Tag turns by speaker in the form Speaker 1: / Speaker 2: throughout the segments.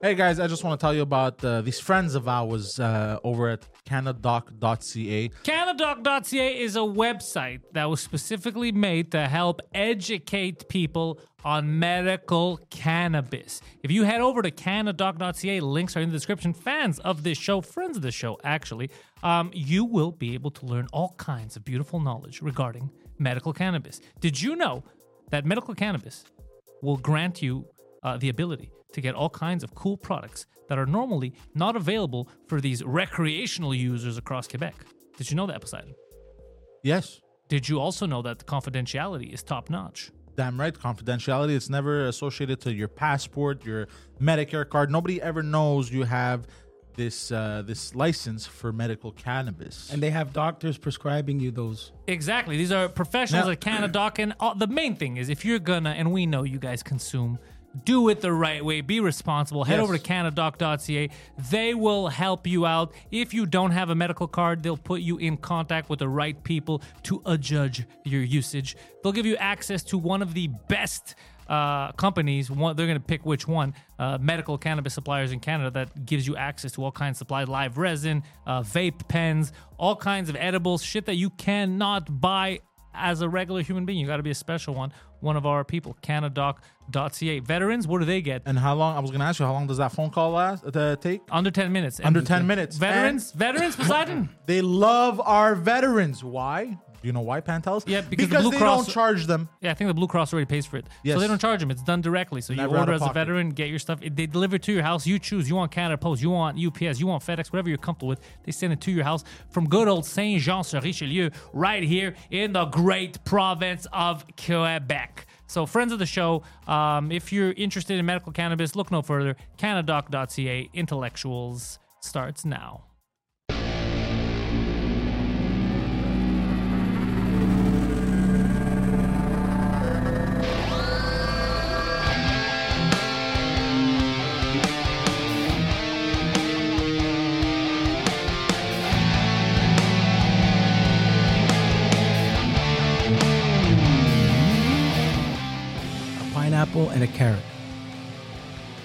Speaker 1: Hey guys, I just want to tell you about uh, these friends of ours uh, over at canadoc.ca.
Speaker 2: Canadoc.ca is a website that was specifically made to help educate people on medical cannabis. If you head over to canadoc.ca, links are in the description. Fans of this show, friends of the show, actually, um, you will be able to learn all kinds of beautiful knowledge regarding medical cannabis. Did you know that medical cannabis will grant you uh, the ability to get all kinds of cool products that are normally not available for these recreational users across Quebec. Did you know that, Poseidon?
Speaker 1: Yes,
Speaker 2: Did you also know that the confidentiality is top notch?
Speaker 1: damn right. Confidentiality. It's never associated to your passport, your Medicare card. Nobody ever knows you have this uh, this license for medical cannabis.
Speaker 3: And they have doctors prescribing you those.
Speaker 2: Exactly. These are professionals
Speaker 1: Now-
Speaker 2: at Canadoc. And all, Uh, the main thing is if you're gonna, and we know you guys consume, do it the right way, be responsible. Head
Speaker 1: Yes.
Speaker 2: over to canadoc.ca. They will help you out. If you don't have a medical card, they'll put you in contact with the right people to adjudge your usage. They'll give you access to one of the best uh, companies. One, they're going to pick which one. Uh, medical cannabis suppliers in Canada that gives you access to all kinds of supply, live resin, uh, vape pens, all kinds of edibles, shit that you cannot buy as a regular human being. You got to be a special one. One of our people, Canadoc.ca. Veterans, what do they get?
Speaker 1: And how long? I was going to ask you how long does that phone call last uh, take?
Speaker 2: Under 10 minutes.
Speaker 1: Under 10 minutes.
Speaker 2: Veterans, veterans, Poseidon.
Speaker 1: They love our veterans. Why? Do you know why, Pantelis?
Speaker 2: Yeah, because the Blue
Speaker 1: they
Speaker 2: Cross-
Speaker 1: don't charge them.
Speaker 2: Yeah, I think the Blue Cross already pays for it.
Speaker 1: Yes.
Speaker 2: So they don't charge them. It's done directly. So you
Speaker 1: Never out
Speaker 2: order
Speaker 1: of
Speaker 2: as a
Speaker 1: pocket.
Speaker 2: veteran, get your stuff. It- They deliver it to your house. You choose. You want Canada Post. You want UPS. You want FedEx. Whatever you're comfortable with. They send it to your house from good old Saint Jean sur Richelieu, right here in the great province of Quebec. So friends of the show, um, if you're interested in medical cannabis, look no further. Canadoc.ca. Intellectuals starts now.
Speaker 3: A pineapple and a carrot.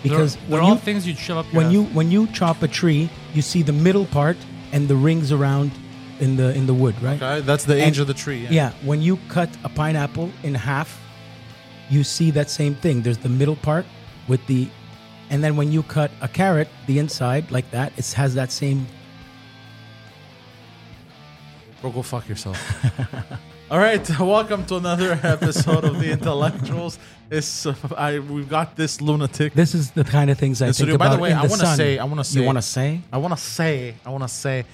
Speaker 3: Because
Speaker 2: they're,
Speaker 3: when
Speaker 2: they're all
Speaker 3: you-
Speaker 2: things you'd shove up your
Speaker 3: when
Speaker 2: ass.
Speaker 3: you when you chop a tree, you see the middle part and the rings around in the in the wood, right?
Speaker 1: Okay, that's the age
Speaker 3: And-
Speaker 1: of the tree. Yeah.
Speaker 3: when you cut a pineapple in half, you see that same thing. There's the middle part with the, and then when you cut a carrot, the inside like that, it has that same.
Speaker 1: Bro, go fuck yourself. All right, welcome to another episode of the Intellectuals. It's uh, I we've got this lunatic.
Speaker 3: This is the kind of things I
Speaker 1: And so,
Speaker 3: think
Speaker 1: dude,
Speaker 3: about.
Speaker 1: by the way,
Speaker 3: in
Speaker 1: I want to
Speaker 3: sun.
Speaker 1: say, I want to say,
Speaker 3: You want to say?
Speaker 1: I want to say, I want to say,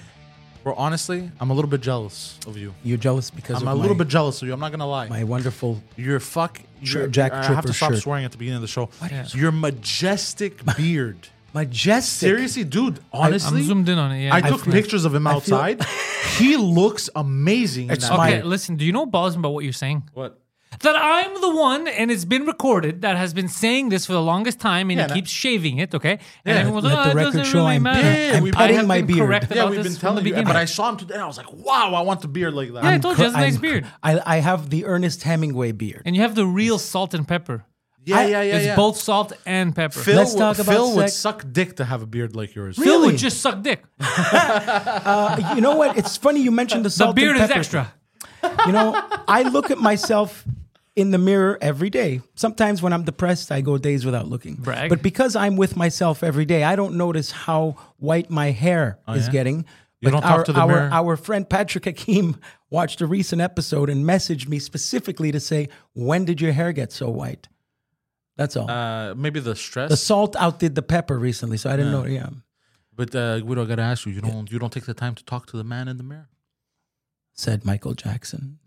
Speaker 1: bro. Honestly, I'm a little bit jealous of you.
Speaker 3: You're jealous because
Speaker 1: I'm
Speaker 3: of
Speaker 1: a
Speaker 3: my,
Speaker 1: little bit jealous of you. I'm not gonna lie.
Speaker 3: my wonderful.
Speaker 1: Your fuck, your
Speaker 3: Jack
Speaker 1: I have
Speaker 3: Tripper
Speaker 1: to stop
Speaker 3: shirt.
Speaker 1: swearing at the beginning of the show.
Speaker 3: is-
Speaker 1: Your majestic beard.
Speaker 3: Majestic.
Speaker 1: Seriously, dude. Honestly,
Speaker 2: I'm zoomed in on it. Yeah,
Speaker 1: I took
Speaker 2: feel-
Speaker 1: pictures of him
Speaker 3: I feel-
Speaker 1: outside. he looks amazing.
Speaker 3: It's
Speaker 1: in that
Speaker 3: my-
Speaker 2: Okay,
Speaker 1: beard.
Speaker 2: listen. Do you know what bothers me about what you're saying?
Speaker 1: What?
Speaker 2: that I'm the one, and it's been recorded, that has been saying this for the longest time, and
Speaker 1: Yeah,
Speaker 2: he
Speaker 1: and I-
Speaker 2: keeps shaving it. Okay, and
Speaker 1: Yeah.
Speaker 2: everyone's
Speaker 3: Let
Speaker 2: like,
Speaker 3: the
Speaker 2: "Oh, it
Speaker 3: record
Speaker 2: doesn't
Speaker 3: show
Speaker 2: really
Speaker 3: I'm-
Speaker 2: matter."
Speaker 1: Yeah, yeah, yeah,
Speaker 2: And
Speaker 1: we've
Speaker 2: I
Speaker 1: been-
Speaker 2: have
Speaker 3: my
Speaker 2: been
Speaker 3: beard.
Speaker 2: correct
Speaker 1: Yeah,
Speaker 2: about
Speaker 1: we've
Speaker 2: this
Speaker 1: been
Speaker 2: from the
Speaker 1: telling you.
Speaker 2: beginning.
Speaker 1: But I saw him today, and I was like, wow, I want the beard like that. Mm.
Speaker 2: Yeah, I told you,
Speaker 3: Cur-
Speaker 2: it's a nice
Speaker 3: I'm-
Speaker 2: beard,
Speaker 3: I, I have the Ernest Hemingway beard.
Speaker 2: and you have the real salt and pepper.
Speaker 1: yeah, yeah, yeah.
Speaker 2: it's
Speaker 1: yeah.
Speaker 2: both salt and pepper.
Speaker 1: Phil,
Speaker 3: Let's
Speaker 1: would-
Speaker 3: talk about
Speaker 1: Phil would
Speaker 3: sex.
Speaker 1: suck dick to have a beard like yours.
Speaker 2: Phil
Speaker 3: Really?
Speaker 2: would just suck dick.
Speaker 3: Uh, you know what? It's funny you mentioned the
Speaker 2: The
Speaker 3: salt
Speaker 2: beard
Speaker 3: and
Speaker 2: is
Speaker 3: pepper.
Speaker 2: extra.
Speaker 3: You know, I look at myself in the mirror every day. Sometimes when I'm depressed, I go days without looking.
Speaker 2: Brag.
Speaker 3: But because I'm with myself every day, I don't notice how white my hair is
Speaker 1: Oh, yeah?
Speaker 3: getting.
Speaker 1: You
Speaker 3: But
Speaker 1: don't talk
Speaker 3: our,
Speaker 1: to the
Speaker 3: our,
Speaker 1: mirror?
Speaker 3: our friend Patrick Hakim watched a recent episode and messaged me specifically to say, When did your hair get so white? That's all.
Speaker 1: Uh, maybe the stress.
Speaker 3: the salt outdid the pepper recently, so I didn't know. Yeah.
Speaker 1: but uh, Guido, I gotta ask you. You don't. You don't take the time to talk to the man in the mirror.
Speaker 3: Said Michael Jackson.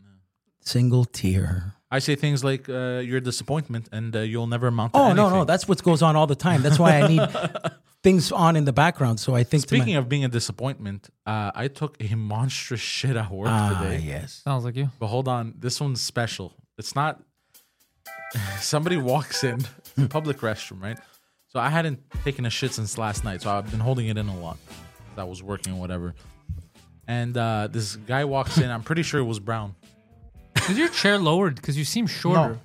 Speaker 3: single tear.
Speaker 1: I say things like uh, "You're a disappointment" and uh, "You'll never amount to
Speaker 3: Oh
Speaker 1: anything."
Speaker 3: no, no, that's what goes on all the time. That's why I need things on in the background. So I think
Speaker 1: Speaking
Speaker 3: to
Speaker 1: of being a disappointment, uh, I took a monstrous shit at work
Speaker 3: my, ah,
Speaker 1: today.
Speaker 3: yes,
Speaker 2: Sounds like you.
Speaker 1: But hold on, this one's special. It's not. Somebody walks in the public restroom, right? So I hadn't taken a shit since last night, so I've been holding it in a lot. I was working or whatever. And uh, this guy walks in. I'm pretty sure it was Brown.
Speaker 2: Is your chair lowered? Because you seem shorter.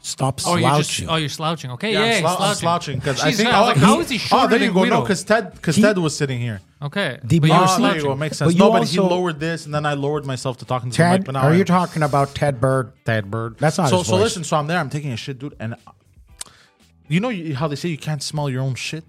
Speaker 3: stop
Speaker 2: Oh,
Speaker 3: slouching.
Speaker 2: you're just, oh, you're slouching. Okay, yeah,
Speaker 1: I'm
Speaker 2: he's
Speaker 1: slou- I'm
Speaker 2: slouching.
Speaker 1: slouching because I
Speaker 2: Jeez,
Speaker 1: think
Speaker 2: I was like, how is he
Speaker 1: Oh,
Speaker 2: shorter
Speaker 1: there you
Speaker 2: than
Speaker 1: go. No,
Speaker 2: Guido?
Speaker 1: because Ted, because
Speaker 3: He-
Speaker 1: Ted was sitting here.
Speaker 2: Okay,
Speaker 3: The
Speaker 2: but you were
Speaker 3: boss-
Speaker 1: Oh, there you
Speaker 2: slouching.
Speaker 1: go. Makes sense.
Speaker 3: But you
Speaker 1: no, but he
Speaker 3: also-
Speaker 1: lowered this, and then I lowered myself to talking to the mic.
Speaker 4: Ted,
Speaker 1: But now
Speaker 4: are you
Speaker 1: I'm-
Speaker 4: talking about Ted Bird?
Speaker 1: Ted Bird.
Speaker 4: That's not
Speaker 1: so.
Speaker 4: his
Speaker 1: so
Speaker 4: voice.
Speaker 1: listen. So I'm there. I'm taking a shit, dude. And uh, you know you- how they say you can't smell your own shit.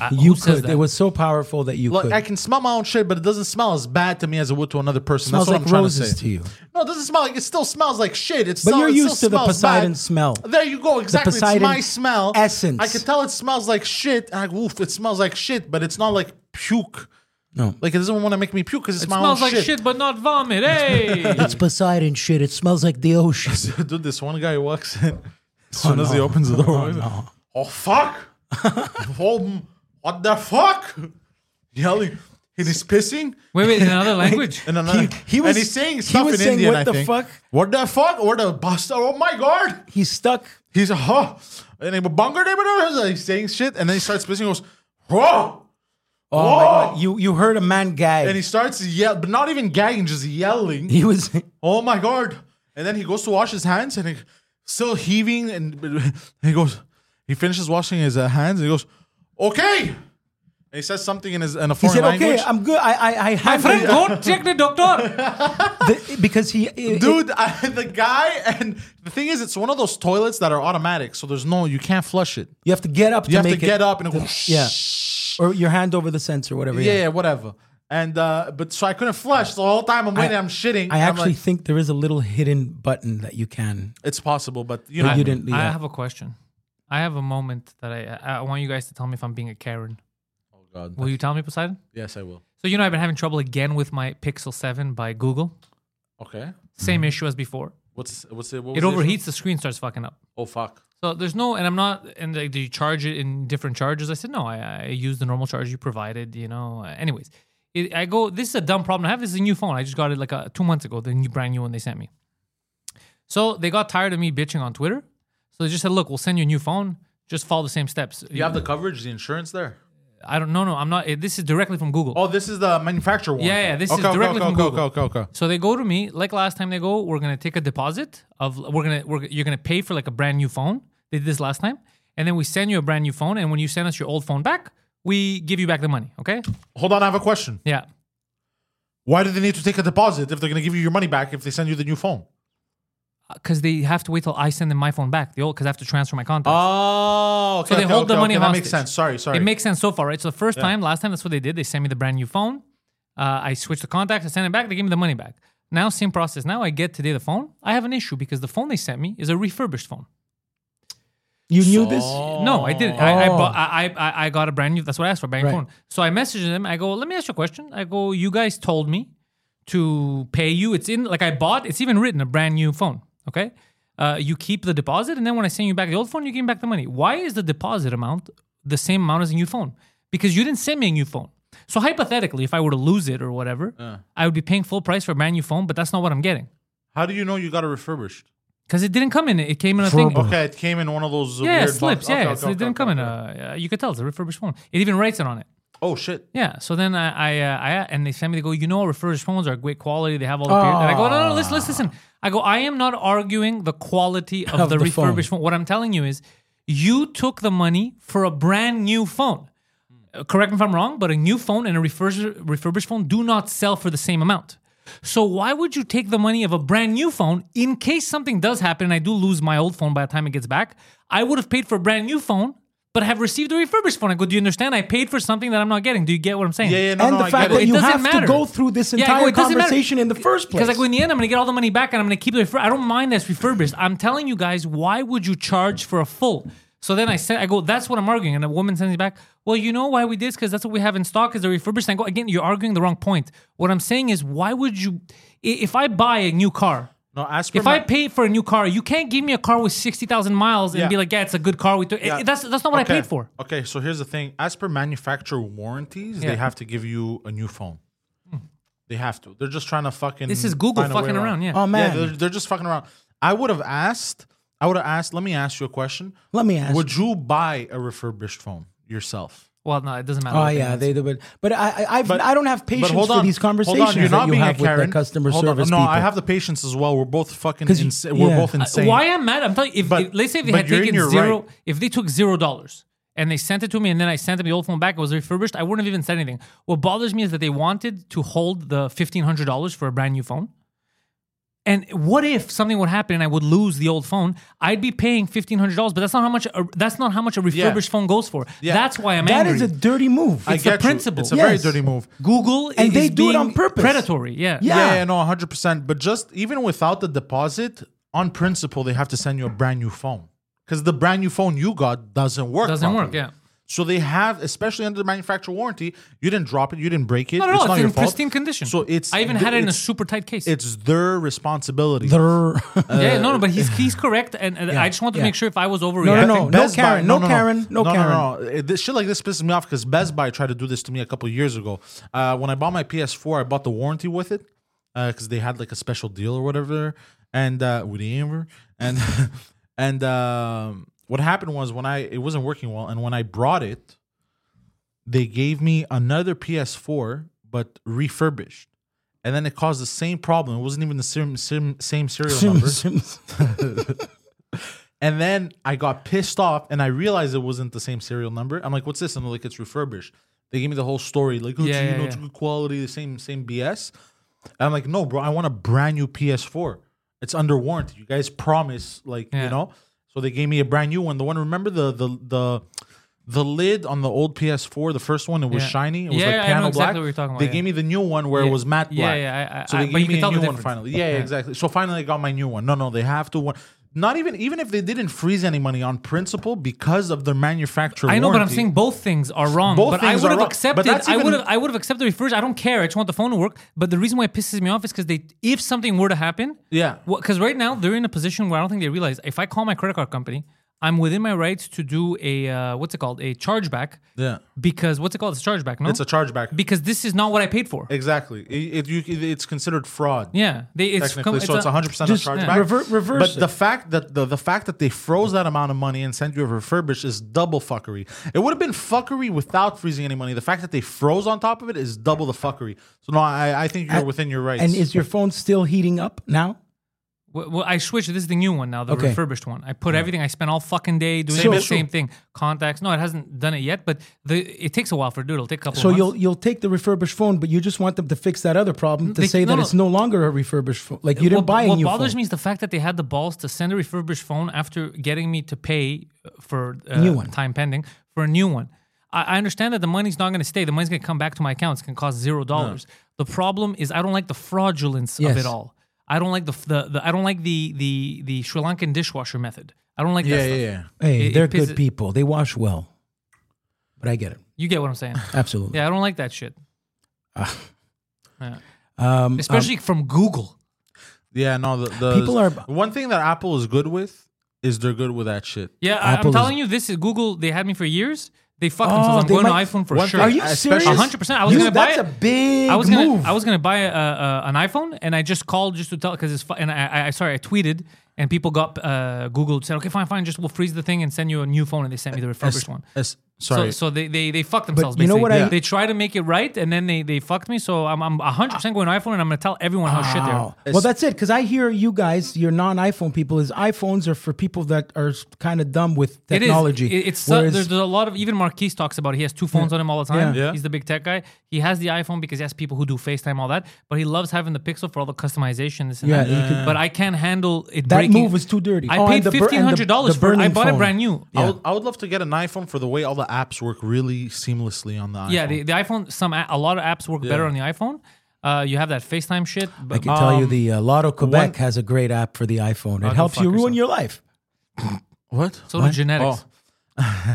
Speaker 2: I-
Speaker 3: you
Speaker 2: who says
Speaker 3: could.
Speaker 2: that?
Speaker 3: It was so powerful that you
Speaker 1: Look,
Speaker 3: could.
Speaker 1: I can smell my own shit, but it doesn't smell as bad to me as it would to another person.
Speaker 3: Smells
Speaker 1: That's what
Speaker 3: like
Speaker 1: I'm trying
Speaker 3: roses
Speaker 1: to say.
Speaker 3: to you.
Speaker 1: No, it doesn't smell like. It still smells like shit. It's
Speaker 3: But
Speaker 1: still,
Speaker 3: you're
Speaker 1: it still
Speaker 3: used to the
Speaker 1: smells
Speaker 3: Poseidon
Speaker 1: bad.
Speaker 3: smell.
Speaker 1: There you go. Exactly.
Speaker 3: Poseidon
Speaker 1: it's my smell.
Speaker 3: essence.
Speaker 1: I can tell it smells like shit. And I, oof, it smells like shit, but it's not like puke.
Speaker 3: No.
Speaker 1: Like it doesn't want to make me puke because it's
Speaker 2: It
Speaker 1: my
Speaker 2: smells
Speaker 1: own
Speaker 2: like shit. but not vomit. Hey,
Speaker 3: It's Poseidon shit. It smells like the ocean.
Speaker 1: Dude, this one guy walks
Speaker 3: Oh,
Speaker 1: in. As soon as he opens the door, oh, fuck! oh, what the fuck? Yelling, and he's pissing.
Speaker 2: wait, wait, in another language.
Speaker 1: And, another,
Speaker 3: He- he was-
Speaker 1: and he's saying
Speaker 3: he
Speaker 1: stuff
Speaker 3: was
Speaker 1: in
Speaker 3: saying,
Speaker 1: Indian.
Speaker 3: "What
Speaker 1: I
Speaker 3: the
Speaker 1: think.
Speaker 3: fuck?"
Speaker 1: What the fuck? Or the bastard? Oh my god!
Speaker 3: He's stuck.
Speaker 1: He's a huh. And he bungered him and he's saying shit. And then he starts pissing. He goes, whoa!
Speaker 3: Oh my God. You you heard a man gag.
Speaker 1: And he starts yell, but not even gagging, just yelling.
Speaker 3: he was
Speaker 1: oh my god and then he goes to wash his hands and he still heaving and, and he goes he finishes washing his uh, hands and he goes okay and he says something in his in a
Speaker 3: He
Speaker 1: foreign
Speaker 3: said,
Speaker 1: language
Speaker 3: "Okay, I'm good. I I, I
Speaker 2: My
Speaker 3: have
Speaker 2: friend, go check the doctor.
Speaker 3: the, because he
Speaker 1: dude I, the guy and the thing is it's one of those toilets that are automatic so there's no you can't flush it
Speaker 3: you have to get up.
Speaker 1: you
Speaker 3: to
Speaker 1: have to
Speaker 3: make it,
Speaker 1: get up and it goes
Speaker 3: Yeah, Oh, or your hand over the sensor, whatever.
Speaker 1: yeah, yeah whatever and uh but so i couldn't flush so the whole time i'm waiting I, am shitting
Speaker 3: I
Speaker 1: I'm
Speaker 3: actually
Speaker 1: like,
Speaker 3: think there is a little hidden button that you can.
Speaker 1: it's possible but you know
Speaker 3: But you didn't.
Speaker 2: I
Speaker 3: yeah.
Speaker 2: have a question. I have a moment that I I I want you guys to tell me if I'm being a Karen.
Speaker 1: oh god
Speaker 2: Will you tell me, Poseidon?
Speaker 1: yes i will
Speaker 2: So you know I've been having trouble again with my Pixel Seven by Google.
Speaker 1: okay
Speaker 2: Same issue as before.
Speaker 1: what's what's it what
Speaker 2: It
Speaker 1: was the issue?
Speaker 2: overheats. The screen starts fucking up.
Speaker 1: oh fuck
Speaker 2: So there's no, and I'm not. And like, do you charge it in different charges? I said no. I, I use the normal charge you provided. You know. Uh, Anyways, it, I go. This is a dumb problem. I have this is a new phone. I just got it like uh two months ago. The new brand new one they sent me. So they got tired of me bitching on Twitter. So they just said, look, we'll send you a new phone. Just follow the same steps.
Speaker 1: you have the coverage the insurance there
Speaker 2: I don't. No, no. I'm not. It, this is directly from Google.
Speaker 1: Oh, this is the manufacturer one.
Speaker 2: Yeah, yeah, this is directly
Speaker 1: okay,
Speaker 2: from
Speaker 1: okay,
Speaker 2: Google.
Speaker 1: Okay, okay, okay.
Speaker 2: So they go to me like last time they go. We're gonna take a deposit of we're gonna we're, you're gonna pay for like a brand new phone. They did this last time, and then we send you a brand new phone. And when you send us your old phone back, we give you back the money. Okay?
Speaker 1: Hold on, I have a question.
Speaker 2: Yeah.
Speaker 1: Why do they need to take a deposit if they're going to give you your money back if they send you the new phone?
Speaker 2: Because they have to wait till I send them my phone back. The old because I have to transfer my contact.
Speaker 1: Oh, okay.
Speaker 2: so they
Speaker 1: okay,
Speaker 2: hold the
Speaker 1: okay,
Speaker 2: money
Speaker 1: okay, That
Speaker 2: hostage.
Speaker 1: makes sense. Sorry, sorry.
Speaker 2: It makes sense so far, right? So the first time, last time, that's what they did. They sent me the brand new phone. Uh, I switched the contacts. I sent it back. They gave me the money back. Now same process. Now I get today the phone. I have an issue because the phone they sent me is a refurbished phone.
Speaker 3: You knew this.
Speaker 2: No, I didn't. I, I,
Speaker 3: Oh.
Speaker 2: bought, I, I I got a brand new. That's what I asked for, brand new
Speaker 3: Right.
Speaker 2: phone. So I messaged them. I go, let me ask you a question. I go, you guys told me to pay you. It's in like I bought. It's even written a brand new phone. Okay, uh, you keep the deposit, and then when I send you back the old phone, you give me back the money. Why is the deposit amount the same amount as a new phone? Because you didn't send me a new phone. So hypothetically, if I were to lose it or whatever, I would be paying full price for a brand new phone. But that's not what I'm getting
Speaker 1: How do you know you got it refurbished?
Speaker 2: because it didn't come in. It came in a thing.
Speaker 1: Okay, it came in one of those. uh,
Speaker 2: Yeah,
Speaker 1: weird
Speaker 2: slips.
Speaker 1: box- okay,
Speaker 2: yeah,
Speaker 1: okay,
Speaker 2: so it
Speaker 1: okay,
Speaker 2: didn't
Speaker 1: okay,
Speaker 2: come in.
Speaker 1: okay.
Speaker 2: A, uh, you could tell it's a refurbished phone. It even writes it on it.
Speaker 1: Oh shit!
Speaker 2: Yeah. So then I, I, uh, I and they sent me to go. You know, refurbished phones are great quality. They have all the. period. And I go, no, no, no, listen, listen, listen. I go. I am not arguing the quality of,
Speaker 3: Of
Speaker 2: the,
Speaker 3: the phone.
Speaker 2: refurbished phone. What I'm telling you is, you took the money for a brand new phone. Uh, Correct me if I'm wrong, but a new phone and a refurbished, refurbished phone do not sell for the same amount. So why would you take the money of a brand new phone in case something does happen and I do lose my old phone by the time it gets back? I would have paid for a brand new phone, but have received a refurbished phone. I go, do you understand? I paid for something that I'm not getting. Do you get what I'm saying?
Speaker 1: Yeah, yeah, no,
Speaker 3: and
Speaker 1: no,
Speaker 3: the
Speaker 1: I
Speaker 3: fact
Speaker 1: get
Speaker 3: that
Speaker 1: it.
Speaker 2: It
Speaker 3: you
Speaker 2: doesn't
Speaker 3: have
Speaker 2: matter.
Speaker 3: to go through this
Speaker 2: Yeah, I go,
Speaker 3: entire
Speaker 2: it doesn't matter.
Speaker 3: conversation in the first place.
Speaker 2: Because like in the end, I'm gonna get all the money back and I'm gonna keep the. Refur- I don't mind that's refurbished. I'm telling you guys, why would you charge for a full? So then I said, I go, that's what I'm arguing. And the woman sends me back, well, you know why we did this? Because that's what we have in stock is a refurbished. And I go, again, you're arguing the wrong point. What I'm saying is, why would you, i- if I buy a new car,
Speaker 1: No, as per
Speaker 2: if
Speaker 1: my-
Speaker 2: I pay for a new car, you can't give me a car with 60,000 miles and
Speaker 1: Yeah.
Speaker 2: be like, yeah, it's a good car. We took.
Speaker 1: Yeah.
Speaker 2: That's, that's not what I
Speaker 1: Okay.
Speaker 2: paid for.
Speaker 1: Okay, so here's the thing: as per manufacturer warranties,
Speaker 2: Yeah. Hmm.
Speaker 1: they have to give you a new phone. They have to. They're just trying to fucking.
Speaker 2: This is Google
Speaker 1: find a way
Speaker 2: fucking around, yeah.
Speaker 3: Oh man,
Speaker 1: they're, they're just fucking around. I would have asked. I would have asked. Let me ask you a question.
Speaker 3: let me ask.
Speaker 1: Would you buy a refurbished phone yourself?
Speaker 2: Well, no, it doesn't matter.
Speaker 3: Oh
Speaker 2: what they
Speaker 3: yeah,
Speaker 2: answer.
Speaker 3: they would. But I, I, I've,
Speaker 1: But-
Speaker 3: I don't have patience
Speaker 1: but hold on,
Speaker 3: for these
Speaker 1: hold on,
Speaker 3: conversations that you
Speaker 1: being a
Speaker 3: have with the
Speaker 1: Karen.
Speaker 3: customer
Speaker 1: Hold on,
Speaker 3: service
Speaker 1: No,
Speaker 3: people.
Speaker 1: I have the patience as well. We're both fucking.
Speaker 3: 'Cause you-
Speaker 1: Insa- We're
Speaker 3: yeah.
Speaker 1: both insane.
Speaker 2: Why I'm mad? I'm telling you, if,
Speaker 1: But-
Speaker 2: if- let's say if they
Speaker 1: but
Speaker 2: had
Speaker 1: you're in
Speaker 2: taken
Speaker 1: your
Speaker 2: zero,
Speaker 1: right.
Speaker 2: if they took zero dollars and they sent it to me, and then I sent them the old phone back, it was refurbished. I wouldn't have even said anything. What bothers me is that they wanted to hold the fifteen hundred dollars for a brand new phone. And what if something would happen and I would lose the old phone? I'd be paying fifteen hundred dollars, but that's not how much. A, that's not how much a refurbished phone goes for. That's why I'm
Speaker 3: That
Speaker 2: angry.
Speaker 3: is a dirty move.
Speaker 1: I
Speaker 2: it's the
Speaker 1: get you.
Speaker 2: principle.
Speaker 1: It's a
Speaker 3: Yes.
Speaker 1: very dirty move.
Speaker 2: Google
Speaker 3: And
Speaker 2: is
Speaker 3: they do it on
Speaker 2: being
Speaker 3: purpose.
Speaker 2: Predatory. Yeah.
Speaker 3: Yeah.
Speaker 1: Yeah, yeah, no, 100%. But just even without the deposit, on principle, they have to send you a brand new phone because the brand new phone you got doesn't work.
Speaker 2: Doesn't work,
Speaker 1: properly.
Speaker 2: yeah.
Speaker 1: So they have, especially under the manufacturer warranty, you didn't drop it, you didn't break it.
Speaker 2: No, no, no,
Speaker 1: it's
Speaker 2: it's,
Speaker 1: not
Speaker 2: in
Speaker 1: your fault.
Speaker 2: pristine condition.
Speaker 1: So it's
Speaker 2: I even had it in a
Speaker 1: it's-
Speaker 2: super tight case.
Speaker 1: It's their responsibility.
Speaker 3: Durr.
Speaker 2: yeah,
Speaker 1: Uh,
Speaker 2: no, no, but he's he's correct, and, and I just wanted to
Speaker 3: yeah.
Speaker 2: make sure if I was overreacting.
Speaker 3: no, no,
Speaker 1: I think
Speaker 3: no
Speaker 1: Best Buy-
Speaker 3: Karen, no Karen, no
Speaker 1: No, no, It- This shit like this pisses me off because Best Buy tried to do this to me a couple years ago. Uh, when I bought my PS4, I bought the warranty with it because they had like a special deal or whatever, and uh, whatever. And and um, what happened was when I it wasn't working well, and when I brought it, they gave me another PS4 but refurbished. And then it caused the same problem. It wasn't even the same, same, same serial number. And then I got pissed off and I realized it wasn't the same serial number. I'm like, what's this? And they're like, it's refurbished. They gave me the whole story, like, oh, it's,
Speaker 2: Yeah,
Speaker 1: you
Speaker 2: yeah,
Speaker 1: know,
Speaker 2: yeah.
Speaker 1: it's good quality, the same, same BS. And I'm like, no, bro, I want a brand new PS4. It's under warranty. You guys promise, like,
Speaker 2: Yeah.
Speaker 1: you know. So they gave me a brand new one. The one, remember the the the the lid on the old PS4, the first one, it was
Speaker 2: Yeah.
Speaker 1: shiny. It was
Speaker 2: Yeah,
Speaker 1: like
Speaker 2: yeah, I know
Speaker 1: panel
Speaker 2: exactly
Speaker 1: black.
Speaker 2: what you're talking about,
Speaker 1: they
Speaker 2: yeah.
Speaker 1: gave me the new one where
Speaker 2: Yeah.
Speaker 1: it was matte
Speaker 2: Yeah,
Speaker 1: black.
Speaker 2: yeah, I-
Speaker 1: so
Speaker 2: I-
Speaker 1: they
Speaker 2: but
Speaker 1: gave
Speaker 2: you
Speaker 1: me
Speaker 2: can
Speaker 1: a
Speaker 2: tell
Speaker 1: new
Speaker 2: the
Speaker 1: one
Speaker 2: difference.
Speaker 1: finally. Yeah,
Speaker 2: Yeah.
Speaker 1: exactly. So finally, I got my new one. No, no, they have to one. Not even even if they didn't freeze any money on principle because of their manufacturer.
Speaker 2: I know, but I'm
Speaker 1: warranty.
Speaker 2: saying both things are wrong.
Speaker 1: Both
Speaker 2: but I
Speaker 1: things are
Speaker 2: would have
Speaker 1: wrong, but
Speaker 2: accepted.
Speaker 1: that's
Speaker 2: I
Speaker 1: even-
Speaker 2: would have. I would have accepted refurbished. I don't care. I just want the phone to work. But the reason why it pisses me off is because they, if something were to happen,
Speaker 1: Yeah.
Speaker 2: Because right now they're in a position where I don't think they realize. If I call my credit card company, I'm within my rights to do a uh, what's it called a chargeback.
Speaker 1: Yeah.
Speaker 2: Because what's it called? It's a chargeback. No.
Speaker 1: it's a chargeback.
Speaker 2: Because this is not what I paid for.
Speaker 1: exactly. It, it- you, it- it's considered fraud.
Speaker 2: yeah. They, it's
Speaker 1: Technically, so it's
Speaker 2: a-
Speaker 1: 100 percent a
Speaker 3: Just
Speaker 1: chargeback.
Speaker 3: yeah. rever- reverse
Speaker 1: But
Speaker 3: it.
Speaker 1: the fact that the, the fact that they froze that amount of money and sent you a refurbish is double fuckery. It would have been fuckery without freezing any money. The fact that they froze on top of it is double the fuckery. So no, I, I think you're within your rights.
Speaker 3: and is your phone still heating up now?
Speaker 2: Well, well, I switched. This is the new one now, the
Speaker 3: Okay.
Speaker 2: refurbished one. I put everything. I spent all fucking day doing
Speaker 1: Same
Speaker 2: the
Speaker 1: issue.
Speaker 2: same thing. Contacts. No, it hasn't done it yet, but the it takes a while for it to do. it. It'll take a couple.
Speaker 3: So
Speaker 2: of months.
Speaker 3: you'll you'll take the refurbished phone, but you just want them to fix that other problem to
Speaker 2: They-
Speaker 3: say
Speaker 2: no,
Speaker 3: that
Speaker 2: no.
Speaker 3: it's no longer a refurbished phone. Like you didn't
Speaker 2: what,
Speaker 3: buy a
Speaker 2: what
Speaker 3: new
Speaker 2: bothers
Speaker 3: phone.
Speaker 2: me is the fact that they had the balls to send a refurbished phone after getting me to pay uh, for uh,
Speaker 3: New one.
Speaker 2: time pending for a new one. I, I understand that the money's not going to stay. The money's going to come back to my accounts. It can cost zero dollars. The problem is I don't like the fraudulence of
Speaker 3: Yes.
Speaker 2: it all. I don't like the, f- the, the I don't like the the the Sri Lankan dishwasher method. I don't like that
Speaker 1: yeah,
Speaker 2: stuff.
Speaker 1: yeah, yeah.
Speaker 3: Hey,
Speaker 2: It- it
Speaker 3: they're good
Speaker 2: pisses-
Speaker 3: people. They wash well. But I get it.
Speaker 2: You get what I'm saying?
Speaker 3: Absolutely.
Speaker 2: Yeah, I don't like that shit.
Speaker 3: Um,
Speaker 2: Especially from Google.
Speaker 1: Yeah, no. The, the
Speaker 3: People are-
Speaker 1: one thing that Apple is good with is they're good with that shit.
Speaker 2: Yeah, I, I'm
Speaker 3: Apple is-
Speaker 2: telling you, this is Google. They had me for years. They fucked
Speaker 3: Oh,
Speaker 2: themselves. I'm
Speaker 3: they
Speaker 2: going
Speaker 3: might-
Speaker 2: to iPhone for
Speaker 1: One
Speaker 2: sure.
Speaker 1: thing-
Speaker 3: Are you
Speaker 1: especially-
Speaker 3: serious?
Speaker 2: 100%. I was
Speaker 3: You-
Speaker 2: gonna buy
Speaker 3: that's
Speaker 2: it.
Speaker 3: a big
Speaker 2: I was gonna
Speaker 3: move.
Speaker 2: I was gonna buy a, a, an iPhone, and I just called just to tell because it's fu- and I, I- I sorry I tweeted and people got uh, Google said okay fine fine just we'll freeze the thing and send you a new phone and they sent me
Speaker 3: Uh,
Speaker 2: the refurbished one.
Speaker 1: Yes,
Speaker 2: So,
Speaker 1: sorry.
Speaker 2: so they, they they fucked themselves.
Speaker 3: you know
Speaker 2: basically.
Speaker 3: what I-
Speaker 2: They try to make it right, and then they, they fucked me. So I'm I'm 100 percent going iPhone, and I'm gonna tell everyone how shit they are.
Speaker 3: Wow. Well, that's it. Because I hear you guys, your non-iPhone people, is iPhones are for people that are kind of dumb with
Speaker 2: It is.
Speaker 3: technology.
Speaker 2: It- it's so-
Speaker 3: Whereas-
Speaker 2: there's, there's a lot of even Marquise talks about. It. He has two phones on him all the time.
Speaker 1: Yeah. Yeah.
Speaker 2: He's the big tech guy. He has the iPhone because he has people who do FaceTime all that. But he loves having the Pixel for all the customization. This and
Speaker 3: Yeah,
Speaker 2: that.
Speaker 3: you could-
Speaker 2: but I can't handle it.
Speaker 3: That
Speaker 2: breaking.
Speaker 3: move was too dirty.
Speaker 2: I
Speaker 3: Oh,
Speaker 2: paid
Speaker 3: and the bur- and the-
Speaker 2: fifteen hundred dollars
Speaker 3: the
Speaker 2: for. it. I
Speaker 3: burning
Speaker 2: bought it
Speaker 3: phone.
Speaker 2: brand new.
Speaker 1: I, would, I would love to get an iPhone for the way all the apps work really seamlessly on the iPhone.
Speaker 2: Yeah, the, the iPhone. Some a a lot of apps work better on the iPhone. Uh, you have that FaceTime shit.
Speaker 3: I
Speaker 2: But
Speaker 3: can tell you the uh, Lotto Quebec has a great app for the iPhone. It helps
Speaker 2: fuck
Speaker 3: you ruin
Speaker 2: yourself.
Speaker 3: your life.
Speaker 1: what?
Speaker 2: so do genetics.
Speaker 1: Oh.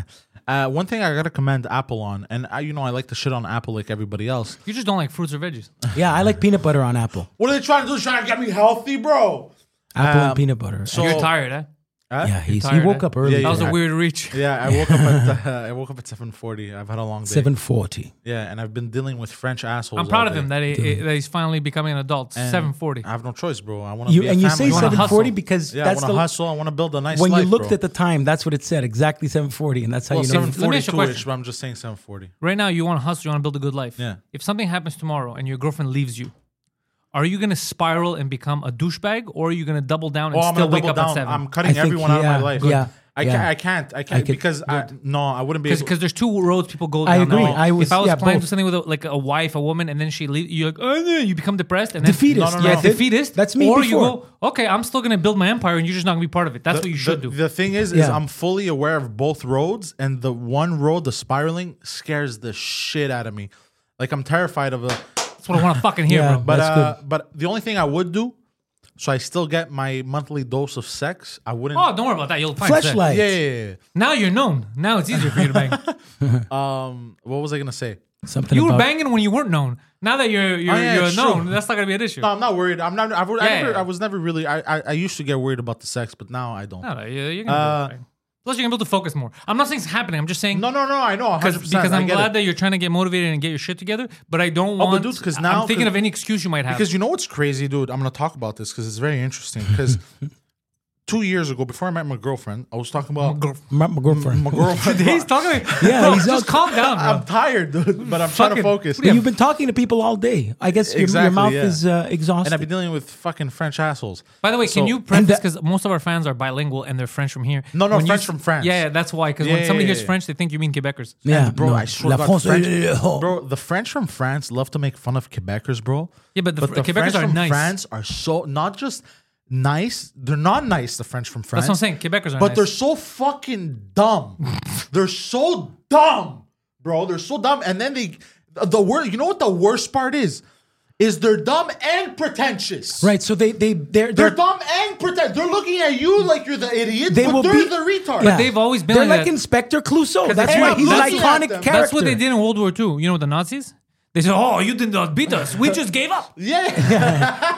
Speaker 1: Uh, one thing I gotta commend Apple on, and I, you know I like to shit on Apple like everybody else.
Speaker 2: You just don't like fruits or veggies.
Speaker 3: Yeah, I like peanut butter on apple.
Speaker 1: What are they trying to do? Trying to get me healthy, bro?
Speaker 3: Apple
Speaker 1: Um,
Speaker 3: and peanut butter.
Speaker 1: so-
Speaker 2: You're tired, eh?
Speaker 3: yeah, he's,
Speaker 2: tired,
Speaker 3: he woke
Speaker 2: eh?
Speaker 3: up early.
Speaker 1: Yeah,
Speaker 2: That was
Speaker 1: yeah.
Speaker 2: a weird reach.
Speaker 1: Yeah, I woke up at uh, I woke up at seven forty. I've had a long day.
Speaker 3: Seven forty.
Speaker 1: Yeah, and I've been dealing with French assholes.
Speaker 2: I'm proud
Speaker 1: all
Speaker 2: of
Speaker 1: day.
Speaker 2: him that, he, that he's finally becoming an adult. 740.
Speaker 1: I have no choice, bro. I want to.
Speaker 3: You
Speaker 1: be a
Speaker 3: and you
Speaker 1: family
Speaker 3: say
Speaker 1: man.
Speaker 2: wanna
Speaker 3: seven forty
Speaker 2: hustle.
Speaker 3: because
Speaker 1: Yeah, I
Speaker 3: that's
Speaker 1: want
Speaker 3: the
Speaker 1: to hustle. I want to build a nice.
Speaker 3: when
Speaker 1: life,
Speaker 3: you looked
Speaker 1: bro.
Speaker 3: at the time. That's what it said exactly seven forty, and that's how
Speaker 2: Well,
Speaker 3: you know.
Speaker 1: seven
Speaker 2: seven- Let me ask you a
Speaker 1: forty-two-ish,
Speaker 2: question.
Speaker 1: but I'm just saying seven forty.
Speaker 2: Right now, you want to hustle, you want to build a good life.
Speaker 1: Yeah.
Speaker 2: If something happens tomorrow and your girlfriend leaves you, are you going to spiral and become a douchebag or are you going to double down and
Speaker 1: Oh, I'm
Speaker 2: still
Speaker 1: gonna
Speaker 2: wake
Speaker 1: double
Speaker 2: up
Speaker 1: down.
Speaker 2: at 7?
Speaker 1: I'm
Speaker 3: I
Speaker 1: cutting
Speaker 3: think,
Speaker 1: everyone out of my
Speaker 3: yeah,
Speaker 1: life.
Speaker 3: yeah,
Speaker 1: I can't.
Speaker 3: yeah.
Speaker 1: I can't. I can't
Speaker 3: could-
Speaker 1: because I no. I wouldn't be. able-
Speaker 2: because there's two roads people go down.
Speaker 3: I
Speaker 2: that
Speaker 3: agree.
Speaker 2: way.
Speaker 3: I was-
Speaker 2: if I was
Speaker 3: yeah,
Speaker 2: planning
Speaker 3: both.
Speaker 2: something with a, like a wife, a woman, and then she leaves, you're like, oh, no, you become depressed and then
Speaker 3: Defeatist.
Speaker 1: No, no, no.
Speaker 2: yeah,
Speaker 1: I did-
Speaker 2: defeatist.
Speaker 3: That's me
Speaker 2: Or you
Speaker 3: before.
Speaker 2: go, okay, I'm still going to build my empire, and you're just not going to be part of it. That's what you should
Speaker 1: the,
Speaker 2: do.
Speaker 1: The thing is, is
Speaker 3: Yeah.
Speaker 1: I'm fully aware of both roads, and the one road, the spiraling, scares the shit out of me. Like I'm terrified of a.
Speaker 2: That's what I want to fucking hear,
Speaker 3: Yeah.
Speaker 2: bro.
Speaker 1: But
Speaker 3: That's
Speaker 1: uh, but the only thing I would do, so I still get my monthly dose of sex. I wouldn't.
Speaker 2: Oh, don't worry about that. You'll find sex.
Speaker 3: Fleshlight.
Speaker 1: yeah, yeah, yeah, yeah.
Speaker 2: Now you're known. Now it's easier for you to bang.
Speaker 1: Um, What was I gonna say?
Speaker 3: Something
Speaker 2: you were
Speaker 3: about
Speaker 2: banging when you weren't known. Now that you're you're,
Speaker 1: Oh, yeah,
Speaker 2: you're
Speaker 1: it's
Speaker 2: known,
Speaker 1: true.
Speaker 2: that's not gonna be an issue.
Speaker 1: No,
Speaker 2: No,
Speaker 1: I'm not worried. I'm not. I've, I,
Speaker 2: Yeah,
Speaker 1: never,
Speaker 2: yeah.
Speaker 1: I was never really. I, I I used to get worried about the sex, but now I don't.
Speaker 2: no, you're, you're gonna be able to bang. Plus, you're gonna be able to focus more. I'm not saying it's happening. I'm just saying
Speaker 1: Uh, No, no, no. I know. 100%,
Speaker 2: because because
Speaker 1: I
Speaker 2: I'm
Speaker 1: get
Speaker 2: glad
Speaker 1: it. Oh,
Speaker 2: that you're trying to get motivated and get your shit together. But I don't
Speaker 1: but
Speaker 2: want.
Speaker 1: dude, 'cause
Speaker 2: I-
Speaker 1: now-
Speaker 2: I'm thinking
Speaker 1: 'cause-
Speaker 2: of any excuse you might have.
Speaker 1: Because you know what's crazy, dude? I'm gonna talk about this because it's very interesting. Because two years ago, before I met my girlfriend, I was talking about
Speaker 2: Girl-
Speaker 3: my, my girlfriend.
Speaker 1: my girlfriend.
Speaker 2: he's talking.
Speaker 3: Yeah,
Speaker 2: bro,
Speaker 3: he's
Speaker 2: just
Speaker 3: out-
Speaker 2: calm down, bro.
Speaker 1: I'm tired, dude, but I'm trying to
Speaker 2: Fucking-
Speaker 1: focus.
Speaker 2: what do
Speaker 3: You've been talking to people all day. I guess your, your
Speaker 1: Exactly,
Speaker 3: mouth
Speaker 1: yeah.
Speaker 3: is uh,
Speaker 1: And I've been
Speaker 3: exhausted.
Speaker 1: dealing with fucking French assholes.
Speaker 2: By the way,
Speaker 1: So-
Speaker 2: can you preface
Speaker 3: that-
Speaker 2: because most of our fans are bilingual and they're French from here.
Speaker 1: No, no,
Speaker 2: When you
Speaker 1: French
Speaker 2: s-
Speaker 1: from France.
Speaker 2: Yeah, yeah, that's why. Because when
Speaker 1: Yeah,
Speaker 2: somebody
Speaker 1: yeah,
Speaker 2: hears
Speaker 1: yeah.
Speaker 2: French, they think you mean Quebecers.
Speaker 3: yeah,
Speaker 1: bro,
Speaker 3: no.
Speaker 1: I swear to
Speaker 3: La
Speaker 1: God,
Speaker 3: France- eh,
Speaker 1: French,
Speaker 3: oh.
Speaker 1: bro, the French from France love to make fun of Quebecers, bro.
Speaker 2: Yeah, but the Fr- Quebecers
Speaker 1: French
Speaker 2: are
Speaker 1: from
Speaker 2: nice.
Speaker 1: France are so not just nice; they're not nice. The French from France.
Speaker 2: what I'm saying, Quebecers are
Speaker 1: but
Speaker 2: nice.
Speaker 1: they're so fucking dumb. they're so dumb, bro. They're so dumb, and then they the word. You know what the worst part is? Is they're dumb and pretentious.
Speaker 3: Right. So they they they're
Speaker 1: They're dumb and pretentious. They're looking at you like you're the idiot,
Speaker 3: They
Speaker 1: but
Speaker 3: will
Speaker 1: they're
Speaker 3: be-
Speaker 1: the retard.
Speaker 3: Yeah.
Speaker 2: they've always been
Speaker 3: They're
Speaker 2: like
Speaker 3: like
Speaker 2: that.
Speaker 3: Inspector Clouseau. That's
Speaker 2: they're
Speaker 3: why
Speaker 2: not
Speaker 3: he's an
Speaker 1: looking at them.
Speaker 3: iconic character.
Speaker 2: That's what they did in World War II. You know the Nazis? They said, "Oh, you did not beat us. We just gave up."
Speaker 1: yeah.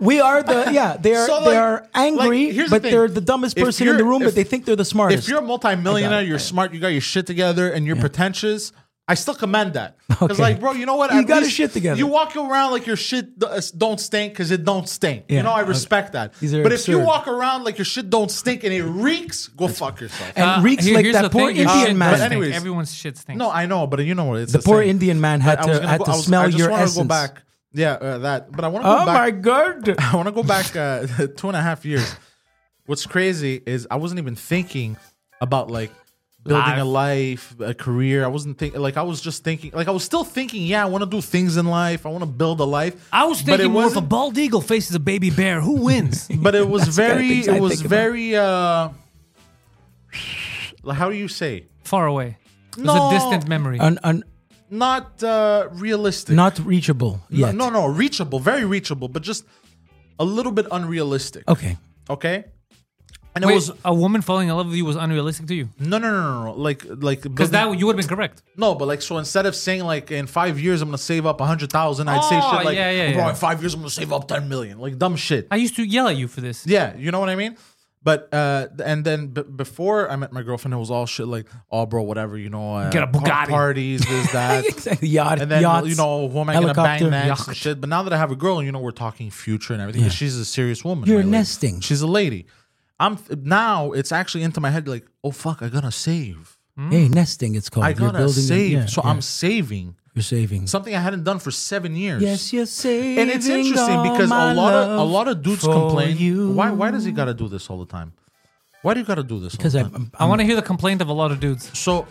Speaker 3: We are the yeah. They are
Speaker 1: So, like-
Speaker 3: they are angry,
Speaker 1: like, here's the
Speaker 3: but
Speaker 1: thing.
Speaker 3: they're the dumbest
Speaker 1: If
Speaker 3: person in the
Speaker 1: you're-
Speaker 3: room.
Speaker 1: if-
Speaker 3: but they think they're the smartest.
Speaker 1: If you're a multimillionaire, you're smart, you got your shit together, and you're pretentious, I still commend that. Because,
Speaker 3: Okay.
Speaker 1: like, bro, you know what?
Speaker 3: You
Speaker 1: At
Speaker 3: got your
Speaker 1: least
Speaker 3: shit together.
Speaker 1: You walk around like your shit d- uh, don't stink because it don't stink.
Speaker 3: Yeah,
Speaker 1: You know, I
Speaker 3: okay.
Speaker 1: respect that.
Speaker 3: These are
Speaker 1: But if you
Speaker 3: absurd.
Speaker 1: walk around like your shit don't stink and it reeks, go fuck yourself.
Speaker 3: and
Speaker 2: Uh,
Speaker 3: reeks
Speaker 2: here-
Speaker 3: like
Speaker 2: here's the
Speaker 3: that poor
Speaker 2: thing, your
Speaker 3: Indian
Speaker 2: shit
Speaker 3: man.
Speaker 1: Um,
Speaker 2: does
Speaker 1: But
Speaker 2: stink.
Speaker 1: anyways-
Speaker 2: Everyone's shit stinks.
Speaker 1: no, I know, but you know what? It's
Speaker 3: The poor
Speaker 1: same.
Speaker 3: Indian man
Speaker 1: But
Speaker 3: had
Speaker 1: I was
Speaker 3: to-
Speaker 1: gonna
Speaker 3: had
Speaker 1: go-
Speaker 3: to
Speaker 1: I was- I
Speaker 3: smell
Speaker 1: just
Speaker 3: your
Speaker 1: wanna Go
Speaker 3: essence.
Speaker 1: back. Yeah, uh, that. But I want to
Speaker 3: Oh
Speaker 1: go back.
Speaker 3: my god!
Speaker 1: I want to go back uh, two and a half years. What's crazy is I wasn't even thinking about like building a life, a career. I wasn't thinking like I was just thinking like I was still thinking. Yeah, I want to do things in life. I want to build a life.
Speaker 2: I was
Speaker 1: But it
Speaker 2: thinking more if a
Speaker 1: wasn't-
Speaker 2: bald eagle faces a baby bear, who wins?
Speaker 1: But it was
Speaker 3: That's the kind of
Speaker 1: very.
Speaker 3: things I
Speaker 1: It was
Speaker 3: think about.
Speaker 1: very. uh How do you say?
Speaker 2: Far away. It was
Speaker 1: No.
Speaker 2: a distant memory.
Speaker 3: Un, un,
Speaker 1: Not uh realistic.
Speaker 3: not reachable yet.
Speaker 1: No, no, reachable. Very reachable, but just a little bit unrealistic.
Speaker 3: Okay.
Speaker 1: Okay. And
Speaker 2: Wait,
Speaker 1: it was
Speaker 2: a woman falling in love with you was unrealistic to you
Speaker 1: no, no, no, no, no. Like, like
Speaker 2: because that you would have been correct.
Speaker 1: No, but like so instead of saying like in five years I'm gonna save up a hundred thousand, I'd say
Speaker 2: Oh,
Speaker 1: shit like
Speaker 2: yeah, yeah,
Speaker 1: bro,
Speaker 2: yeah.
Speaker 1: in five years I'm gonna save up ten million. Like dumb shit.
Speaker 2: I used to yell at you for this.
Speaker 1: yeah, you know what I mean? But uh and then b- before I met my girlfriend, it was all shit like, oh bro, whatever, you know, uh,
Speaker 2: Get a
Speaker 1: par-
Speaker 2: Bugatti.
Speaker 1: parties, this, that.
Speaker 3: Exactly. Yacht.
Speaker 1: And then
Speaker 3: yachts,
Speaker 1: you know, who am I gonna bang
Speaker 3: helicopter.
Speaker 1: next
Speaker 2: Yacht.
Speaker 1: and shit? But now that I have a girl, you know, we're talking future and everything. 'cause She's a serious woman.
Speaker 3: You're
Speaker 1: my lady.
Speaker 3: nesting.
Speaker 1: She's a lady. I'm now it's actually into my head like, oh fuck, I gotta save.
Speaker 3: Hey, nesting. It's called.
Speaker 1: Hmm? I
Speaker 3: You're
Speaker 1: gotta
Speaker 3: building a-
Speaker 1: save.
Speaker 3: yeah,
Speaker 1: so
Speaker 3: yeah.
Speaker 1: I'm saving
Speaker 3: You're saving.
Speaker 1: something I hadn't done for seven years.
Speaker 3: yes, you're saving.
Speaker 1: and it's interesting
Speaker 3: all
Speaker 1: because a
Speaker 3: my
Speaker 1: lot of a
Speaker 3: love
Speaker 1: lot of dudes
Speaker 3: for
Speaker 1: complain.
Speaker 3: you.
Speaker 1: Why why does he got to do this all the time? Why do you got to do this?
Speaker 3: Because
Speaker 1: all
Speaker 3: I,
Speaker 1: the time?
Speaker 2: I want to hear the complaint of a lot of dudes.
Speaker 1: so.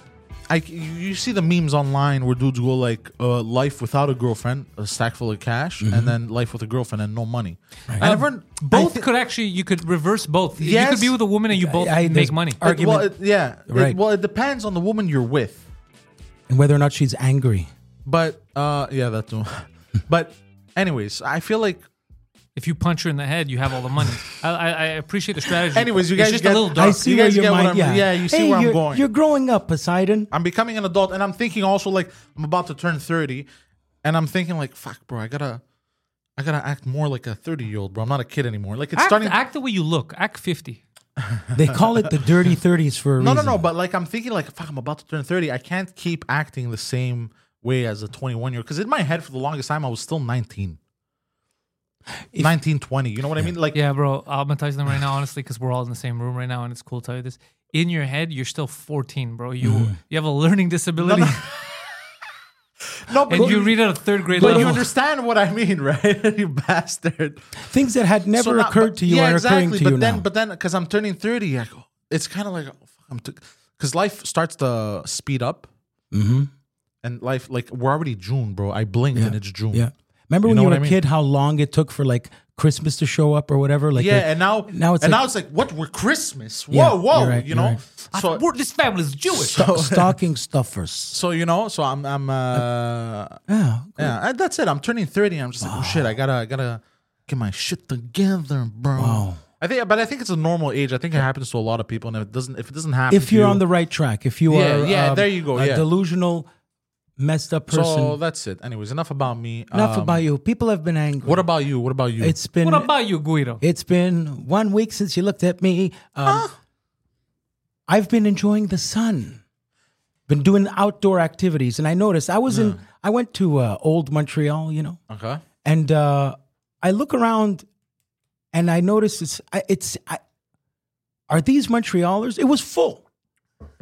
Speaker 1: I, you you see the memes online where dudes go like uh, life without a girlfriend, a stack full of cash,
Speaker 3: Mm-hmm.
Speaker 1: and then life with a girlfriend and no money. I
Speaker 3: Um,
Speaker 1: never
Speaker 2: Both
Speaker 1: I thi-
Speaker 2: could actually you could reverse both. You
Speaker 1: Yes.
Speaker 2: could be with a woman and you both
Speaker 3: I- I-
Speaker 2: make
Speaker 3: there's-
Speaker 2: money.
Speaker 3: I-
Speaker 1: It, well,
Speaker 3: argument.
Speaker 1: it, yeah. it-
Speaker 3: Right.
Speaker 1: well, it depends on the woman you're with.
Speaker 3: and whether or not she's angry.
Speaker 1: But uh, yeah, that too. but anyways, I feel like
Speaker 2: if you punch her in the head, you have all the money. I, I, I appreciate the strategy.
Speaker 1: Anyways, you
Speaker 2: It's
Speaker 1: guys
Speaker 2: just
Speaker 1: get-
Speaker 2: a little
Speaker 1: I
Speaker 2: dark.
Speaker 3: I see
Speaker 1: You
Speaker 3: where
Speaker 1: guys
Speaker 3: your
Speaker 1: get what
Speaker 3: mind.
Speaker 1: I'm-
Speaker 3: Yeah.
Speaker 1: yeah, you see
Speaker 3: Hey,
Speaker 1: where I'm
Speaker 3: you're-
Speaker 1: going.
Speaker 3: You're growing up, Poseidon.
Speaker 1: I'm becoming an adult, and I'm thinking also like I'm about to turn thirty, and I'm thinking like, fuck, bro, I gotta, I gotta act more like a thirty year old, bro. I'm not a kid anymore. Like it's
Speaker 2: Act,
Speaker 1: starting.
Speaker 2: act the way you look. Act fifty.
Speaker 3: They call it the dirty thirties for a
Speaker 1: no, no,
Speaker 3: reason.
Speaker 1: no. But like I'm thinking like, fuck, I'm about to turn thirty. I can't keep acting the same way as a 21 year old because in my head for the longest time I was still 19.
Speaker 3: If-
Speaker 1: nineteen, twenty. You know what I mean? Like,
Speaker 2: Yeah, bro. I'm gonna tell you them right now, honestly, because we're all in the same room right now, and it's cool to tell you this. In your head, you're still 14, bro. You
Speaker 1: Mm-hmm.
Speaker 2: you have a learning disability,
Speaker 1: no, but
Speaker 2: and you read at a third grade
Speaker 1: But
Speaker 2: level.
Speaker 1: you understand what I mean, right? you bastard.
Speaker 3: Things that had never
Speaker 1: So now-
Speaker 3: occurred
Speaker 1: but-
Speaker 3: to you
Speaker 1: yeah,
Speaker 3: are occurring
Speaker 1: exactly,
Speaker 3: to
Speaker 1: but
Speaker 3: you
Speaker 1: then,
Speaker 3: now.
Speaker 1: But then, because I'm turning 30, I go, it's kind of like, oh, fuck, I'm because life starts to speed up. And life, like, we're already June, bro. I blinked and it's June.
Speaker 3: Mm-hmm. yeah. Remember when
Speaker 1: know
Speaker 3: you were
Speaker 1: what
Speaker 3: a
Speaker 1: I mean?
Speaker 3: kid? How long it took for like Christmas to show up or whatever? Like
Speaker 1: Yeah, and now
Speaker 3: now it's
Speaker 1: and
Speaker 3: like-
Speaker 1: now it's like what we're Christmas. Whoa,
Speaker 3: Yeah,
Speaker 1: whoa,
Speaker 3: you're right,
Speaker 1: you
Speaker 3: you're
Speaker 1: know.
Speaker 3: right.
Speaker 1: So
Speaker 2: We're- this family's Jewish.
Speaker 3: sto- stocking stuffers.
Speaker 1: so you know, so I'm I'm uh
Speaker 3: Oh, Yeah,
Speaker 1: yeah, and that's it. I'm turning 30. I'm just like, oh shit, I gotta I gotta get my shit together, bro.
Speaker 3: Wow.
Speaker 1: I think but I think it's a normal age. I think it happens to a lot of people and if it doesn't if it doesn't happen
Speaker 3: if
Speaker 1: to
Speaker 3: you're
Speaker 1: you-
Speaker 3: on the right track, if you
Speaker 1: Yeah,
Speaker 3: are,
Speaker 1: yeah,
Speaker 3: um,
Speaker 1: there you go,
Speaker 3: a
Speaker 1: yeah.
Speaker 3: delusional, messed up person.
Speaker 1: So that's it. Anyways, enough about me.
Speaker 3: Enough
Speaker 1: Um,
Speaker 3: about you. People have been angry.
Speaker 1: What about you? What about you?
Speaker 3: it's been?
Speaker 2: what about you, Guido?
Speaker 3: it's been one week since you looked at me. Um, I've been enjoying the sun. Been doing outdoor activities, and I noticed I was in. I went to uh, Old Montreal, you know,
Speaker 1: okay.
Speaker 3: and uh, I look around, and I notice it's. I, it's. I, are these Montrealers? It was full,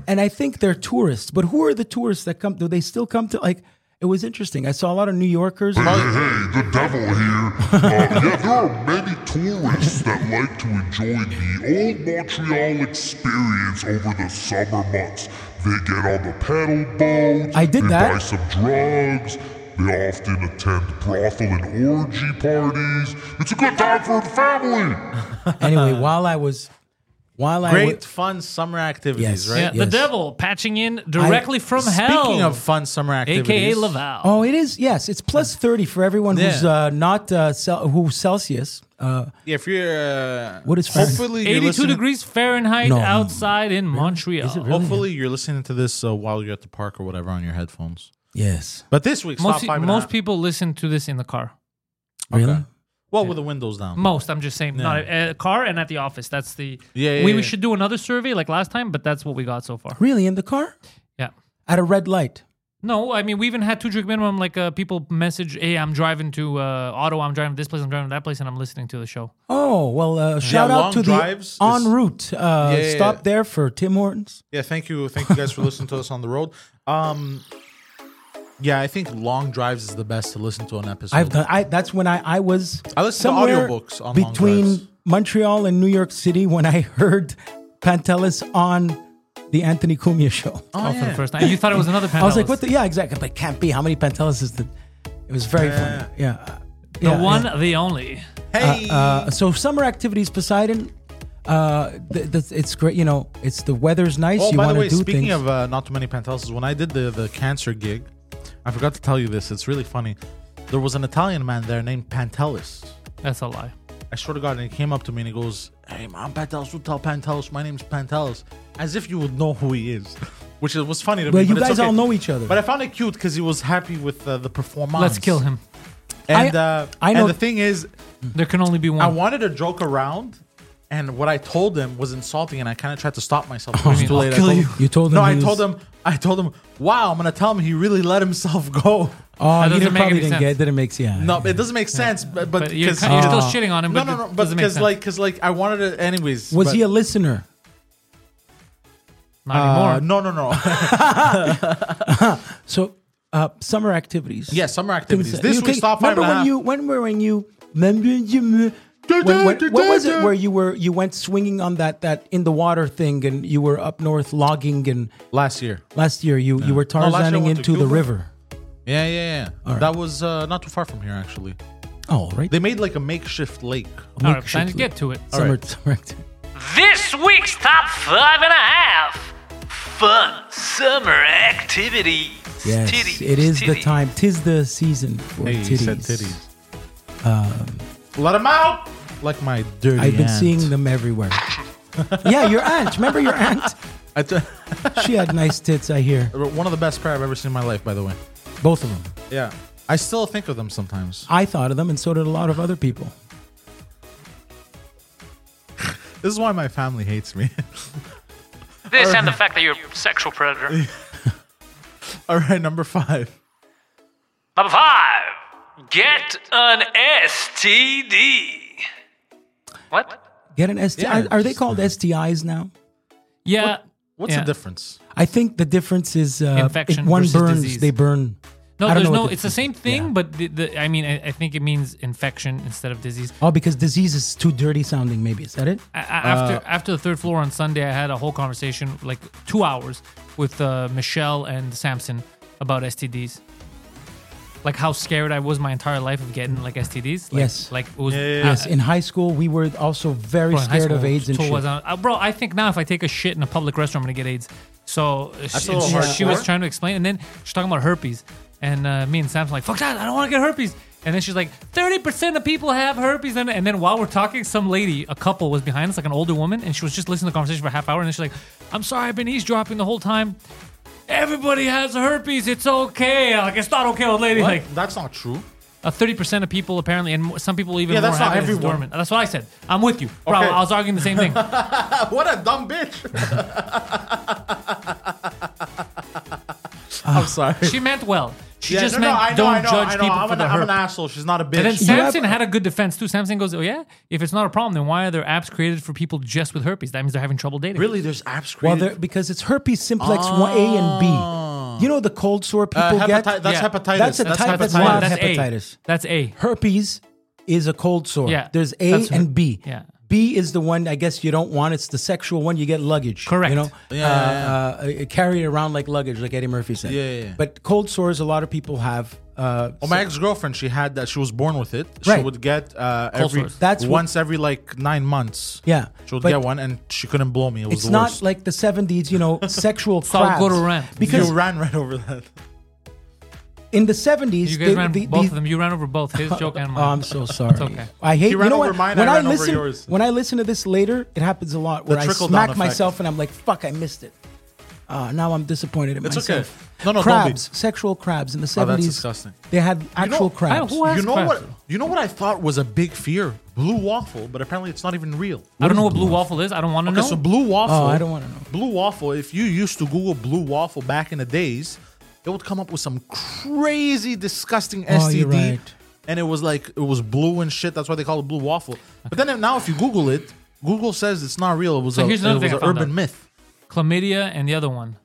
Speaker 3: and I think they're tourists. But who are the tourists that come? Do they still come to like? It was interesting. I saw a lot of New Yorkers.
Speaker 4: Hey, hey, the devil here. Uh, yeah, there are many tourists that like to enjoy the old Montreal experience over the summer months. They get on the paddle boats.
Speaker 3: I did
Speaker 4: they
Speaker 3: that.
Speaker 4: buy some drugs. They often attend brothel and orgy parties. It's a good time for the family.
Speaker 3: anyway, while I was, while I
Speaker 1: Great
Speaker 3: wa-
Speaker 1: fun summer activities,
Speaker 3: Yes.
Speaker 1: right?
Speaker 2: yeah, the
Speaker 3: yes.
Speaker 2: devil patching in directly from hell.
Speaker 1: Speaking of fun summer activities,
Speaker 2: AKA Laval.
Speaker 3: oh, it is yes, it's plus thirty for everyone who's
Speaker 1: Yeah.
Speaker 3: uh, not uh, Cel- who Celsius. Uh,
Speaker 1: Yeah, if you're uh,
Speaker 3: What is Fahrenheit?
Speaker 1: hopefully you're
Speaker 2: 82
Speaker 1: listening-
Speaker 2: degrees Fahrenheit
Speaker 3: No.
Speaker 2: outside in Montreal.
Speaker 1: Hopefully you're listening to this uh, while you're at the park or whatever on your headphones.
Speaker 3: yes,
Speaker 1: But this week's top
Speaker 2: Most,
Speaker 1: five. and a
Speaker 2: most
Speaker 1: half-
Speaker 2: people listen to this in the car.
Speaker 3: really.
Speaker 1: Well, with the windows down.
Speaker 2: Most, I'm just saying, not a, car and at the office. That's the
Speaker 1: Yeah, yeah,
Speaker 2: we,
Speaker 1: yeah.
Speaker 2: we should do another survey like last time, but that's what we got so far.
Speaker 3: Really, in the car
Speaker 2: Yeah.
Speaker 3: at a red light.
Speaker 2: No, I mean we even had two drink minimum. Like uh, people message, "Hey, I'm driving to uh, Ottawa. I'm driving to this place. I'm driving to that place, and I'm listening to the show."
Speaker 3: Oh well, uh, shout out
Speaker 1: long
Speaker 3: to
Speaker 1: drives
Speaker 3: the
Speaker 1: is-
Speaker 3: en route. Uh,
Speaker 1: yeah,
Speaker 3: stop
Speaker 1: yeah.
Speaker 3: there for Tim Hortons.
Speaker 1: Yeah, thank you, thank you guys for listening to us on the road. Um, yeah, I think long drives is the best to listen to an episode.
Speaker 3: I've done. I that's when I I was
Speaker 1: I listen to
Speaker 3: somewhere
Speaker 1: audiobooks on long drives.
Speaker 3: between Montreal and New York City when I heard Pantelis on the Anthony Cumia show.
Speaker 2: Oh, for the first time, you thought it was another.
Speaker 3: I was like,
Speaker 2: Pantelis.
Speaker 3: what the? Yeah, exactly. But it can't be. How many Pantelis is the? It was very funny. Yeah. uh,
Speaker 2: The
Speaker 3: yeah,
Speaker 2: one, the only.
Speaker 1: hey,
Speaker 3: Uh, so summer activities, Poseidon. Uh, th- th- it's great. You know, it's the weather's nice.
Speaker 1: oh,
Speaker 3: you
Speaker 1: by the
Speaker 3: want
Speaker 1: way,
Speaker 3: to do
Speaker 1: speaking
Speaker 3: things.
Speaker 1: of uh, not too many Pantelis, when I did the the cancer gig, I forgot to tell you this. It's really funny. There was an Italian man there named Pantelis.
Speaker 2: That's a lie.
Speaker 1: I swear to God, and he came up to me and he goes, "Hey, man, I'm Pantelis. Who tell Pantelis? My name's Pantelis." As if you would know who he is, which is- was funny to
Speaker 3: Well,
Speaker 1: me.
Speaker 3: you
Speaker 1: but it's
Speaker 3: guys
Speaker 1: okay.
Speaker 3: all know each other.
Speaker 1: But I found it cute because he was happy with uh, the performance.
Speaker 2: Let's kill him.
Speaker 1: And
Speaker 3: I-
Speaker 1: uh,
Speaker 3: I know-
Speaker 1: and the thing is,
Speaker 2: There can only be one.
Speaker 1: I wanted to joke around, and what I told him was insulting, and I kind of tried to stop myself. It was
Speaker 2: mean,
Speaker 1: too
Speaker 2: I'll
Speaker 1: late. I
Speaker 3: Oh, kill
Speaker 1: told
Speaker 3: you.
Speaker 1: Him,
Speaker 3: You told him
Speaker 1: No,
Speaker 3: he
Speaker 1: I
Speaker 3: was-
Speaker 1: told him. I told him. Wow, I'm gonna tell him he really let himself go.
Speaker 3: oh,
Speaker 2: That
Speaker 3: you
Speaker 2: doesn't
Speaker 3: didn't
Speaker 2: make
Speaker 3: probably
Speaker 2: any sense.
Speaker 3: didn't get. Didn't make yeah.
Speaker 1: No, it doesn't make sense. But, but
Speaker 2: but you're,
Speaker 1: because
Speaker 2: ki- you're still shitting on him.
Speaker 1: no,
Speaker 2: but
Speaker 1: no, no.
Speaker 2: it
Speaker 1: But
Speaker 2: doesn't make
Speaker 1: because
Speaker 2: sense.
Speaker 1: like, because like, I wanted to. Anyways,
Speaker 3: Was
Speaker 1: but,
Speaker 3: he a listener?
Speaker 2: not
Speaker 1: Uh,
Speaker 2: anymore.
Speaker 1: no, no, no.
Speaker 3: So uh, summer activities.
Speaker 1: yeah, summer
Speaker 3: Things
Speaker 1: activities.
Speaker 3: that-
Speaker 1: This
Speaker 3: you
Speaker 1: week's
Speaker 3: can-
Speaker 1: top five.
Speaker 3: Remember
Speaker 1: and a
Speaker 3: when
Speaker 1: half.
Speaker 3: you when were when you remember you- when- when- what was it where you were you went swinging on that that in the water thing and you were up north logging and
Speaker 1: last year?
Speaker 3: last year you you were
Speaker 1: No, Oh, last year I
Speaker 3: tarzaning
Speaker 1: went to
Speaker 3: into the
Speaker 1: Cuba.
Speaker 3: river.
Speaker 1: Yeah, yeah, yeah. That was uh, not too far from here, actually.
Speaker 3: Oh right.
Speaker 1: They made like a makeshift lake.
Speaker 2: All right, time to get to it.
Speaker 3: summer,
Speaker 1: right.
Speaker 3: summer activities.
Speaker 5: This week's top five and a half fun summer activity.
Speaker 3: Yes,
Speaker 5: Titties,
Speaker 3: it is the
Speaker 5: titties.
Speaker 3: time. Tis the season for
Speaker 1: Hey,
Speaker 3: titties.
Speaker 1: he said titties. Let him out. Like my dirty.
Speaker 3: I've been
Speaker 1: aunt.
Speaker 3: seeing them everywhere. yeah, your aunt. Remember your aunt?
Speaker 1: I th-
Speaker 3: She had nice tits, I hear.
Speaker 1: one of the best pair I've ever seen in my life, by the way.
Speaker 3: Both of them.
Speaker 1: Yeah. I still think of them sometimes.
Speaker 3: I thought of them, and so did a lot of other people.
Speaker 1: This is why my family hates me.
Speaker 5: This and the fact that you're a sexual predator.
Speaker 1: All right, number five.
Speaker 5: Number five, get an STD. What?
Speaker 3: Get an STI.
Speaker 1: Yeah,
Speaker 3: are they
Speaker 1: just,
Speaker 3: called STIs now?
Speaker 2: Yeah.
Speaker 1: What's
Speaker 2: Yeah.
Speaker 1: the difference?
Speaker 3: I think the difference is uh,
Speaker 2: Infection
Speaker 3: if one
Speaker 2: versus
Speaker 3: burns,
Speaker 2: disease.
Speaker 3: they burn.
Speaker 2: No,
Speaker 3: I don't
Speaker 2: there's
Speaker 3: know what
Speaker 2: no.
Speaker 3: the
Speaker 2: It's the
Speaker 3: difference
Speaker 2: same
Speaker 3: is.
Speaker 2: thing,
Speaker 3: Yeah.
Speaker 2: but the, the, I mean, I, I think it means infection instead of disease.
Speaker 3: Oh, because disease is too dirty sounding, maybe. Is that it?
Speaker 2: A- a- after after the third floor on Sunday, I had a whole conversation, like two hours, with uh, Michelle and Samson about STDs. Like how scared I was my entire life of getting like STDs. Like,
Speaker 3: Yes.
Speaker 2: like it was.
Speaker 3: Yes. In high school, we were also very
Speaker 2: Bro, uh, in high
Speaker 3: scared of
Speaker 2: school,
Speaker 3: AIDS and
Speaker 2: so
Speaker 3: shit.
Speaker 2: was I- uh, bro, I think now if I take a shit in a public restroom, I'm gonna get AIDS. So uh, she,
Speaker 1: a little
Speaker 2: she- she was
Speaker 1: hardcore.
Speaker 2: trying to explain, and then she's talking about herpes, and uh, me and Sam's like, "Fuck that, I don't want to get herpes." And then she's like, "30% of people have herpes." And, and then while we're talking, some lady, a couple, was behind us, like an older woman, and she was just listening to the conversation for a half hour, and then she's like, "I'm sorry, I've been eavesdropping the whole time. Everybody has herpes. It's okay. Like it's not okay, old lady. Like
Speaker 1: What? that's not true.
Speaker 2: uh, 30% of people apparently, and more- some people even
Speaker 1: Yeah,
Speaker 2: more
Speaker 1: that's not
Speaker 2: have it as
Speaker 1: everyone.
Speaker 2: dormant. That's what I said. I'm with you, bro.
Speaker 1: Okay.
Speaker 2: I was arguing the same thing.
Speaker 1: What a dumb bitch. I'm sorry.
Speaker 2: She meant well. She
Speaker 1: Yeah,
Speaker 2: just
Speaker 1: no, no,
Speaker 2: meant
Speaker 1: I know,
Speaker 2: don't
Speaker 1: I know,
Speaker 2: judge
Speaker 1: I know.
Speaker 2: people
Speaker 1: I'm
Speaker 2: for
Speaker 1: an,
Speaker 2: the
Speaker 1: I'm
Speaker 2: herpes.
Speaker 1: an asshole. She's not a bitch.
Speaker 2: and then
Speaker 3: have-
Speaker 2: Samson had a good defense too. Samson goes, "Oh yeah, if it's not a problem, then why are there apps created for people just with herpes? That means they're having trouble dating."
Speaker 1: really, there's apps
Speaker 3: Well,
Speaker 1: created.
Speaker 3: they're- because it's herpes simplex 1A and B. You know the cold sore people
Speaker 1: Uh,
Speaker 3: get?
Speaker 1: hepati- that's
Speaker 2: Yeah.
Speaker 1: hepatitis.
Speaker 3: That's a type that's
Speaker 2: Why?
Speaker 3: not
Speaker 2: that's
Speaker 3: hepatitis.
Speaker 2: A. That's A.
Speaker 3: herpes is a cold sore.
Speaker 2: Yeah,
Speaker 3: There's A
Speaker 2: that's her-
Speaker 3: and B.
Speaker 2: yeah.
Speaker 3: B is the one I guess you don't want. It's the sexual one. You get luggage.
Speaker 2: Correct.
Speaker 3: You know,
Speaker 1: Yeah,
Speaker 3: uh, uh, carry it around like luggage, like Eddie Murphy said.
Speaker 1: Yeah, yeah, Oh, yeah.
Speaker 3: But cold sores, a lot of people have. Uh,
Speaker 1: Well, my ex girlfriend, she had that. She was born with it. She
Speaker 3: Right.
Speaker 1: would get uh,
Speaker 2: Cold
Speaker 1: every
Speaker 2: sores.
Speaker 3: That's what-
Speaker 1: once every like nine months.
Speaker 3: Yeah,
Speaker 1: she would
Speaker 3: but-
Speaker 1: get one, and she couldn't blow me. It was
Speaker 3: it's
Speaker 1: the
Speaker 3: not
Speaker 1: worst.
Speaker 3: like the 70s, you know, sexual
Speaker 2: all
Speaker 3: crabs.
Speaker 2: go to rent.
Speaker 3: Because
Speaker 1: you ran right over that.
Speaker 3: in the 70s,
Speaker 2: You guys
Speaker 3: they-
Speaker 2: ran
Speaker 3: the-
Speaker 2: both
Speaker 3: the-
Speaker 2: of them. You ran over both his
Speaker 1: Uh,
Speaker 2: joke and
Speaker 3: Oh,
Speaker 2: mine.
Speaker 3: I'm so sorry.
Speaker 2: okay.
Speaker 3: I hate.
Speaker 1: He
Speaker 3: You
Speaker 1: ran
Speaker 3: know
Speaker 1: over
Speaker 3: what?
Speaker 1: mine,
Speaker 3: when
Speaker 1: I
Speaker 3: I,
Speaker 1: ran over
Speaker 3: listen,
Speaker 1: yours.
Speaker 3: when I listen to this later, it happens a lot where I
Speaker 1: trickle-down
Speaker 3: smack
Speaker 1: effect.
Speaker 3: myself and I'm like, "Fuck, I missed it." Uh, now I'm disappointed in
Speaker 1: It's okay.
Speaker 3: myself.
Speaker 1: No, no, don't be. Oh,
Speaker 3: crabs, sexual crabs in the 70s.
Speaker 1: disgusting.
Speaker 3: They had actual crabs.
Speaker 2: I- who has
Speaker 1: you know
Speaker 2: crabs?
Speaker 1: what? You know what I thought was a big fear? Blue waffle, but apparently it's not even real.
Speaker 2: I don't know what blue waffle is. I don't want to
Speaker 1: Okay,
Speaker 2: know.
Speaker 1: so blue waffle.
Speaker 3: Oh, I don't wanna know.
Speaker 1: Blue waffle. If you used to Google blue waffle back in the days, it would come up with some crazy, disgusting
Speaker 3: Oh,
Speaker 1: STD,
Speaker 3: you're right.
Speaker 1: and it was like it was blue and shit. That's why they call it blue waffle. But then now, if you Google it, Google says it's not real. It was
Speaker 2: So
Speaker 1: a,
Speaker 2: here's
Speaker 1: it
Speaker 2: another
Speaker 1: was
Speaker 2: thing
Speaker 1: an
Speaker 2: I found
Speaker 1: urban
Speaker 2: out.
Speaker 1: myth.
Speaker 2: Chlamydia and the other one,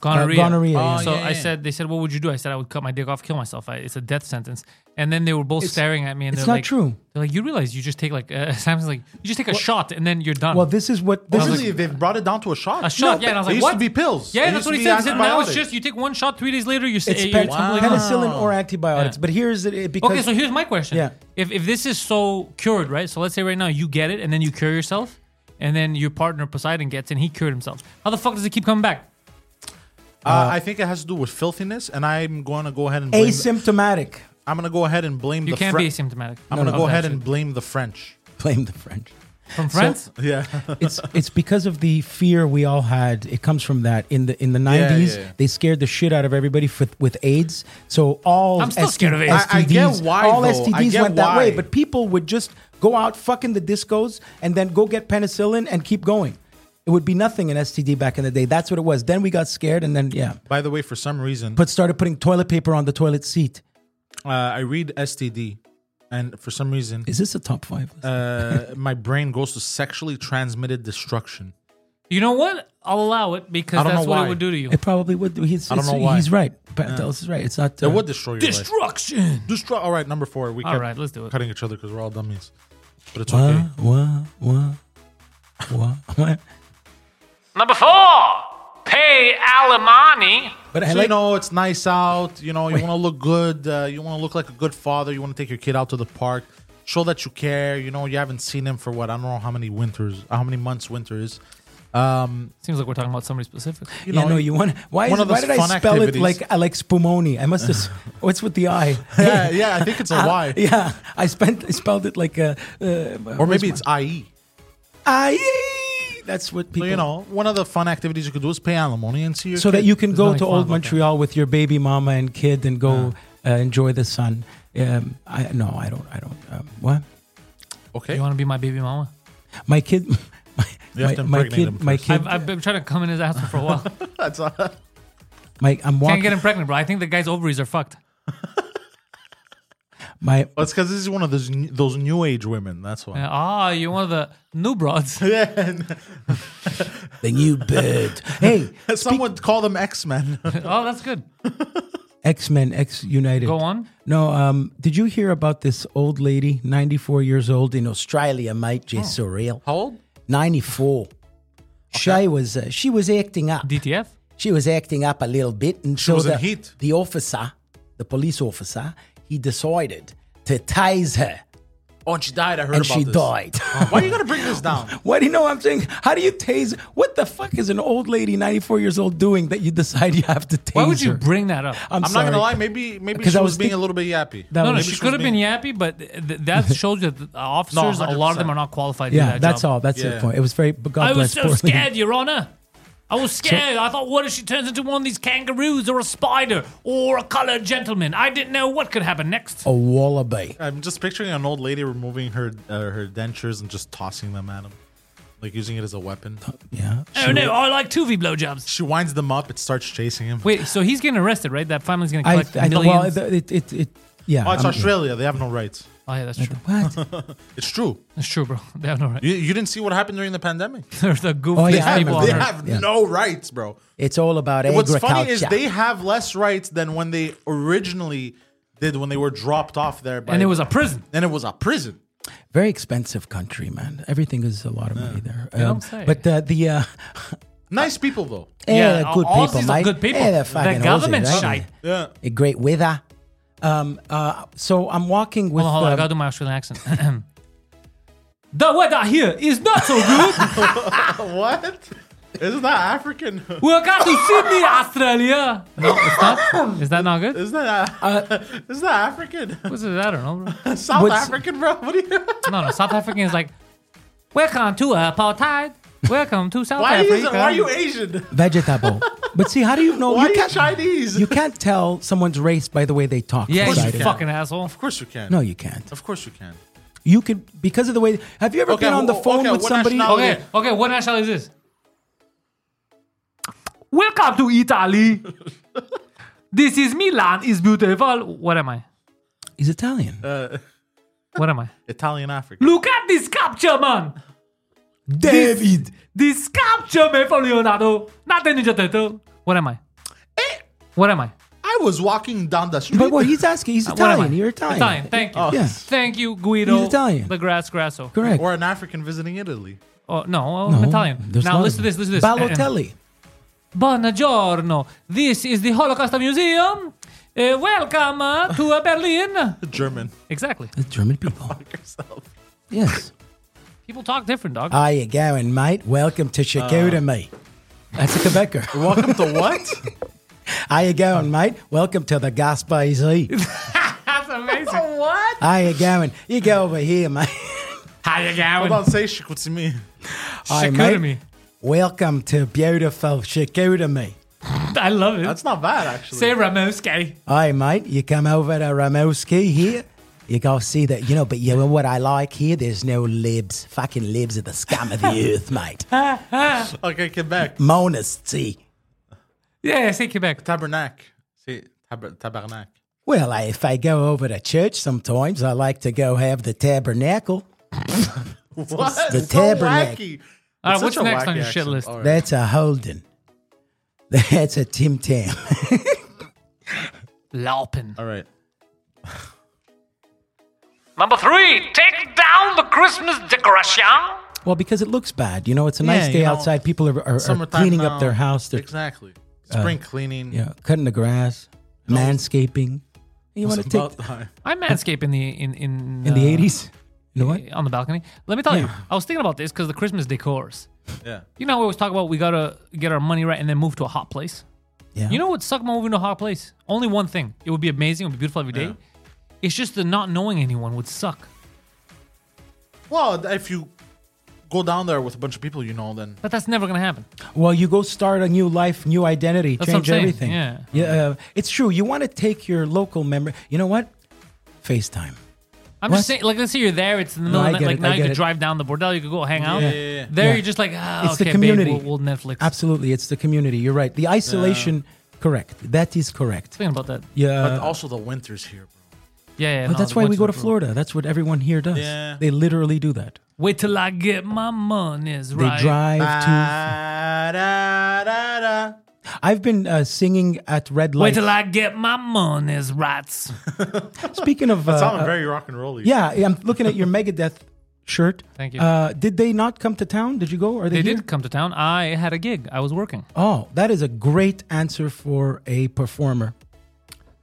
Speaker 2: gonorrhea.
Speaker 3: gonorrhea, Oh, yeah.
Speaker 2: So
Speaker 1: Uh, yeah,
Speaker 2: I
Speaker 1: yeah.
Speaker 2: said, they said, "What would you do?" I said, "I would cut my dick off, kill myself. I, it's a death sentence." And then they were both staring at me, and
Speaker 3: it's
Speaker 2: they're
Speaker 3: not
Speaker 2: like,
Speaker 3: true.
Speaker 2: They're like, "You realize you just take like uh, Samson's like you just take a shot and then you're done."
Speaker 3: Well, this is what this
Speaker 1: Originally,
Speaker 3: is.
Speaker 1: they've brought it down to a shot.
Speaker 2: A shot, yeah. And I
Speaker 1: it
Speaker 2: was like,
Speaker 1: used
Speaker 2: what?
Speaker 1: to be pills.
Speaker 2: Yeah,
Speaker 1: It
Speaker 2: that's
Speaker 1: used
Speaker 2: what
Speaker 1: to
Speaker 2: he
Speaker 1: be
Speaker 2: said. He said now it's
Speaker 1: antibiotic.
Speaker 2: just you take one shot, three days later, you're,
Speaker 3: It's
Speaker 1: eh,
Speaker 2: you're
Speaker 3: pen-
Speaker 2: completely
Speaker 3: penicillin or antibiotics.
Speaker 2: Yeah.
Speaker 3: But here's it- it because
Speaker 2: Okay, so here's my question:
Speaker 3: Yeah.
Speaker 2: If if this is so cured, right? So let's say right now you get it, and then you cure yourself, and then your partner Poseidon gets, it and he cured himself. How the fuck does it keep coming back?
Speaker 1: Uh, I think it has to do with filthiness, and I'm going to go ahead and blame
Speaker 3: asymptomatic.
Speaker 1: I'm gonna go ahead and blame
Speaker 2: You
Speaker 1: the
Speaker 2: can't
Speaker 1: Fre-
Speaker 2: be asymptomatic.
Speaker 1: I'm gonna
Speaker 2: Of
Speaker 1: go
Speaker 2: that
Speaker 1: ahead
Speaker 2: shit.
Speaker 1: and blame the French.
Speaker 3: Blame the French.
Speaker 2: from France.
Speaker 1: Yeah,
Speaker 3: it's it's because of the fear we all had. It comes from that in the in the nineties.
Speaker 1: yeah, yeah.
Speaker 3: They scared the shit out of everybody for, with AIDS. So all
Speaker 2: I'm still
Speaker 3: ST
Speaker 2: scared of AIDS.
Speaker 3: STDs,
Speaker 1: I- I get why,
Speaker 3: all
Speaker 1: though. I
Speaker 3: STDs
Speaker 1: get
Speaker 3: went that way.
Speaker 1: why.
Speaker 3: But people would just go out fucking the discos and then go get penicillin and keep going. It would be nothing in STD back in the day. That's what it was. Then we got scared and then yeah,
Speaker 1: By the way, for some reason,
Speaker 3: but started putting toilet paper on the toilet seat.
Speaker 1: uh, I read STD, and for some reason,
Speaker 3: Is this a top five? list?
Speaker 1: uh, my brain goes to sexually transmitted destruction.
Speaker 2: You know what? I'll allow it because
Speaker 1: I don't
Speaker 2: that's
Speaker 1: know
Speaker 2: what
Speaker 1: why.
Speaker 2: it would do to you.
Speaker 3: it probably would. do. He's,
Speaker 1: I don't
Speaker 3: it's-
Speaker 1: know why.
Speaker 3: He's right. Pantelis is right. It's not.
Speaker 1: That
Speaker 3: uh,
Speaker 1: would destroy your life.
Speaker 2: Destruction.
Speaker 1: Destroy. All right, number four. We
Speaker 2: All
Speaker 1: kept
Speaker 2: right, let's do it.
Speaker 1: Cutting each other because we're all dummies. But it's
Speaker 3: Wah,
Speaker 1: okay.
Speaker 3: wah, wah, wah, wah.
Speaker 5: Number four, pay alimony.
Speaker 3: But I
Speaker 1: so
Speaker 3: like
Speaker 1: you know it's nice out. You know you want to look good. Uh, you want to look like a good father. You want to take your kid out to the park, show that you care. You know you haven't seen him for what I don't know how many winters, how many months winter is. Um,
Speaker 2: Seems like we're talking about somebody specific.
Speaker 1: you
Speaker 3: yeah,
Speaker 1: know,
Speaker 3: no, you want. Why, is,
Speaker 1: one of
Speaker 3: why
Speaker 1: those
Speaker 3: did I
Speaker 1: fun
Speaker 3: spell it
Speaker 1: activities.
Speaker 3: like I like Spumoni? I must have. s- what's with the I? Ah,
Speaker 1: yeah, yeah, I think it's a Y,
Speaker 3: yeah, I spent I spelled it like a. Uh,
Speaker 1: or maybe it's IE.
Speaker 3: I. That's what people.
Speaker 1: So, you know, one of the fun activities you could do is pay alimony and see your
Speaker 3: so
Speaker 1: kid.
Speaker 3: that you can
Speaker 1: There's
Speaker 3: go
Speaker 1: nothing
Speaker 3: to
Speaker 1: fun
Speaker 3: old
Speaker 1: about that.
Speaker 3: Montreal with your baby mama and kid and go uh, enjoy the sun. Um, I no, I don't. I don't. Um, what?
Speaker 1: Okay.
Speaker 2: You want to be my baby mama?
Speaker 3: My kid. My,
Speaker 1: You have
Speaker 3: my-
Speaker 1: to
Speaker 3: my
Speaker 1: impregnate
Speaker 3: kid.
Speaker 1: him
Speaker 3: My
Speaker 1: first.
Speaker 3: kid.
Speaker 2: I've, I've been trying to come in his ass for a while.
Speaker 1: That's uh,
Speaker 3: my, I'm
Speaker 2: Can't
Speaker 3: walking.
Speaker 2: get him pregnant, bro. I think the guy's ovaries are fucked.
Speaker 3: my
Speaker 1: well, it's because this is one of those new- those new age women. That's why.
Speaker 2: Ah, you're one of the new broads.
Speaker 3: the new bird. hey,
Speaker 1: Someone call them X Men.
Speaker 2: oh, that's good.
Speaker 3: X Men, X United.
Speaker 2: Go on.
Speaker 3: No, um, did you hear about this old lady, 94 years old in Australia, mate?
Speaker 1: Oh.
Speaker 3: Just surreal.
Speaker 1: How old?
Speaker 3: 94. She was uh, she was acting up.
Speaker 2: DTF.
Speaker 3: She was acting up a little bit, and so
Speaker 1: was in
Speaker 3: the,
Speaker 1: heat.
Speaker 3: the officer, the police officer, he decided to tase her,
Speaker 1: Oh, and she died. I heard
Speaker 3: and
Speaker 1: about
Speaker 3: she
Speaker 1: this. Oh,
Speaker 3: died.
Speaker 1: Why are you gonna bring this down?
Speaker 3: What do you know? what I'm saying, how do you tase? What the fuck is an old lady, 94 years old, doing that you decide you have to tase?
Speaker 2: Why would you
Speaker 3: her?
Speaker 2: bring that up?
Speaker 3: I'm,
Speaker 1: I'm, not gonna
Speaker 3: sorry.
Speaker 1: lie. Maybe maybe she
Speaker 3: 'Cause I
Speaker 1: was,
Speaker 3: was
Speaker 1: being
Speaker 3: think-
Speaker 1: a little bit yappy.
Speaker 3: That
Speaker 2: no, no,
Speaker 3: was-
Speaker 2: she,
Speaker 1: she
Speaker 2: could have
Speaker 1: was
Speaker 2: been yappy, but th- th- that shows you that the officers, a lot of them
Speaker 1: 100%.
Speaker 2: are not qualified. to do
Speaker 3: Yeah,
Speaker 2: that
Speaker 3: that's
Speaker 2: job.
Speaker 3: all. That's the
Speaker 1: Yeah.
Speaker 3: point. It was very. God
Speaker 2: I was
Speaker 3: bless
Speaker 2: so
Speaker 3: poor lady.
Speaker 2: scared, Your Honor. I was scared. I thought, what if she turns into one of these kangaroos or a spider or a colored gentleman? I didn't know what could happen next.
Speaker 3: A wallaby.
Speaker 1: I'm just picturing an old lady removing her uh, her dentures and just tossing them at him, like using it as a weapon.
Speaker 3: Yeah.
Speaker 2: Oh, no, I like 2v blowjobs.
Speaker 1: She winds them up. It starts chasing him.
Speaker 2: Wait, so he's getting arrested, right? That family's going to
Speaker 3: I,
Speaker 2: collect
Speaker 3: I
Speaker 2: millions?
Speaker 3: well, it, it, it, it yeah.
Speaker 1: Oh, it's
Speaker 3: I'm-
Speaker 1: Australia. They have no rights.
Speaker 2: oh, yeah, that's true.
Speaker 3: What?
Speaker 1: It's true.
Speaker 2: That's true, bro. They have no right.
Speaker 1: You, you didn't see what happened during the pandemic.
Speaker 2: They're the goofiest
Speaker 3: Oh, yeah, I
Speaker 2: people on
Speaker 1: They
Speaker 3: remember.
Speaker 1: have
Speaker 2: earth.
Speaker 3: Yeah.
Speaker 1: no rights, bro.
Speaker 3: It's all about
Speaker 1: What's
Speaker 3: agriculture.
Speaker 1: funny is they have less rights than when they originally did when they were dropped off there. By,
Speaker 2: And it was a prison.
Speaker 1: and it was a prison.
Speaker 3: very expensive country, man. Everything is a lot of money there. Um,
Speaker 2: don't say.
Speaker 3: But uh, the uh,
Speaker 1: Nice people though.
Speaker 2: Yeah,
Speaker 3: yeah, they're good
Speaker 2: all
Speaker 3: people,
Speaker 2: these are
Speaker 3: mate.
Speaker 2: good people.
Speaker 3: Yeah, they're
Speaker 2: The
Speaker 3: fucking
Speaker 2: government's
Speaker 3: Aussies,
Speaker 2: shite.
Speaker 1: Yeah.
Speaker 3: A great weather. Um, uh, so I'm walking with.
Speaker 2: Hold on, hold on. I
Speaker 3: um,
Speaker 2: gotta do my Australian accent. the weather here is not so good.
Speaker 1: What? Isn't that African?
Speaker 2: We're going to Sydney, Australia. No, it's not. Is that not good?
Speaker 1: Isn't that isn't that African?
Speaker 2: What's it? I don't know, bro.
Speaker 1: South
Speaker 3: Uh, what's-
Speaker 1: African, bro. What are you?
Speaker 2: No, no. South African is like, welcome to apartheid. Welcome to South
Speaker 1: Why are
Speaker 2: Africa.
Speaker 1: you, why are you Asian?
Speaker 3: vegetable. but see, how do you know?
Speaker 1: Why are you
Speaker 3: can't-
Speaker 1: Chinese?
Speaker 3: You can't tell someone's race by the way they talk.
Speaker 2: Yeah,
Speaker 3: Friday.
Speaker 2: you fucking asshole.
Speaker 1: Of course you can.
Speaker 3: No, you can't.
Speaker 1: Of course you can.
Speaker 3: You could because of the way. Have you ever
Speaker 1: Okay,
Speaker 3: been on the
Speaker 1: wh-
Speaker 3: phone
Speaker 1: okay,
Speaker 3: with
Speaker 1: what
Speaker 3: somebody?
Speaker 1: nationality-
Speaker 2: Okay, okay. What nationality is this? Welcome to Italy. this is Milan. Is beautiful. What am I?
Speaker 3: He's Italian.
Speaker 2: What am I?
Speaker 1: Italian African.
Speaker 2: Look at this sculpture, man.
Speaker 3: David.
Speaker 2: This sculpture made for Leonardo, not the Ninja Turtle. What am I? What am I?
Speaker 1: I was walking down the street.
Speaker 3: But what he's asking, he's
Speaker 2: Uh, What am I?
Speaker 3: Italian. You're Italian.
Speaker 2: Italian. Thank you.
Speaker 3: Yeah.
Speaker 2: Thank you, Guido.
Speaker 3: He's Italian.
Speaker 2: The grass grasso.
Speaker 3: Correct.
Speaker 1: or an African visiting Italy.
Speaker 2: Oh no, I'm
Speaker 3: No,
Speaker 2: Italian.
Speaker 3: there's a
Speaker 2: Now
Speaker 3: lot
Speaker 2: listen
Speaker 3: of
Speaker 2: to this. Listen to this.
Speaker 3: Balotelli.
Speaker 2: Buongiorno. This is the Holocaust Museum. Uh, welcome uh, to uh, Berlin.
Speaker 1: German.
Speaker 2: Exactly.
Speaker 3: The German people.
Speaker 1: Yourself.
Speaker 3: Yes.
Speaker 2: People talk different, dog.
Speaker 3: How you going, mate? Welcome to
Speaker 2: Uh,
Speaker 3: Shakira, mate. That's a Quebecer.
Speaker 1: Welcome to what?
Speaker 3: How you going, mate? Welcome to the Gaspar Z.
Speaker 2: That's amazing. what?
Speaker 3: How you going? You go over here, mate.
Speaker 2: How you
Speaker 1: Hold
Speaker 2: going?
Speaker 1: on, say Shikutsumi.
Speaker 3: Hi,
Speaker 2: Shakura
Speaker 3: mate.
Speaker 2: me.
Speaker 3: Welcome to beautiful Shakira, mate.
Speaker 2: I love it.
Speaker 1: That's not bad, actually.
Speaker 2: Say Ramoski.
Speaker 3: Hi, mate. You come over to Ramoski here. You go see that, you know, but you know what I like here? There's no libs. Fucking libs are the scum of the earth, mate.
Speaker 1: okay, Quebec.
Speaker 3: Monists, see.
Speaker 2: Yeah, say Quebec.
Speaker 1: Tabernacle. Say tab- tabernacle.
Speaker 3: Well, I, if I go over to church sometimes, I like to go have the tabernacle.
Speaker 1: What?
Speaker 3: the
Speaker 1: It's so
Speaker 3: tabernacle.
Speaker 1: wacky.
Speaker 2: All right,
Speaker 1: It's
Speaker 2: what's
Speaker 1: such a
Speaker 2: next on
Speaker 1: wacky
Speaker 2: your shit
Speaker 1: accent.
Speaker 2: list?
Speaker 1: All right.
Speaker 3: That's a Holden. That's a Tim Tam.
Speaker 2: Laupen.
Speaker 1: All right.
Speaker 5: Number three, take down the Christmas decoration.
Speaker 3: well, because it looks bad. You know, it's a
Speaker 1: Yeah,
Speaker 3: nice day
Speaker 1: you know,
Speaker 3: outside. People are, are, are
Speaker 1: Summertime
Speaker 3: cleaning
Speaker 1: now.
Speaker 3: up their house. uh, They're
Speaker 1: Exactly. Spring cleaning.
Speaker 3: you know, cutting the grass, manscaping. You want to
Speaker 1: It's
Speaker 3: take
Speaker 1: about time.
Speaker 2: I manscape in the in in uh,
Speaker 3: in the 80s? You know what?
Speaker 2: on the balcony. Let me tell you, I was thinking about this because the Christmas decors.
Speaker 1: Yeah.
Speaker 2: You know, how we always talk about we gotta get our money right and then move to a hot place.
Speaker 3: Yeah.
Speaker 2: You know what would suck about moving to a hot place? Only one thing. It would be amazing. It would be beautiful every day. It's just the not knowing anyone would suck.
Speaker 1: Well, if you go down there with a bunch of people you know, then
Speaker 2: But that's never gonna happen.
Speaker 3: Well, you go start a new life, new identity,
Speaker 2: That's what I'm
Speaker 3: change
Speaker 2: saying,
Speaker 3: everything.
Speaker 2: yeah.
Speaker 3: uh, it's true. You want to take your local member. You know what? FaceTime.
Speaker 2: I'm
Speaker 3: What?
Speaker 2: just saying, like, let's say you're there. It's in the
Speaker 3: No,
Speaker 2: middle of the
Speaker 3: I get
Speaker 2: night. Like
Speaker 3: it,
Speaker 2: now,
Speaker 3: I
Speaker 2: you
Speaker 3: get
Speaker 2: could
Speaker 3: it.
Speaker 2: drive down the bordel. You could go hang out.
Speaker 1: Yeah, yeah, yeah.
Speaker 2: There,
Speaker 3: Yeah.
Speaker 2: you're just like, ah,
Speaker 3: It's the
Speaker 2: okay,
Speaker 3: community.
Speaker 2: Babe, we'll, we'll Netflix.
Speaker 3: Absolutely, it's the community. You're right. The isolation. Correct. That is correct.
Speaker 2: Thinking about that.
Speaker 3: Yeah. uh,
Speaker 1: but also the winter's here, bro.
Speaker 2: Yeah, yeah.
Speaker 3: but
Speaker 2: no,
Speaker 3: that's
Speaker 2: the
Speaker 3: why we
Speaker 2: winter
Speaker 3: go to
Speaker 2: would-
Speaker 3: Florida. That's what everyone here does.
Speaker 1: Yeah.
Speaker 3: They literally do that.
Speaker 2: Wait till I get my monies
Speaker 3: They
Speaker 2: right.
Speaker 3: drive to.
Speaker 1: Da,
Speaker 3: Uh,
Speaker 1: da, da, da.
Speaker 3: I've been uh, singing at red
Speaker 2: Wait
Speaker 3: lights.
Speaker 2: till I get my monies right.
Speaker 3: Speaking of, uh,
Speaker 1: Sounding
Speaker 3: uh,
Speaker 1: very rock and rolly.
Speaker 3: yeah, I'm looking at your Megadeth shirt.
Speaker 2: Thank you.
Speaker 3: Uh, did they not come to town? Did you go? Are they?
Speaker 2: They
Speaker 3: here?
Speaker 2: did come to town. I had a gig. I was working.
Speaker 3: Oh, that is a great answer for a performer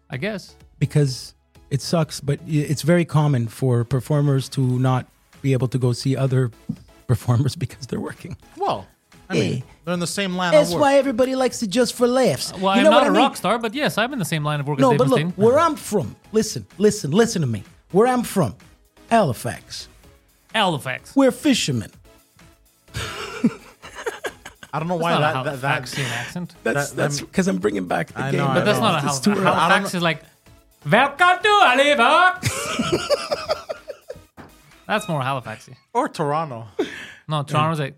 Speaker 2: I guess.
Speaker 3: because it sucks, but i- it's very common for performers to not be able to go see other performers because they're working.
Speaker 1: Well, I mean, they're in the same line
Speaker 3: That's
Speaker 1: of work.
Speaker 3: why everybody likes it just for laughs.
Speaker 2: Well,
Speaker 3: you
Speaker 2: I'm
Speaker 3: know
Speaker 2: not
Speaker 3: what
Speaker 2: a
Speaker 3: I mean?
Speaker 2: rock star, but yes, I'm in the same line of work
Speaker 3: No,
Speaker 2: as
Speaker 3: but
Speaker 2: Dave
Speaker 3: look,
Speaker 2: Mustaine.
Speaker 3: where I'm from, listen, listen, listen to me. Where I'm from, Halifax,
Speaker 2: Halifax.
Speaker 3: we're fishermen.
Speaker 1: I don't know
Speaker 2: That's
Speaker 1: why
Speaker 2: not a
Speaker 1: that, that, that,
Speaker 2: Halifaxian accent.
Speaker 3: That's
Speaker 1: That-
Speaker 3: that's
Speaker 1: that-
Speaker 3: because I'm bringing back the
Speaker 1: I
Speaker 3: game.
Speaker 1: know, I
Speaker 2: But that's
Speaker 1: know.
Speaker 2: not a
Speaker 3: It's
Speaker 2: Halifax.
Speaker 3: too early.
Speaker 2: Halifax is like, Welcome to Halifax. that's more Halifaxy.
Speaker 1: or Toronto.
Speaker 2: No, Toronto's like,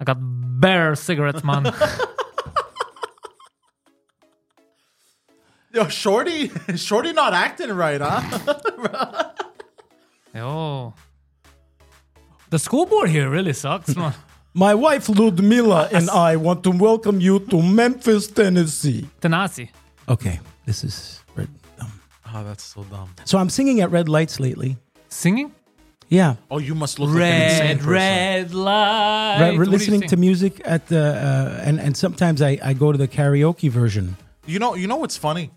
Speaker 2: I got bear cigarettes, man.
Speaker 1: Yo, Shorty, Shorty not acting right, huh?
Speaker 2: oh. The school board here really sucks, man.
Speaker 3: My wife Ludmila and I want to welcome you to Memphis, Tennessee.
Speaker 2: Tenasi.
Speaker 3: Okay, this is red. Um,
Speaker 1: Oh, that's so dumb.
Speaker 3: so I'm singing at red lights lately.
Speaker 2: Singing?
Speaker 3: Yeah,
Speaker 1: Oh, you must look like an insane
Speaker 2: Red,
Speaker 1: person.
Speaker 2: red light.
Speaker 3: Right,
Speaker 2: What
Speaker 3: we're
Speaker 2: do you
Speaker 3: listening
Speaker 2: sing?
Speaker 3: to music at the uh, and and sometimes I I go to the karaoke version.
Speaker 1: You know, you know what's funny?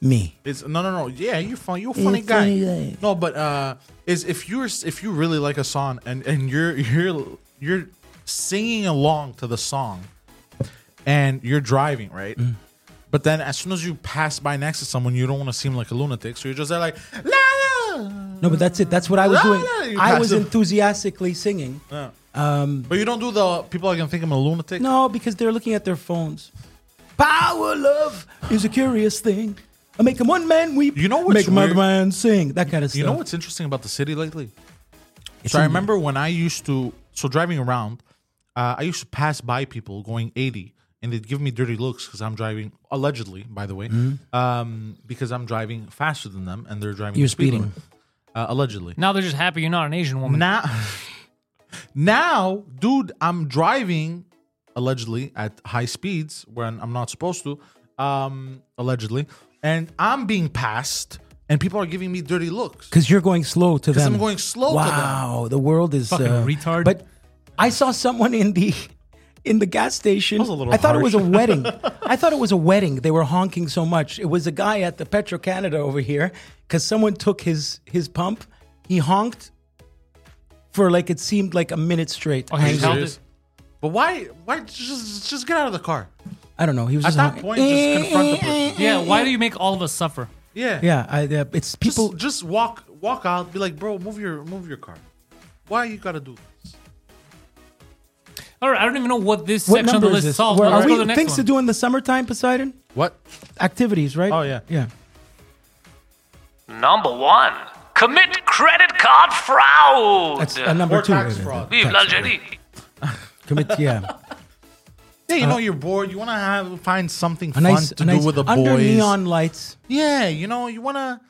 Speaker 3: Me,
Speaker 1: It's no, no, no. Yeah, you're funny. You're a funny
Speaker 3: You're
Speaker 1: guy.
Speaker 3: a funny guy.
Speaker 1: No, but uh, is if you're if you really like a song and and you're you're you're singing along to the song, and you're driving right.
Speaker 3: Mm.
Speaker 1: But then, as soon as you pass by next to someone, you don't want to seem like a lunatic, so you're just there like, la, la.
Speaker 3: no, but that's it. That's what I was
Speaker 1: No,
Speaker 3: doing.
Speaker 1: no, you
Speaker 3: I
Speaker 1: have
Speaker 3: was
Speaker 1: to-
Speaker 3: enthusiastically singing.
Speaker 1: but you don't do the people are gonna think I'm a lunatic.
Speaker 3: No, because they're looking at their phones. Power love is a curious thing. I make 'em one man weep.
Speaker 1: You know what's
Speaker 3: make 'em another
Speaker 1: weird?
Speaker 3: man sing. That kind of stuff.
Speaker 1: You know what's interesting about the city lately?
Speaker 3: It's
Speaker 1: so I
Speaker 3: in there.
Speaker 1: remember when I used to so driving around, uh, I used to pass by people going 80, and they'd give me dirty looks because I'm driving allegedly, by the way, um, because I'm driving faster than them and they're driving.
Speaker 3: Mm-hmm. You're
Speaker 1: the speed
Speaker 3: speeding.
Speaker 1: limit, uh, allegedly.
Speaker 2: Now they're just happy you're not an Asian woman.
Speaker 1: Now, now, dude, I'm driving allegedly at high speeds when I'm not supposed to, um, allegedly, and I'm being passed, and people are giving me dirty looks.
Speaker 3: Because you're going slow to them.
Speaker 1: I'm going slow to them.
Speaker 3: Wow, the world is
Speaker 2: Fucking
Speaker 3: uh,
Speaker 2: retard.
Speaker 3: But I saw someone in the in the gas station.
Speaker 1: was a little
Speaker 3: I thought it was a
Speaker 1: harsh.
Speaker 3: wedding. I thought it was a wedding. They were honking so much. It was a guy at the Petro Canada over here because someone took his his pump. He honked for like it seemed like a minute straight.
Speaker 2: Okay,
Speaker 1: Jesus.
Speaker 2: held it.
Speaker 1: But why? Why just just get out of the car?
Speaker 3: I don't know. He was
Speaker 1: At
Speaker 3: just Eh,
Speaker 1: that
Speaker 3: honking.
Speaker 1: point, just confront the person.
Speaker 2: Yeah, why do you make all of us suffer?
Speaker 1: Yeah,
Speaker 3: Yeah, I, uh, it's
Speaker 1: Just,
Speaker 3: people.
Speaker 1: just walk walk out. Be like, bro, move your move your car. Why you gotta do this?
Speaker 2: All right, I don't even know what this
Speaker 3: what
Speaker 2: section of the
Speaker 3: number is
Speaker 2: list
Speaker 3: this?
Speaker 2: solves.
Speaker 3: Where-
Speaker 2: but
Speaker 3: are
Speaker 2: Let's go to the
Speaker 3: we
Speaker 2: next
Speaker 3: things
Speaker 2: one.
Speaker 3: to do in the summertime, Poseidon?
Speaker 1: What?
Speaker 3: Activities, right?
Speaker 1: Oh, yeah.
Speaker 3: yeah.
Speaker 5: Number one, commit credit card fraud.
Speaker 3: That's uh, number
Speaker 1: Or
Speaker 3: two.
Speaker 1: tax
Speaker 3: uh,
Speaker 1: fraud.
Speaker 5: Vive
Speaker 3: tax fraud.
Speaker 5: l'Algérie.
Speaker 3: Commit, yeah.
Speaker 1: Yeah, you know you're bored. You wanna have find something
Speaker 3: Uh, a
Speaker 1: fun
Speaker 3: nice,
Speaker 1: to
Speaker 3: a nice
Speaker 1: do with the
Speaker 3: under
Speaker 1: boys.
Speaker 3: neon lights
Speaker 1: Yeah, you know you wanna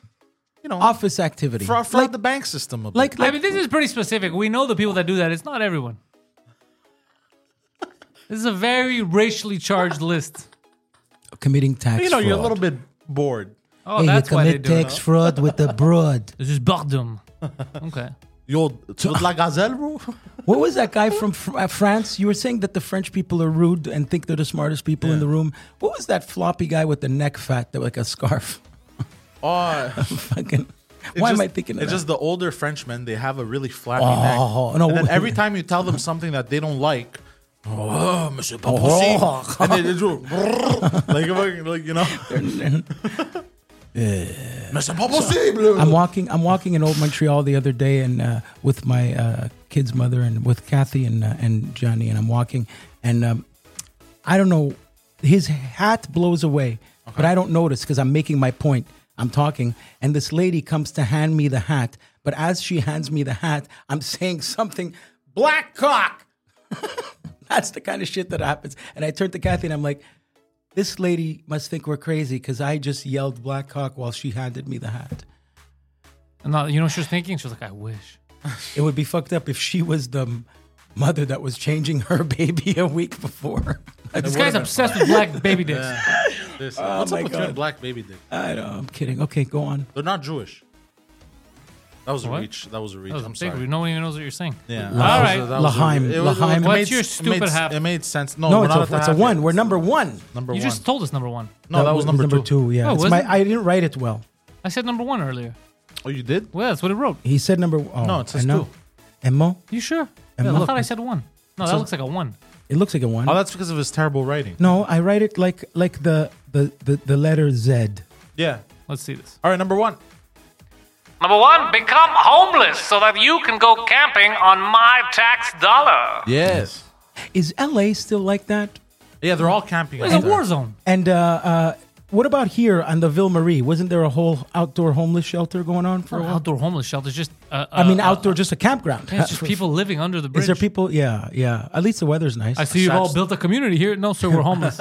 Speaker 1: you know
Speaker 3: office activity.
Speaker 1: fraud, fraud
Speaker 3: like,
Speaker 1: the bank system a bit.
Speaker 3: like,
Speaker 2: I
Speaker 3: like-
Speaker 2: mean, this is pretty specific. We know the people that do that. It's not everyone. This is a very racially charged list.
Speaker 3: committing tax.
Speaker 1: you know you're a
Speaker 3: fraud.
Speaker 1: little bit bored.
Speaker 2: Oh,
Speaker 3: Hey,
Speaker 2: that's
Speaker 3: you
Speaker 2: why they
Speaker 3: commit
Speaker 2: do it.
Speaker 3: tax fraud with the broad.
Speaker 2: This is boredom. Okay.
Speaker 1: Yo, to la gazelle, bro.
Speaker 3: What was that guy from Fr- uh, France? You were saying that the French people are rude and think they're the smartest people in the room. What was that floppy guy with the neck fat that like a scarf?
Speaker 1: Oh,
Speaker 3: Fucking. Why
Speaker 1: just-
Speaker 3: am I thinking of
Speaker 1: It's
Speaker 3: that?
Speaker 1: just the older Frenchmen. They have a really flappy
Speaker 3: Oh,
Speaker 1: neck.
Speaker 3: no.
Speaker 1: And then every time you tell them something that they don't like, oh, Monsieur Pas
Speaker 3: Oh.
Speaker 1: possible," and they, they do like, fucking- like you know, Monsieur Pas possible."
Speaker 3: I'm walking. I'm walking in old Montreal the other day, and uh, with my uh, kid's mother and with Kathy and uh, and Johnny, and I'm walking, and um, I don't know. His hat blows away, but I don't notice because I'm making my point. I'm talking, and this lady comes to hand me the hat. But as she hands me the hat, I'm saying something, black cock. That's the kind of shit that happens. And I turn to Kathy and I'm like, this lady must think we're crazy because I just yelled black cock while she handed me the hat.
Speaker 2: And not, you know, what she was thinking. She was like, "I wish."
Speaker 3: It would be fucked up if she was the mother that was changing her baby a week before.
Speaker 2: This guy's obsessed with black baby dicks.
Speaker 1: This- What's
Speaker 3: Oh my
Speaker 1: up with you
Speaker 3: God.
Speaker 1: and black baby dick?
Speaker 3: I know, I'm kidding. Okay, go on.
Speaker 1: They're not Jewish. That was
Speaker 2: What?
Speaker 1: a reach. That was a reach.
Speaker 2: That was a
Speaker 1: I'm
Speaker 2: big
Speaker 1: sorry.
Speaker 2: one. No one even knows what you're saying.
Speaker 1: Yeah.
Speaker 2: All right.
Speaker 1: That was a- that was a-
Speaker 3: Lahaim,
Speaker 1: it was- it
Speaker 3: Lahaim.
Speaker 1: made
Speaker 2: What's your
Speaker 1: s- it
Speaker 2: stupid
Speaker 1: made, s-
Speaker 2: half?
Speaker 1: It made sense. No,
Speaker 3: No,
Speaker 1: Oh, we're
Speaker 3: it's,
Speaker 1: not
Speaker 3: a,
Speaker 1: at the
Speaker 3: it's a
Speaker 1: half
Speaker 3: one.
Speaker 1: yet.
Speaker 3: We're number one.
Speaker 1: number
Speaker 2: You
Speaker 1: one.
Speaker 2: just told us number one.
Speaker 1: no, that was number, two.
Speaker 3: yeah,
Speaker 2: Oh,
Speaker 3: It's
Speaker 2: was
Speaker 3: my-
Speaker 2: it?
Speaker 3: I didn't write it well.
Speaker 2: I said number one earlier.
Speaker 1: Oh, you did?
Speaker 2: Well, that's what it wrote.
Speaker 3: He said number. Oh,
Speaker 1: No, it says
Speaker 3: I know.
Speaker 1: two.
Speaker 3: Emo.
Speaker 2: You sure?
Speaker 3: And
Speaker 2: Yeah, I
Speaker 3: look-
Speaker 2: thought I said one. No, that
Speaker 3: So-
Speaker 2: looks like a one.
Speaker 3: It looks like a one.
Speaker 1: Oh, that's because of his terrible writing.
Speaker 3: no, I write it like like the the the, the letter Z.
Speaker 1: Yeah.
Speaker 2: Let's see this.
Speaker 1: All right, number one.
Speaker 5: Number one, become homeless so that you can go camping on my tax dollar.
Speaker 1: Yes.
Speaker 3: Is LA still like that?
Speaker 1: Yeah, they're all camping.
Speaker 2: It's
Speaker 1: out
Speaker 2: a
Speaker 1: there.
Speaker 2: war zone.
Speaker 3: And uh, uh, what about here on the Ville Marie? Wasn't there a whole outdoor homeless shelter going on
Speaker 1: Oh,
Speaker 3: for a while?
Speaker 2: Outdoor homeless shelters. Just uh, uh,
Speaker 3: I mean,
Speaker 2: uh,
Speaker 3: outdoor, just a campground.
Speaker 2: It's just people living under the bridge.
Speaker 3: Is there people? Yeah, yeah. At least the weather's nice.
Speaker 2: I see you've all
Speaker 1: Sad-
Speaker 2: built a community here. No, sir, we're homeless.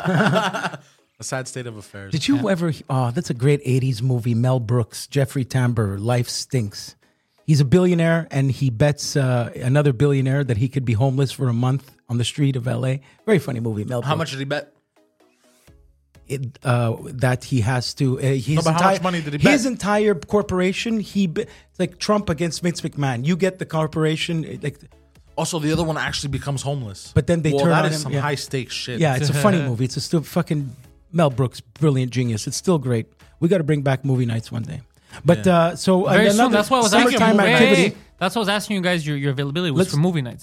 Speaker 1: A sad state of affairs.
Speaker 3: Did you ever? Oh, that's a great '80s movie. Mel Brooks, Jeffrey Tambor. Life stinks. He's a billionaire and he bets uh, another billionaire that he could be homeless for a month on the street of LA. Very funny movie. Mel.
Speaker 1: How
Speaker 3: Brooks.
Speaker 1: much did he bet?
Speaker 3: it, uh, that he has to. Uh, his
Speaker 1: but how
Speaker 3: entire,
Speaker 1: much money did he
Speaker 3: His
Speaker 1: bet?
Speaker 3: entire corporation. He be- it's like Trump against Vince McMahon. You get the corporation. it- Like,
Speaker 1: Also, the other one actually becomes homeless.
Speaker 3: But then they
Speaker 1: well,
Speaker 3: turn
Speaker 1: that
Speaker 3: on
Speaker 1: is
Speaker 3: him,
Speaker 1: some
Speaker 3: yeah.
Speaker 1: high stakes shit.
Speaker 3: yeah, it's a funny movie. It's a still fucking Mel Brooks, brilliant genius. It's still great. We got to bring back movie nights one day. But uh, so uh,
Speaker 2: Very soon.
Speaker 3: another
Speaker 2: That's why I was asking.
Speaker 3: summertime
Speaker 2: hey,
Speaker 3: activity.
Speaker 2: that's why I was asking you guys your, your availability was
Speaker 3: Let's- Oh.
Speaker 2: for movie nights.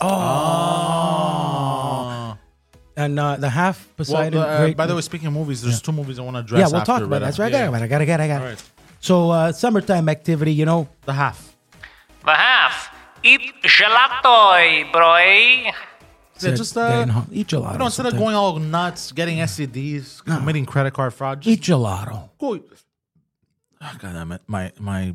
Speaker 3: and uh, the half
Speaker 1: Well,
Speaker 3: Poseidon.
Speaker 1: the, uh,
Speaker 3: great-
Speaker 1: by the way, speaking of movies, there's two movies I want to address.
Speaker 3: yeah, we'll
Speaker 1: after,
Speaker 3: talk about
Speaker 1: right
Speaker 3: that. That's
Speaker 1: after.
Speaker 3: right. I got it. I got it. I got it. I got it.
Speaker 1: All right.
Speaker 3: So uh, summertime activity. You know,
Speaker 1: The half.
Speaker 5: The half, eat gelato, bro.
Speaker 1: Yeah,
Speaker 3: said
Speaker 1: just
Speaker 3: Dan
Speaker 1: uh,
Speaker 3: Hall, eat gelato.
Speaker 1: you know, instead of
Speaker 3: sometime.
Speaker 1: going all nuts, getting STDs, committing credit card fraud, just
Speaker 3: eat gelato.
Speaker 1: go. Ah, God damn it, my my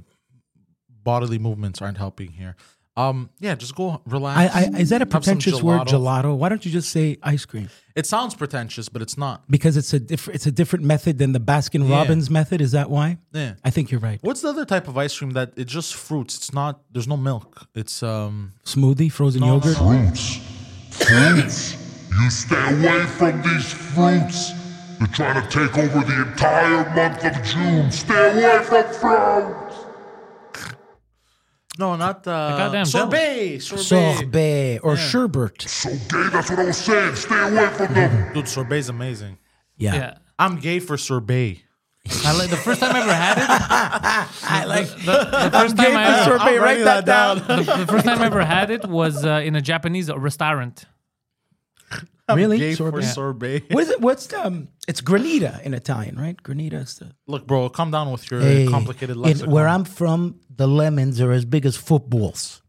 Speaker 1: bodily movements aren't helping here. Um, yeah, just go relax.
Speaker 3: I, I, is that a
Speaker 1: Have some
Speaker 3: pretentious word, gelato? Why don't you just say ice cream?
Speaker 1: It sounds pretentious, but it's not.
Speaker 3: Because it's a different it's a different method than the Baskin Robbins method. Is that why?
Speaker 1: Yeah.
Speaker 3: I think you're right.
Speaker 1: Eh. What's the other type of ice cream that it's just fruits? It's not. There's no milk. It's um.
Speaker 3: Smoothie, frozen
Speaker 1: no,
Speaker 3: yogurt.
Speaker 4: Fruits. Fruits. You stay away from these fruits. They're trying to take over the entire month of June. Stay away from fruits.
Speaker 1: No, not uh,
Speaker 2: goddamn
Speaker 1: sorbet. Sorbet.
Speaker 3: Sorbet or sherbet.
Speaker 4: So gay, that's what I was saying. Stay away from them.
Speaker 1: Dude, sorbet's amazing.
Speaker 3: Yeah.
Speaker 2: yeah.
Speaker 1: I'm gay for sorbet.
Speaker 2: I like, the first time I ever had it. I like the, the first time I
Speaker 3: Hey,
Speaker 2: ever,
Speaker 3: sorbet,
Speaker 1: I'm
Speaker 3: write
Speaker 1: writing
Speaker 3: that
Speaker 1: that
Speaker 3: down.
Speaker 2: the first time I ever had it was uh, in a Japanese restaurant.
Speaker 3: Really?
Speaker 1: Gay
Speaker 3: Sorbet.
Speaker 1: for sorbet.
Speaker 3: What is it? What's the, um? It's granita in Italian, right? Granita is the
Speaker 1: Look, bro, calm down with your
Speaker 3: Hey,
Speaker 1: complicated
Speaker 3: in-
Speaker 1: lexicon.
Speaker 3: where I'm from, the lemons are as big as footballs,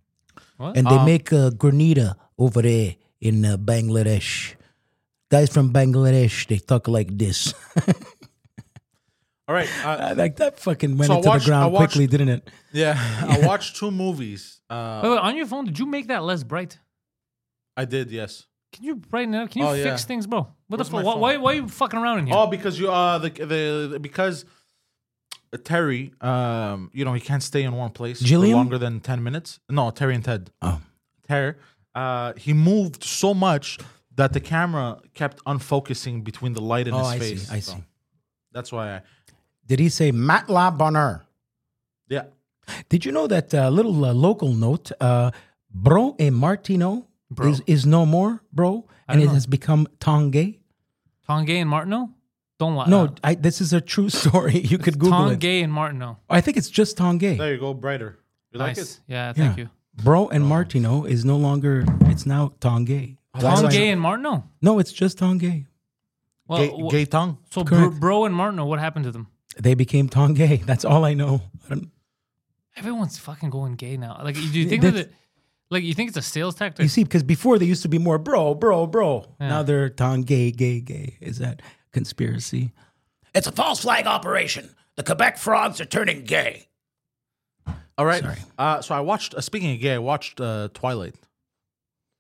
Speaker 2: What?
Speaker 3: and they make uh, granita over there in uh, Bangladesh. Guys from Bangladesh, they talk like this.
Speaker 1: All right. Uh,
Speaker 3: like that fucking went
Speaker 1: So I
Speaker 3: into
Speaker 1: watched-
Speaker 3: the ground
Speaker 1: I watched-
Speaker 3: quickly, didn't it?
Speaker 1: yeah, I watched two movies. Uh,
Speaker 2: Wait, wait, on your phone, did you make that less bright?
Speaker 1: I did, yes.
Speaker 2: Can you brighten it up? Can you
Speaker 1: Oh, yeah.
Speaker 2: fix things, bro? What the
Speaker 1: Where's my
Speaker 2: fuck? Why,
Speaker 1: phone?
Speaker 2: why, why are you fucking around in here?
Speaker 1: Oh, because you uh the the because Terry um you know he can't stay in one place
Speaker 3: Jillian?
Speaker 1: for longer than ten minutes. No, Terry and Ted.
Speaker 3: Oh.
Speaker 1: Terry. Uh, he moved so much that the camera kept unfocusing between the light and
Speaker 3: Oh,
Speaker 1: his
Speaker 3: I
Speaker 1: face.
Speaker 3: see. I
Speaker 1: So
Speaker 3: see.
Speaker 1: that's why. I,
Speaker 3: Did he say Matla Bonheur?
Speaker 1: yeah.
Speaker 3: Did you know that uh, little uh, local note, uh, Bro e Martino is, is no more, bro, and it
Speaker 2: know.
Speaker 3: has become Tongay?
Speaker 2: Tongay and Martino? Don't lie.
Speaker 3: No,
Speaker 2: uh,
Speaker 3: I, this is a true story. You could Google
Speaker 2: Tom
Speaker 3: it.
Speaker 2: Gay and Martineau.
Speaker 3: I think it's just Tongay.
Speaker 1: There you go, brighter. You like
Speaker 2: Nice.
Speaker 1: it?
Speaker 2: Yeah, thank you. Oh.
Speaker 3: Bro and Martino is no longer. It's now Tongay.
Speaker 2: Tom Gay and Martineau.
Speaker 3: No, it's just Tongay.
Speaker 2: Well,
Speaker 1: Gay,
Speaker 2: wh-
Speaker 1: gay tongue.
Speaker 2: so bro,
Speaker 3: correct.
Speaker 2: bro and Martineau, what happened to them?
Speaker 3: They became Tongay. That's all I know. I don't-
Speaker 2: Everyone's fucking going gay now. Like, do you think that,
Speaker 3: that's-
Speaker 2: it, like you think it's a sales tactic?
Speaker 3: You see, because before they used to be more bro, bro, bro. Now they're Tongay, gay, gay. Is that conspiracy? It's a false flag operation. The Quebec frogs are turning gay.
Speaker 1: All right. Uh, so I watched. Uh, speaking of gay, I watched uh, Twilight.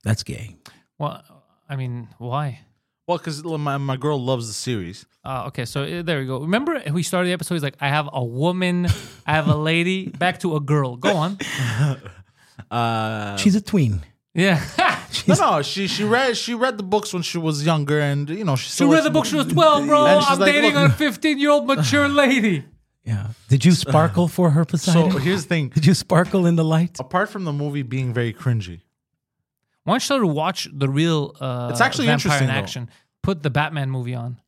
Speaker 3: That's gay.
Speaker 2: well, I mean, why?
Speaker 1: Well, because my, my girl loves the series.
Speaker 2: Uh, okay, so uh, there we go. Remember, we started the episode. He's like, I have a woman, I have a lady, back to a girl. Go on.
Speaker 1: Uh,
Speaker 3: She's a tween.
Speaker 2: Yeah.
Speaker 1: no, no, she she read she read the books when she was younger, and you know she
Speaker 2: she
Speaker 1: still
Speaker 2: read the book. She was twelve, bro.
Speaker 1: And she's
Speaker 2: I'm
Speaker 1: like,
Speaker 2: dating
Speaker 1: "Look."
Speaker 2: a fifteen-year-old mature lady.
Speaker 3: Yeah. Did you sparkle for
Speaker 1: So
Speaker 3: her, Poseidon?
Speaker 1: here's the thing.
Speaker 3: Did you sparkle in the light?
Speaker 1: Apart from the movie being very cringy,
Speaker 2: Why don't you try to watch the real? Uh,
Speaker 1: It's actually
Speaker 2: vampire
Speaker 1: interesting,
Speaker 2: in
Speaker 1: though.
Speaker 2: action. Put the Batman movie on.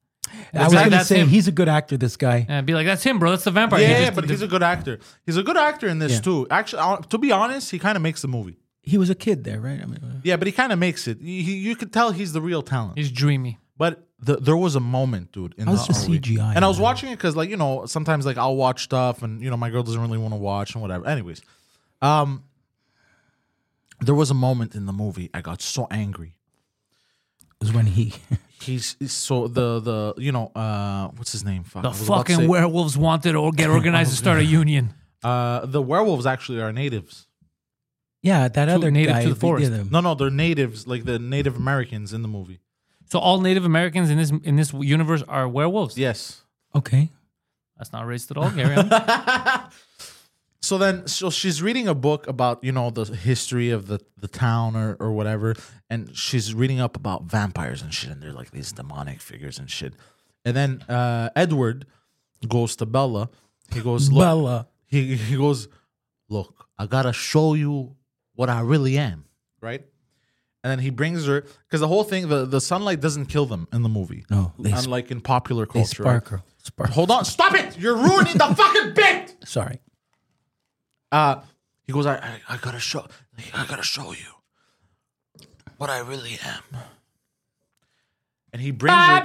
Speaker 3: I was
Speaker 2: like-
Speaker 3: going to
Speaker 2: that's
Speaker 3: say
Speaker 2: him.
Speaker 3: he's a good actor. This guy.
Speaker 2: And be like, that's him, bro. That's the vampire. He
Speaker 1: yeah,
Speaker 2: just-
Speaker 1: but he's a good actor. He's a good actor in this
Speaker 3: Yeah.
Speaker 1: too. Actually, I- to be honest, he kind of makes the movie.
Speaker 3: He was a kid there, right? I mean, uh,
Speaker 1: Yeah, but he kind of makes it. He, he- you could tell he's the real talent.
Speaker 2: he's dreamy.
Speaker 1: But the, there was a moment, dude. In
Speaker 3: How's
Speaker 1: the
Speaker 3: the
Speaker 1: movie.
Speaker 3: CGI,
Speaker 1: And I was
Speaker 3: man?
Speaker 1: watching it because, like, you know, sometimes like I'll watch stuff, and you know, my girl doesn't really want to watch and whatever. Anyways, um, there was a moment in the movie I got so angry.
Speaker 3: it was when he.
Speaker 1: He's he's so the the you know uh what's his name? Fuck, I
Speaker 2: The
Speaker 1: was about to
Speaker 2: fucking
Speaker 1: say-
Speaker 2: werewolves wanted or get organized to start a union.
Speaker 1: uh the werewolves actually are natives.
Speaker 3: yeah, that other
Speaker 2: native
Speaker 3: guy.
Speaker 2: to the forest.
Speaker 3: yeah, the-
Speaker 1: No, no, they're natives, like the Native Americans in the movie.
Speaker 2: So all Native Americans in this in this universe are werewolves.
Speaker 1: Yes.
Speaker 3: Okay.
Speaker 2: That's not racist at all, Gary. I'm-
Speaker 1: So then, so she's reading a book about you know the history of the the town or or whatever, and she's reading up about vampires and shit, and they're like these demonic figures and shit. And then uh, Edward goes to Bella. He goes, look,
Speaker 3: Bella.
Speaker 1: He he goes, look, I gotta show you what I really am, right? And then he brings her because the whole thing, the, the sunlight doesn't kill them in the movie.
Speaker 3: No, they sp-
Speaker 1: unlike in popular
Speaker 3: Hey,
Speaker 1: culture. right?
Speaker 3: sparkle. Sparkle.
Speaker 1: Hold on, stop it! You're ruining the fucking bit.
Speaker 3: Sorry.
Speaker 1: Uh, he goes, I, I, I gotta show, I gotta show you what I really am. And he brings her,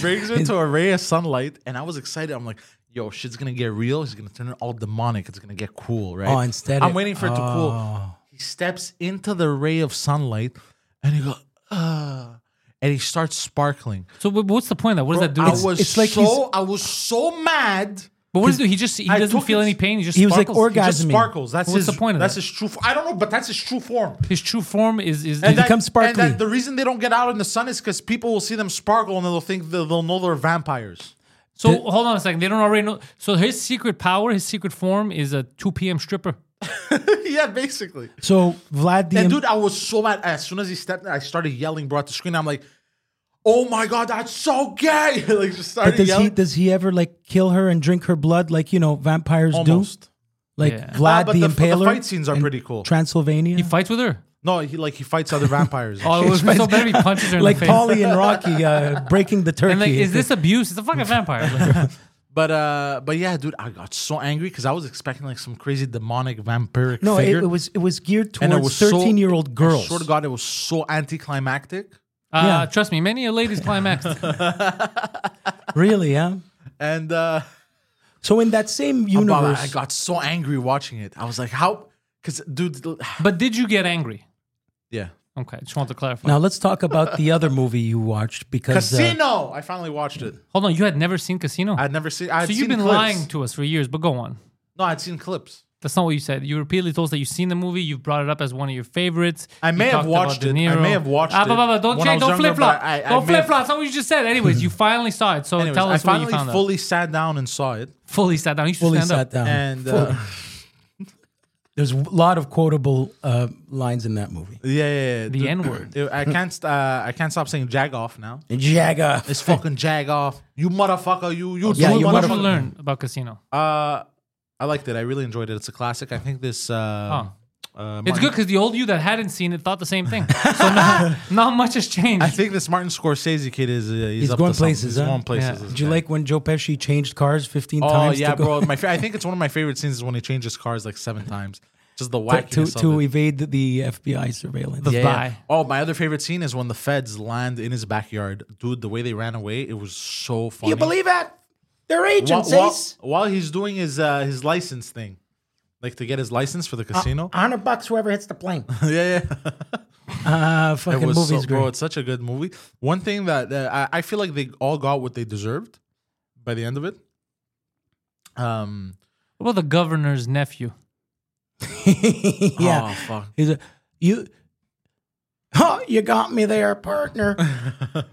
Speaker 1: brings her to a ray of sunlight, and I was excited. I'm like, yo, shit's gonna get real. He's gonna turn it all demonic. It's gonna get cool, right?
Speaker 3: Oh, instead
Speaker 1: I'm
Speaker 3: it- oh.
Speaker 1: waiting for it to cool. He steps into the ray of sunlight, and he goes, ah, and he starts sparkling.
Speaker 2: so wh- what's the point of that? What does that do?
Speaker 1: I was
Speaker 3: it's like he's-
Speaker 1: so, I was so mad.
Speaker 2: but what does it do? He just he
Speaker 1: I
Speaker 2: doesn't
Speaker 1: took
Speaker 2: feel
Speaker 1: it-
Speaker 2: any pain. He just
Speaker 3: He was like
Speaker 1: He
Speaker 2: sparkles.
Speaker 1: just
Speaker 3: orgasming.
Speaker 1: sparkles. That's
Speaker 2: What's
Speaker 1: his,
Speaker 2: the point of
Speaker 1: that's
Speaker 2: that?
Speaker 1: his true. f- I don't know, but that's his true form.
Speaker 2: his true form is is
Speaker 3: that- becomes
Speaker 1: And
Speaker 3: sparkly.
Speaker 1: that the reason they don't get out in the sun is because people will see them sparkle and they'll think that they'll know they're vampires.
Speaker 2: so hold on a second. They don't already know. So his secret power, his secret form, is a two p.m. stripper.
Speaker 1: yeah, basically.
Speaker 3: So Vlad the
Speaker 1: And
Speaker 3: Im-
Speaker 1: dude, I was so mad. As soon as he stepped, in, I started yelling, brought the screen. I'm like, oh my god, that's so gay! like just
Speaker 3: but
Speaker 1: started
Speaker 3: does
Speaker 1: yelling.
Speaker 3: he does he ever like kill her and drink her blood like you know vampires do?
Speaker 1: Almost.
Speaker 3: Like
Speaker 2: Yeah.
Speaker 3: Vlad
Speaker 1: Ah, but
Speaker 3: the,
Speaker 1: the f- the
Speaker 3: Impaler.
Speaker 1: fight scenes are
Speaker 3: in
Speaker 1: pretty cool.
Speaker 3: Transylvania.
Speaker 2: He fights with her.
Speaker 1: No, he like he fights other vampires.
Speaker 2: Oh, it was so bad. He punches her in
Speaker 3: like
Speaker 2: the face.
Speaker 3: Polly and Rocky uh, breaking the turkey.
Speaker 2: and like, is
Speaker 3: into-
Speaker 2: this abuse? It's a fucking vampire. Like,
Speaker 1: But uh, but yeah, dude, I got so angry because I was expecting like some crazy demonic vampiric.
Speaker 3: No, it,
Speaker 1: figure.
Speaker 3: it was it was geared
Speaker 1: And it
Speaker 3: towards
Speaker 1: was so-
Speaker 3: thirteen year old girls.
Speaker 1: I swear to God, it was so anticlimactic.
Speaker 2: uh,
Speaker 3: Yeah.
Speaker 2: Trust me, many a lady's climaxed.
Speaker 3: Really, yeah.
Speaker 1: And uh,
Speaker 3: So in that
Speaker 2: Oh,
Speaker 3: same
Speaker 1: Bob, I-
Speaker 3: universe,
Speaker 1: I got so angry watching it. I was like, how? Because, dude, l-
Speaker 2: but did you get angry?
Speaker 1: yeah.
Speaker 2: Okay, just want to clarify.
Speaker 3: now let's talk about the other movie you watched because uh,
Speaker 1: Casino! I finally watched it.
Speaker 2: Hold on, you had never seen Casino.
Speaker 1: I'd never seen. I'd
Speaker 2: so you've
Speaker 1: seen
Speaker 2: been
Speaker 1: clips.
Speaker 2: lying to us for years, but go on.
Speaker 1: No, I'd seen clips.
Speaker 2: That's not what you said. You repeatedly told us that you've seen the movie. You've brought it up as one of your favorites.
Speaker 1: I may
Speaker 2: You
Speaker 1: have
Speaker 2: talked about
Speaker 1: watched
Speaker 2: De
Speaker 1: it. I
Speaker 2: Niro.
Speaker 1: may have watched
Speaker 2: Ah, bah, bah, bah,
Speaker 1: it
Speaker 2: don't
Speaker 1: when I
Speaker 2: change.
Speaker 1: was
Speaker 2: Don't
Speaker 1: younger,
Speaker 2: flip flop.
Speaker 1: but I- I
Speaker 2: Don't
Speaker 1: may have- Hmm.
Speaker 2: flip flop. That's what you just said. Anyways, you finally saw it. So
Speaker 1: Anyways,
Speaker 2: tell
Speaker 1: I
Speaker 2: us what you
Speaker 1: finally
Speaker 2: found out.
Speaker 1: fully sat down and saw it.
Speaker 2: Fully sat down. You should
Speaker 3: fully
Speaker 2: stand
Speaker 3: sat
Speaker 2: up.
Speaker 3: down.
Speaker 1: and uh,
Speaker 3: There's a lot of quotable uh, lines in that movie.
Speaker 1: yeah, yeah, yeah, dude.
Speaker 2: The N word.
Speaker 1: Ew, I can't. st- Uh, I can't stop saying jag off now.
Speaker 3: Jagger.
Speaker 1: It's fucking jag off. You motherfucker. You you.
Speaker 3: Yeah,
Speaker 1: dumb
Speaker 3: you
Speaker 2: What did you
Speaker 3: motherfucker.
Speaker 2: learn about Casino?
Speaker 1: Uh, I liked it. I really enjoyed it. It's a classic. I think this. Uh,
Speaker 2: Oh.
Speaker 1: Uh,
Speaker 2: It's good because the old you that hadn't seen it thought the same thing. So not, not much has changed.
Speaker 1: I think this Martin Scorsese kid is uh, he's,
Speaker 3: He's
Speaker 1: up
Speaker 3: going
Speaker 1: to something.
Speaker 3: places,
Speaker 1: He's
Speaker 3: huh?
Speaker 1: going places.
Speaker 3: Did
Speaker 1: this
Speaker 3: you
Speaker 1: guy.
Speaker 3: like when Joe Pesci changed cars 15
Speaker 1: Oh
Speaker 3: times?
Speaker 1: yeah,
Speaker 3: to go-
Speaker 1: bro. My fa- I think it's one of my favorite scenes is when he changes cars like seven times. Just the
Speaker 3: to,
Speaker 1: wackiness
Speaker 3: to,
Speaker 1: of
Speaker 3: to
Speaker 1: it.
Speaker 3: evade the FBI surveillance.
Speaker 2: Yeah. Bye.
Speaker 1: Oh, my other favorite scene is when the feds land in his backyard. Dude, the way they ran away, it was so funny.
Speaker 3: You believe it? They're
Speaker 1: while,
Speaker 3: agents,
Speaker 1: while,
Speaker 3: Ace.
Speaker 1: while he's doing his uh, his license thing, like to get his license for the casino.
Speaker 3: 100 Uh, bucks whoever hits the plane.
Speaker 1: yeah, yeah.
Speaker 3: Uh,
Speaker 1: It
Speaker 3: fucking
Speaker 1: was
Speaker 3: movie's
Speaker 1: so,
Speaker 3: great.
Speaker 1: bro. It's such a good movie. One thing that uh, I, I feel like they all got what they deserved by the end of it. Um.
Speaker 2: What about the governor's nephew?
Speaker 3: yeah.
Speaker 1: Oh fuck.
Speaker 3: He's a, you, huh, you got me there, partner.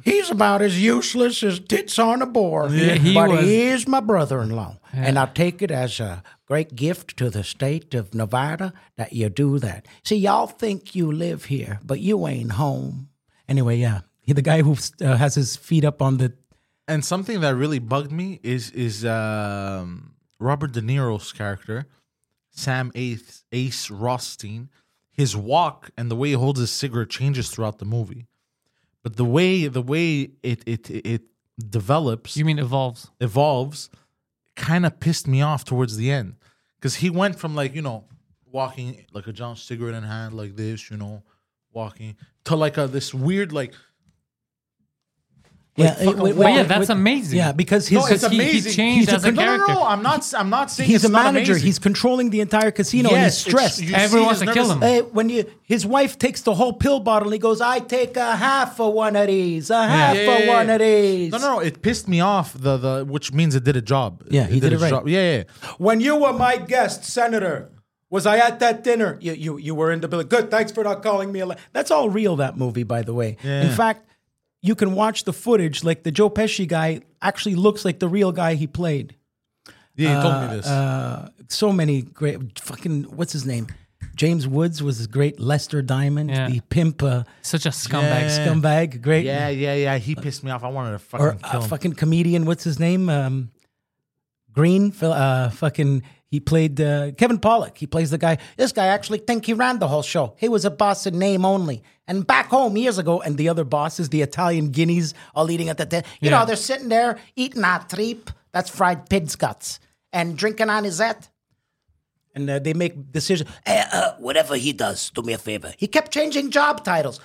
Speaker 3: he's about as useless as tits on a board.
Speaker 2: Yeah, he
Speaker 3: but
Speaker 2: was-
Speaker 3: he is my brother in law. And I take it as a great gift to the state of Nevada that you do that. See, y'all think you live here, but you ain't home. Anyway, yeah. He, the guy who uh, has his feet up on the.
Speaker 1: And something that really bugged me is is um, Robert De Niro's character, Sam Ace, Ace Rothstein. His walk and the way he holds his cigarette changes throughout the movie, but the way the way it it it develops
Speaker 2: You mean evolves?
Speaker 1: evolves kind of pissed me off towards the end because he went from like you know walking like a john cigarette in hand like this you know walking to like a this weird like
Speaker 3: Yeah,
Speaker 1: fucking walk.
Speaker 3: wait, wait,
Speaker 2: But yeah,
Speaker 3: wait,
Speaker 2: that's
Speaker 3: wait.
Speaker 2: amazing.
Speaker 3: Yeah, because his,
Speaker 1: no it's
Speaker 2: he- he
Speaker 1: amazing
Speaker 2: changed
Speaker 1: He's
Speaker 2: as a
Speaker 1: con- no, no, no,
Speaker 2: character.
Speaker 1: i'm not i'm not saying
Speaker 3: he's
Speaker 1: it's
Speaker 3: a
Speaker 1: not
Speaker 3: manager.
Speaker 1: amazing.
Speaker 3: He's controlling the entire casino and he's
Speaker 1: Yes, it's-
Speaker 3: stressed.
Speaker 1: you see
Speaker 2: Everyone
Speaker 1: his
Speaker 2: wants to kill
Speaker 1: nervous-
Speaker 2: him.
Speaker 3: Hey, when you his wife takes the whole pill bottle, he goes, "I take a half of one of these, a half
Speaker 1: Yeah, yeah,
Speaker 3: of
Speaker 1: yeah.
Speaker 3: one of these."
Speaker 1: no, no, no, it pissed me off. The the which means it did a job.
Speaker 3: Yeah, he did
Speaker 1: its
Speaker 3: it right.
Speaker 1: Job. Yeah, yeah.
Speaker 3: When you were my guest, Senator, was I at that dinner? You you you were in the building. Good. Thanks for not calling me. A li-. That's all real. That movie, by the way. In fact, you can watch the footage. Like the Joe Pesci guy actually looks like the real guy he played.
Speaker 1: Yeah, he told me this.
Speaker 3: Uh, so many great fucking what's his name james woods was a great lester diamond
Speaker 2: Yeah.
Speaker 3: the pimp uh,
Speaker 2: Such a scumbag.
Speaker 1: Yeah.
Speaker 3: scumbag great
Speaker 1: yeah, yeah, yeah. He pissed me off. I wanted to fucking
Speaker 3: or
Speaker 1: kill
Speaker 3: a
Speaker 1: him.
Speaker 3: fucking comedian what's his name um, green Phil- uh, fucking he played uh, kevin pollock he plays the guy this guy actually think he ran the whole show he was a boss in name only and back home years ago and the other bosses the italian guineas all eating at the table you
Speaker 2: Yeah.
Speaker 3: know they're sitting there eating a trip that's fried pig's guts and drinking on his head and uh, they make decisions. Eh, uh, whatever he does, do me a favor. He kept changing job titles.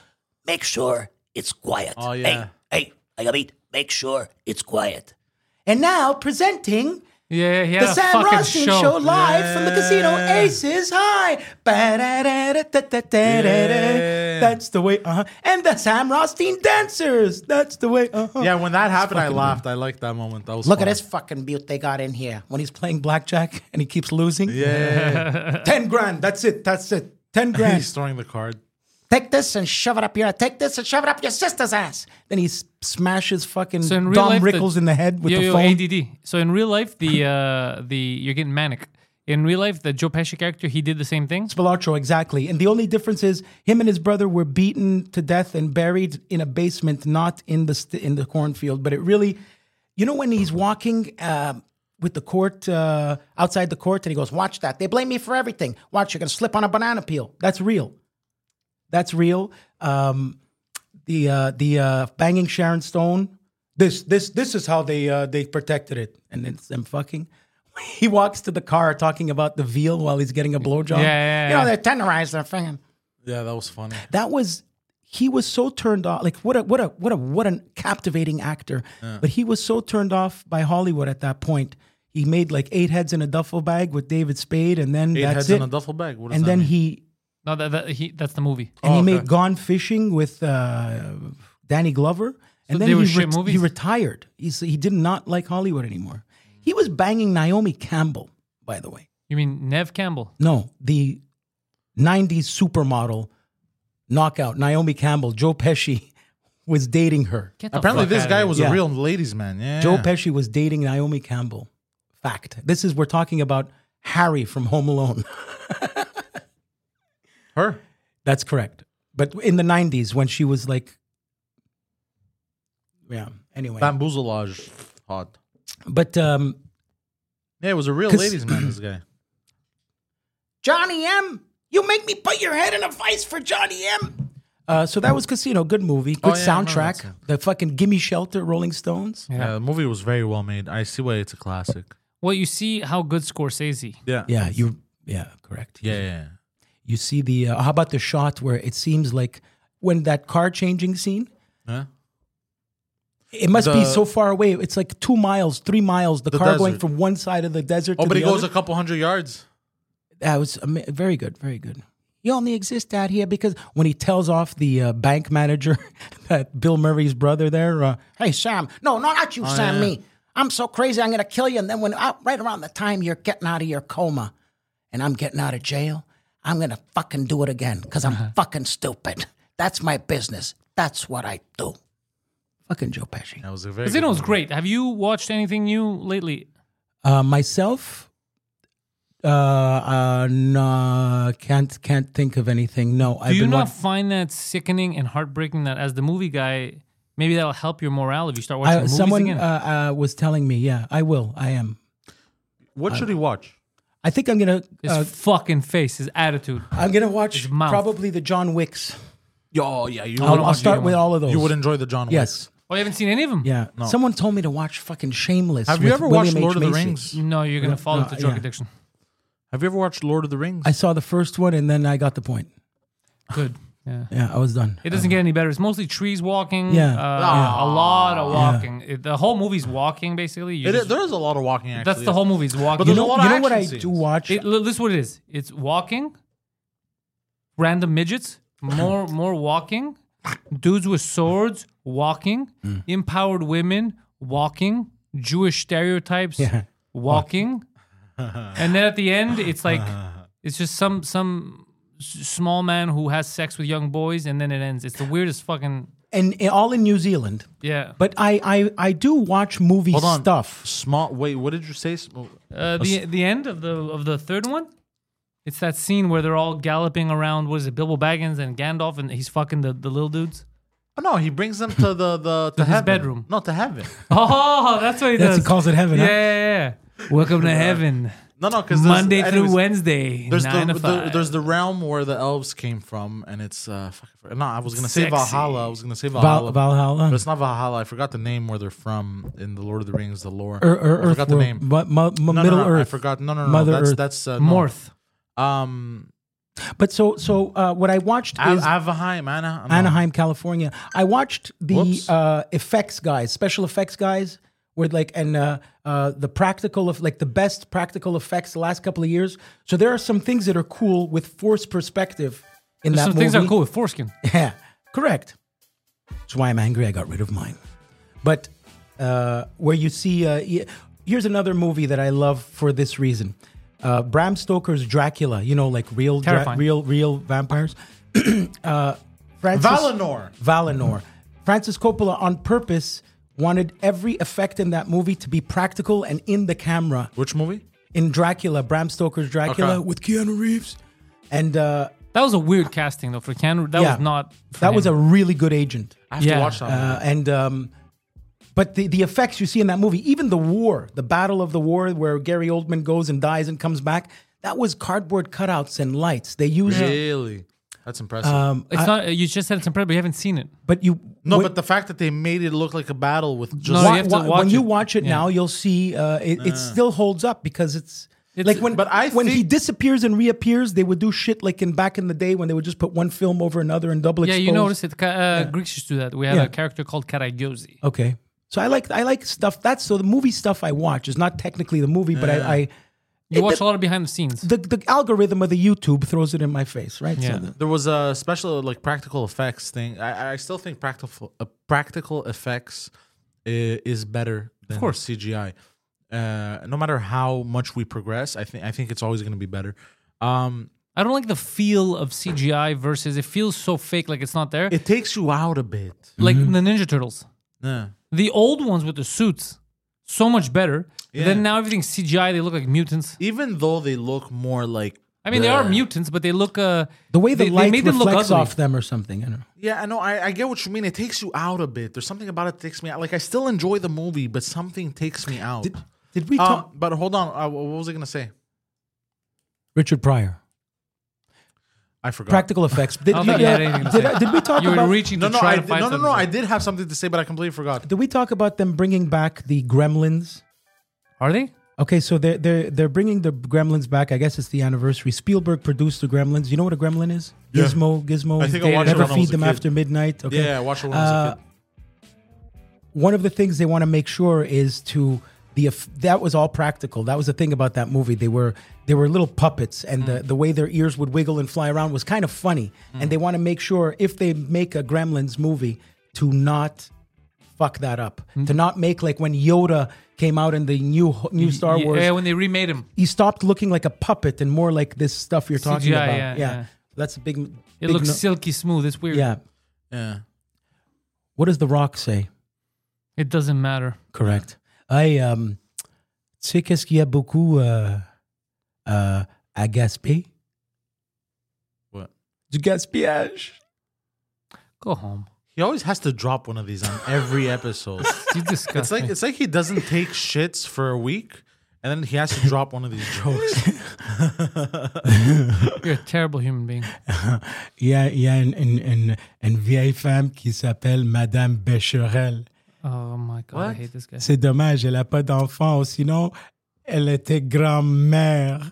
Speaker 3: Make sure it's quiet.
Speaker 1: Oh, yeah.
Speaker 3: Hey, hey, I gotta eat. Make sure it's quiet. And now presenting
Speaker 2: Yeah, he had
Speaker 3: the
Speaker 2: a
Speaker 3: Sam
Speaker 2: fucking
Speaker 3: Rothstein show, live from the casino.
Speaker 1: Yeah.
Speaker 3: Aces high. Ba-da-da-da-da-da-da-da.
Speaker 1: Yeah.
Speaker 3: That's the way. Uh-huh. And the Sam Rothstein dancers. That's the way. Uh-huh.
Speaker 1: yeah, when that happened, I laughed. I liked that moment. That was
Speaker 3: Look at
Speaker 1: fun.
Speaker 3: this fucking butte they got in here when he's playing blackjack and he keeps losing.
Speaker 1: Yeah,
Speaker 3: Ten grand. That's it. That's it. Ten grand.
Speaker 1: he's throwing the card.
Speaker 3: take this and shove it up your take this and shove it up your sister's ass. Then he s- smashes fucking
Speaker 2: So in
Speaker 3: Dom
Speaker 2: real life,
Speaker 3: Rickles in the head with
Speaker 2: yo,
Speaker 3: the
Speaker 2: yo,
Speaker 3: phone.
Speaker 2: ADD. So in real life, the uh, the you're getting manic. In real life, the Joe Pesci character, he did the same thing.
Speaker 3: Spalatro, exactly. And the only difference is him and his brother were beaten to death and buried in a basement, not in the st- in the cornfield. But it really, you know, when he's walking um with the court uh, outside the court, and he goes, "Watch that! They blame me for everything. Watch, you're gonna slip on a banana peel. That's real. That's real." Um, the uh, the uh, banging Sharon Stone. This this this is how they uh, they protected it, and it's them fucking. He walks to the car talking about the veal while he's getting a blowjob.
Speaker 2: Yeah, yeah,
Speaker 3: you know
Speaker 2: yeah.
Speaker 3: they're tenderized, they're fucking.
Speaker 1: Yeah, that was funny.
Speaker 3: That was he was so turned off. Like what a what a what a what a captivating actor. But he was so turned off by Hollywood at that point. He made like eight heads in a duffel bag with David Spade, and then
Speaker 1: Eight
Speaker 3: that's
Speaker 1: heads
Speaker 3: it.
Speaker 1: in a duffel bag. What does
Speaker 3: and
Speaker 1: that
Speaker 3: then
Speaker 1: mean?
Speaker 3: he
Speaker 2: No, that, that, he, that's the movie.
Speaker 3: and he
Speaker 1: okay.
Speaker 3: made Gone Fishing with uh, Danny Glover, and
Speaker 2: they
Speaker 3: then
Speaker 2: were
Speaker 3: he,
Speaker 2: shit movies?
Speaker 3: he retired. He's, he did not like Hollywood anymore. He was banging Naomi Campbell, by the way.
Speaker 2: You mean Nev Campbell?
Speaker 3: No, the '90s supermodel knockout Naomi Campbell. Joe Pesci was dating her.
Speaker 2: Get the
Speaker 1: Apparently,
Speaker 2: fuck
Speaker 1: this
Speaker 2: outta
Speaker 1: guy
Speaker 2: here.
Speaker 1: was
Speaker 3: Yeah.
Speaker 1: a real ladies' man. Yeah,
Speaker 3: Joe Pesci was dating Naomi Campbell. Fact. This is we're talking about Harry from Home Alone.
Speaker 1: her.
Speaker 3: That's correct. But in the '90s, when she was like, yeah. Anyway,
Speaker 1: Bamboozleage, hot.
Speaker 3: but um,
Speaker 1: Yeah, it was a real
Speaker 3: 'Cause-
Speaker 1: ladies' man. This guy.
Speaker 3: Johnny M, You make me put your head in a vice for Johnny M. Uh, so that was Casino. Good movie. Good
Speaker 1: Oh, yeah, I remember that
Speaker 3: soundtrack.
Speaker 1: song.
Speaker 3: The fucking Gimme Shelter, Rolling Stones.
Speaker 1: Yeah, the movie was very well made. I see why it's a classic.
Speaker 2: Well, you see how good Scorsese.
Speaker 1: Yeah.
Speaker 3: Yeah, you. Yeah, correct.
Speaker 1: Yeah. yeah.
Speaker 3: You see the. Uh, how about the shot where it seems like when that car changing scene?
Speaker 1: Huh?
Speaker 3: It must be
Speaker 1: The-
Speaker 3: so far away. It's like two miles, three miles. The,
Speaker 1: The
Speaker 3: car going
Speaker 1: desert.
Speaker 3: from one side of the desert.
Speaker 1: Oh,
Speaker 3: to
Speaker 1: but
Speaker 3: the
Speaker 1: it goes
Speaker 3: other.
Speaker 1: a couple hundred yards.
Speaker 3: That was ama- very good, very good. You only exist out here because when he tells off the uh, bank manager, that Bill Murray's brother there, uh, hey Sam, no, no, not you, Sam, me. I'm so crazy, I'm gonna kill you. And then when out right around the time you're getting out of your coma, and I'm getting out of jail, I'm gonna fucking do it again because I'm fucking stupid. That's my business. That's what I do. Fucking Joe Pesci.
Speaker 1: That was a very.
Speaker 2: Casino's
Speaker 1: good
Speaker 2: great. Have you watched anything new lately?
Speaker 3: Uh, myself, uh, uh, no, can't can't think of anything. No,
Speaker 2: Do
Speaker 3: I've
Speaker 2: you
Speaker 3: been
Speaker 2: not
Speaker 3: watching.
Speaker 2: find that sickening and heartbreaking that as the movie guy, maybe that'll help your morale if you start watching
Speaker 3: I,
Speaker 2: movies
Speaker 3: someone
Speaker 2: again?
Speaker 3: uh, uh, was telling me, yeah, I will. I am.
Speaker 1: movie. What should he watch?
Speaker 3: I think I'm gonna.
Speaker 2: his
Speaker 3: Uh,
Speaker 2: fucking face, his attitude.
Speaker 3: I'm gonna watch
Speaker 2: his mouth.
Speaker 3: probably the John Wicks.
Speaker 1: Yo, yeah, you.
Speaker 3: I'll,
Speaker 1: would
Speaker 3: I'll start with all of those.
Speaker 1: You would enjoy the John. Wick.
Speaker 3: Yes.
Speaker 2: Oh, you haven't seen any of them?
Speaker 3: Yeah. Someone told me to watch fucking Shameless.
Speaker 1: Have you
Speaker 3: with
Speaker 1: ever
Speaker 3: William
Speaker 1: watched
Speaker 3: H.
Speaker 1: Lord of the
Speaker 3: Macy.
Speaker 1: Rings?
Speaker 2: No, you're gonna fall
Speaker 3: no,
Speaker 2: into drug
Speaker 3: yeah.
Speaker 2: addiction.
Speaker 1: Have you ever watched Lord of the Rings?
Speaker 3: I saw the first one and then I got the point.
Speaker 2: Good. Yeah.
Speaker 3: Yeah, I was done.
Speaker 2: It doesn't get any better. It's mostly trees walking.
Speaker 3: Yeah.
Speaker 2: uh,
Speaker 1: Ah.
Speaker 2: a lot of walking. It- the whole movie's walking basically. You
Speaker 1: It-
Speaker 2: just-
Speaker 1: there is a lot of walking. Actually,
Speaker 2: that's the whole movie's walking.
Speaker 1: there's
Speaker 3: Um, you
Speaker 1: a
Speaker 3: know,
Speaker 1: lot of
Speaker 3: you know what I
Speaker 1: action
Speaker 3: do
Speaker 1: scenes.
Speaker 3: watch?
Speaker 2: It, look, this is what it is. It's walking, random midgets, more more walking, dudes with swords walking,
Speaker 1: Mm.
Speaker 2: empowered women walking, Jewish stereotypes
Speaker 3: Yeah.
Speaker 2: walking, and then at the end it's like it's just some some s- small man who has sex with young boys, and then it ends. It's the weirdest fucking
Speaker 3: and, and all in New Zealand.
Speaker 2: yeah.
Speaker 3: But I, I, I do watch movie
Speaker 1: Hold on.
Speaker 3: stuff.
Speaker 1: Small. Wait, what did you say? Sm- oh,
Speaker 2: Uh, the the end of the of the third one, it's that scene where they're all galloping around. What is it, Bilbo Baggins and Gandalf, and he's fucking the, the little dudes.
Speaker 1: Oh, no, he brings them to the the to
Speaker 2: his
Speaker 1: heaven.
Speaker 2: bedroom.
Speaker 1: Not to heaven.
Speaker 2: Oh, that's what he
Speaker 3: That's
Speaker 2: does.
Speaker 3: he calls it heaven.
Speaker 2: yeah,
Speaker 3: huh?
Speaker 2: yeah, yeah. Welcome to heaven.
Speaker 1: No, no, because
Speaker 2: Monday through Wednesday,
Speaker 1: There's
Speaker 2: nine
Speaker 1: the,
Speaker 2: to
Speaker 1: the
Speaker 2: five.
Speaker 1: there's the realm where the elves came from, and it's uh. Fuck, no, I was gonna say
Speaker 2: Sexy.
Speaker 1: Valhalla. I was gonna say Valhalla.
Speaker 3: Val, Valhalla.
Speaker 1: But it's not Valhalla. I forgot the name where they're from in the Lord of the Rings. The lore.
Speaker 3: Ear- Ear-
Speaker 1: I
Speaker 3: Earth
Speaker 1: forgot the
Speaker 3: world.
Speaker 1: name.
Speaker 3: Mu- mu- mu-
Speaker 1: No,
Speaker 3: er, Middle
Speaker 1: no, no,
Speaker 3: Earth.
Speaker 1: I forgot. No, no, no.
Speaker 3: Mother
Speaker 1: that's
Speaker 3: Earth.
Speaker 1: that's uh, no.
Speaker 2: Morth.
Speaker 1: Um,
Speaker 3: But so so uh, what I watched
Speaker 1: Al-
Speaker 3: is
Speaker 1: Anaheim, Anna, no.
Speaker 3: Anaheim, California. I watched the
Speaker 1: Whoops.
Speaker 3: uh, effects guys, special effects guys, where like and uh, uh, the practical of like the best practical effects the last couple of years. So there are some things that are cool with force perspective in
Speaker 2: There's
Speaker 3: that
Speaker 2: some
Speaker 3: movie.
Speaker 2: things that are cool with foreskin.
Speaker 3: Yeah, correct. That's why I'm angry. I got rid of mine. But uh, where you see, uh, y- here's another movie that I love for this reason: uh, Bram Stoker's Dracula. You know, like real, dra-
Speaker 2: Terrifying.
Speaker 3: real, real vampires. uh, Francis,
Speaker 1: Valinor.
Speaker 3: Valinor. Francis Coppola on purpose wanted every effect in that movie to be practical and in the camera
Speaker 1: Which movie?
Speaker 3: in Dracula, Bram Stoker's Dracula
Speaker 1: Okay.
Speaker 3: with Keanu Reeves, and uh,
Speaker 2: That was a weird casting though for Ken. That
Speaker 3: yeah,
Speaker 2: was not. for
Speaker 3: that was a
Speaker 2: him.
Speaker 3: really good agent.
Speaker 1: I have
Speaker 2: Yeah.
Speaker 1: to watch that.
Speaker 3: Uh, and um, but the, the effects you see in that movie, even the war, the battle of the war where Gary Oldman goes and dies and comes back, that was cardboard cutouts and lights. They used,
Speaker 1: Really, that's impressive.
Speaker 3: Um,
Speaker 2: It's not. You just said it's incredible. You haven't seen it.
Speaker 3: but you
Speaker 1: no,
Speaker 3: wh-
Speaker 1: but the fact that they made it look like a battle with just
Speaker 2: No,
Speaker 3: wh-
Speaker 2: you have to
Speaker 3: wh- when
Speaker 2: watch
Speaker 3: you
Speaker 2: it.
Speaker 3: watch it
Speaker 2: Yeah. Ah.
Speaker 3: now, you'll see uh, it, it still holds up because it's. like when
Speaker 1: but I
Speaker 3: when he
Speaker 1: think-
Speaker 3: disappears and reappears, they would do shit like in back in the day when they would just put one film over another and double.
Speaker 2: Yeah, you
Speaker 3: expose.
Speaker 2: notice it. Ca- Uh, Greeks used to do that. We had
Speaker 3: Yeah.
Speaker 2: a character called Karagyosi.
Speaker 3: Okay. So I like I like stuff that's so the movie stuff I watch is not technically the movie, but I, I
Speaker 2: You
Speaker 3: It-
Speaker 2: watch
Speaker 3: the-
Speaker 2: a lot of behind the scenes.
Speaker 3: the, the algorithm of the YouTube throws it in my face, right?
Speaker 2: Yeah.
Speaker 3: the-
Speaker 1: There was a special like practical effects thing. I, I still think practical uh, practical effects is, is better than of
Speaker 2: course.
Speaker 1: CGI. Uh, no matter how much we progress, I think I think it's always going to be better. Um,
Speaker 2: I don't like the feel of CGI versus it feels so fake, like it's not there.
Speaker 1: it takes you out a bit.
Speaker 2: like
Speaker 3: Mm-hmm.
Speaker 2: the Ninja Turtles,
Speaker 1: Yeah.
Speaker 2: the old ones with the suits, so much better. Then
Speaker 1: Yeah.
Speaker 2: now everything's CGI. They look like mutants.
Speaker 1: Even though they look more like
Speaker 2: I mean, they are
Speaker 1: bleh.
Speaker 2: mutants, but they look. Uh,
Speaker 3: The way the
Speaker 2: they, they
Speaker 3: light
Speaker 2: made them look
Speaker 3: reflects
Speaker 2: ugly.
Speaker 3: off them or something. I don't know.
Speaker 1: Yeah, I know. I, I get what you mean. It takes you out a bit. There's something about it that takes me out. Like I still enjoy the movie, but something takes me
Speaker 2: Oh.
Speaker 1: out.
Speaker 3: Did, did we
Speaker 1: Um,
Speaker 3: talk
Speaker 1: but hold on. Uh, what was I going to say?
Speaker 3: Richard Pryor?
Speaker 1: I forgot.
Speaker 3: Practical effects. Did,
Speaker 2: I don't think you had anything to
Speaker 3: did,
Speaker 2: say.
Speaker 3: I- did we talk
Speaker 2: you
Speaker 3: about
Speaker 2: were reaching
Speaker 1: No,
Speaker 2: to
Speaker 1: no,
Speaker 2: try
Speaker 1: I
Speaker 2: to
Speaker 1: did,
Speaker 2: find
Speaker 1: no, no, no.
Speaker 2: something.
Speaker 1: I did have something to say, but I completely forgot.
Speaker 3: Did we talk about them bringing back the Gremlins?
Speaker 2: Are they?
Speaker 3: Okay, so they're they're they're bringing the Gremlins back. I guess it's the anniversary. Spielberg produced the Gremlins. You know what a Gremlin is?
Speaker 1: Yeah.
Speaker 3: Gizmo, Gizmo.
Speaker 1: I think I watched
Speaker 2: it
Speaker 3: Never
Speaker 2: when I
Speaker 3: feed
Speaker 1: was a
Speaker 3: them
Speaker 1: kid.
Speaker 3: after midnight. Okay.
Speaker 1: Yeah, I watched it when I was a
Speaker 3: Uh, One of the things they want to make sure is to the eff- that was all practical. That was the thing about that movie. They were they were little puppets, and the
Speaker 2: Mm.
Speaker 3: the way their ears would wiggle and fly around was kind of funny. And they want to make sure if they make a Gremlins movie to not fuck that up,
Speaker 2: Mm.
Speaker 3: to not make like when Yoda came out in the new new Star
Speaker 2: Yeah,
Speaker 3: Wars
Speaker 2: Yeah, when they remade him.
Speaker 3: he stopped looking like a puppet and more like this stuff you're talking
Speaker 2: CGI,
Speaker 3: about.
Speaker 2: yeah, yeah.
Speaker 3: that's a big.
Speaker 2: It
Speaker 3: It
Speaker 2: looks silky smooth. It's weird.
Speaker 3: Yeah.
Speaker 1: kid. Yeah.
Speaker 3: What does The Rock say?
Speaker 2: It doesn't matter.
Speaker 3: Correct. I um, tu sais qu'est-ce qu'il y a beaucoup uh, uh, à gaspiller?
Speaker 1: What?
Speaker 3: Du gaspillage.
Speaker 2: Go home.
Speaker 1: He always has to drop one of these on every episode.
Speaker 2: You disgust
Speaker 1: It's like
Speaker 2: me.
Speaker 1: it's like he doesn't take shits for a week, and then he has to drop one of these jokes.
Speaker 2: You're a terrible human being.
Speaker 3: Il y a, il y a une, une, une, une vieille femme qui s'appelle Madame Becherel.
Speaker 2: Oh my god, I
Speaker 1: What?
Speaker 2: hate this guy.
Speaker 3: C'est dommage, elle n'a pas d'enfant, oh, sinon elle était grand-mère.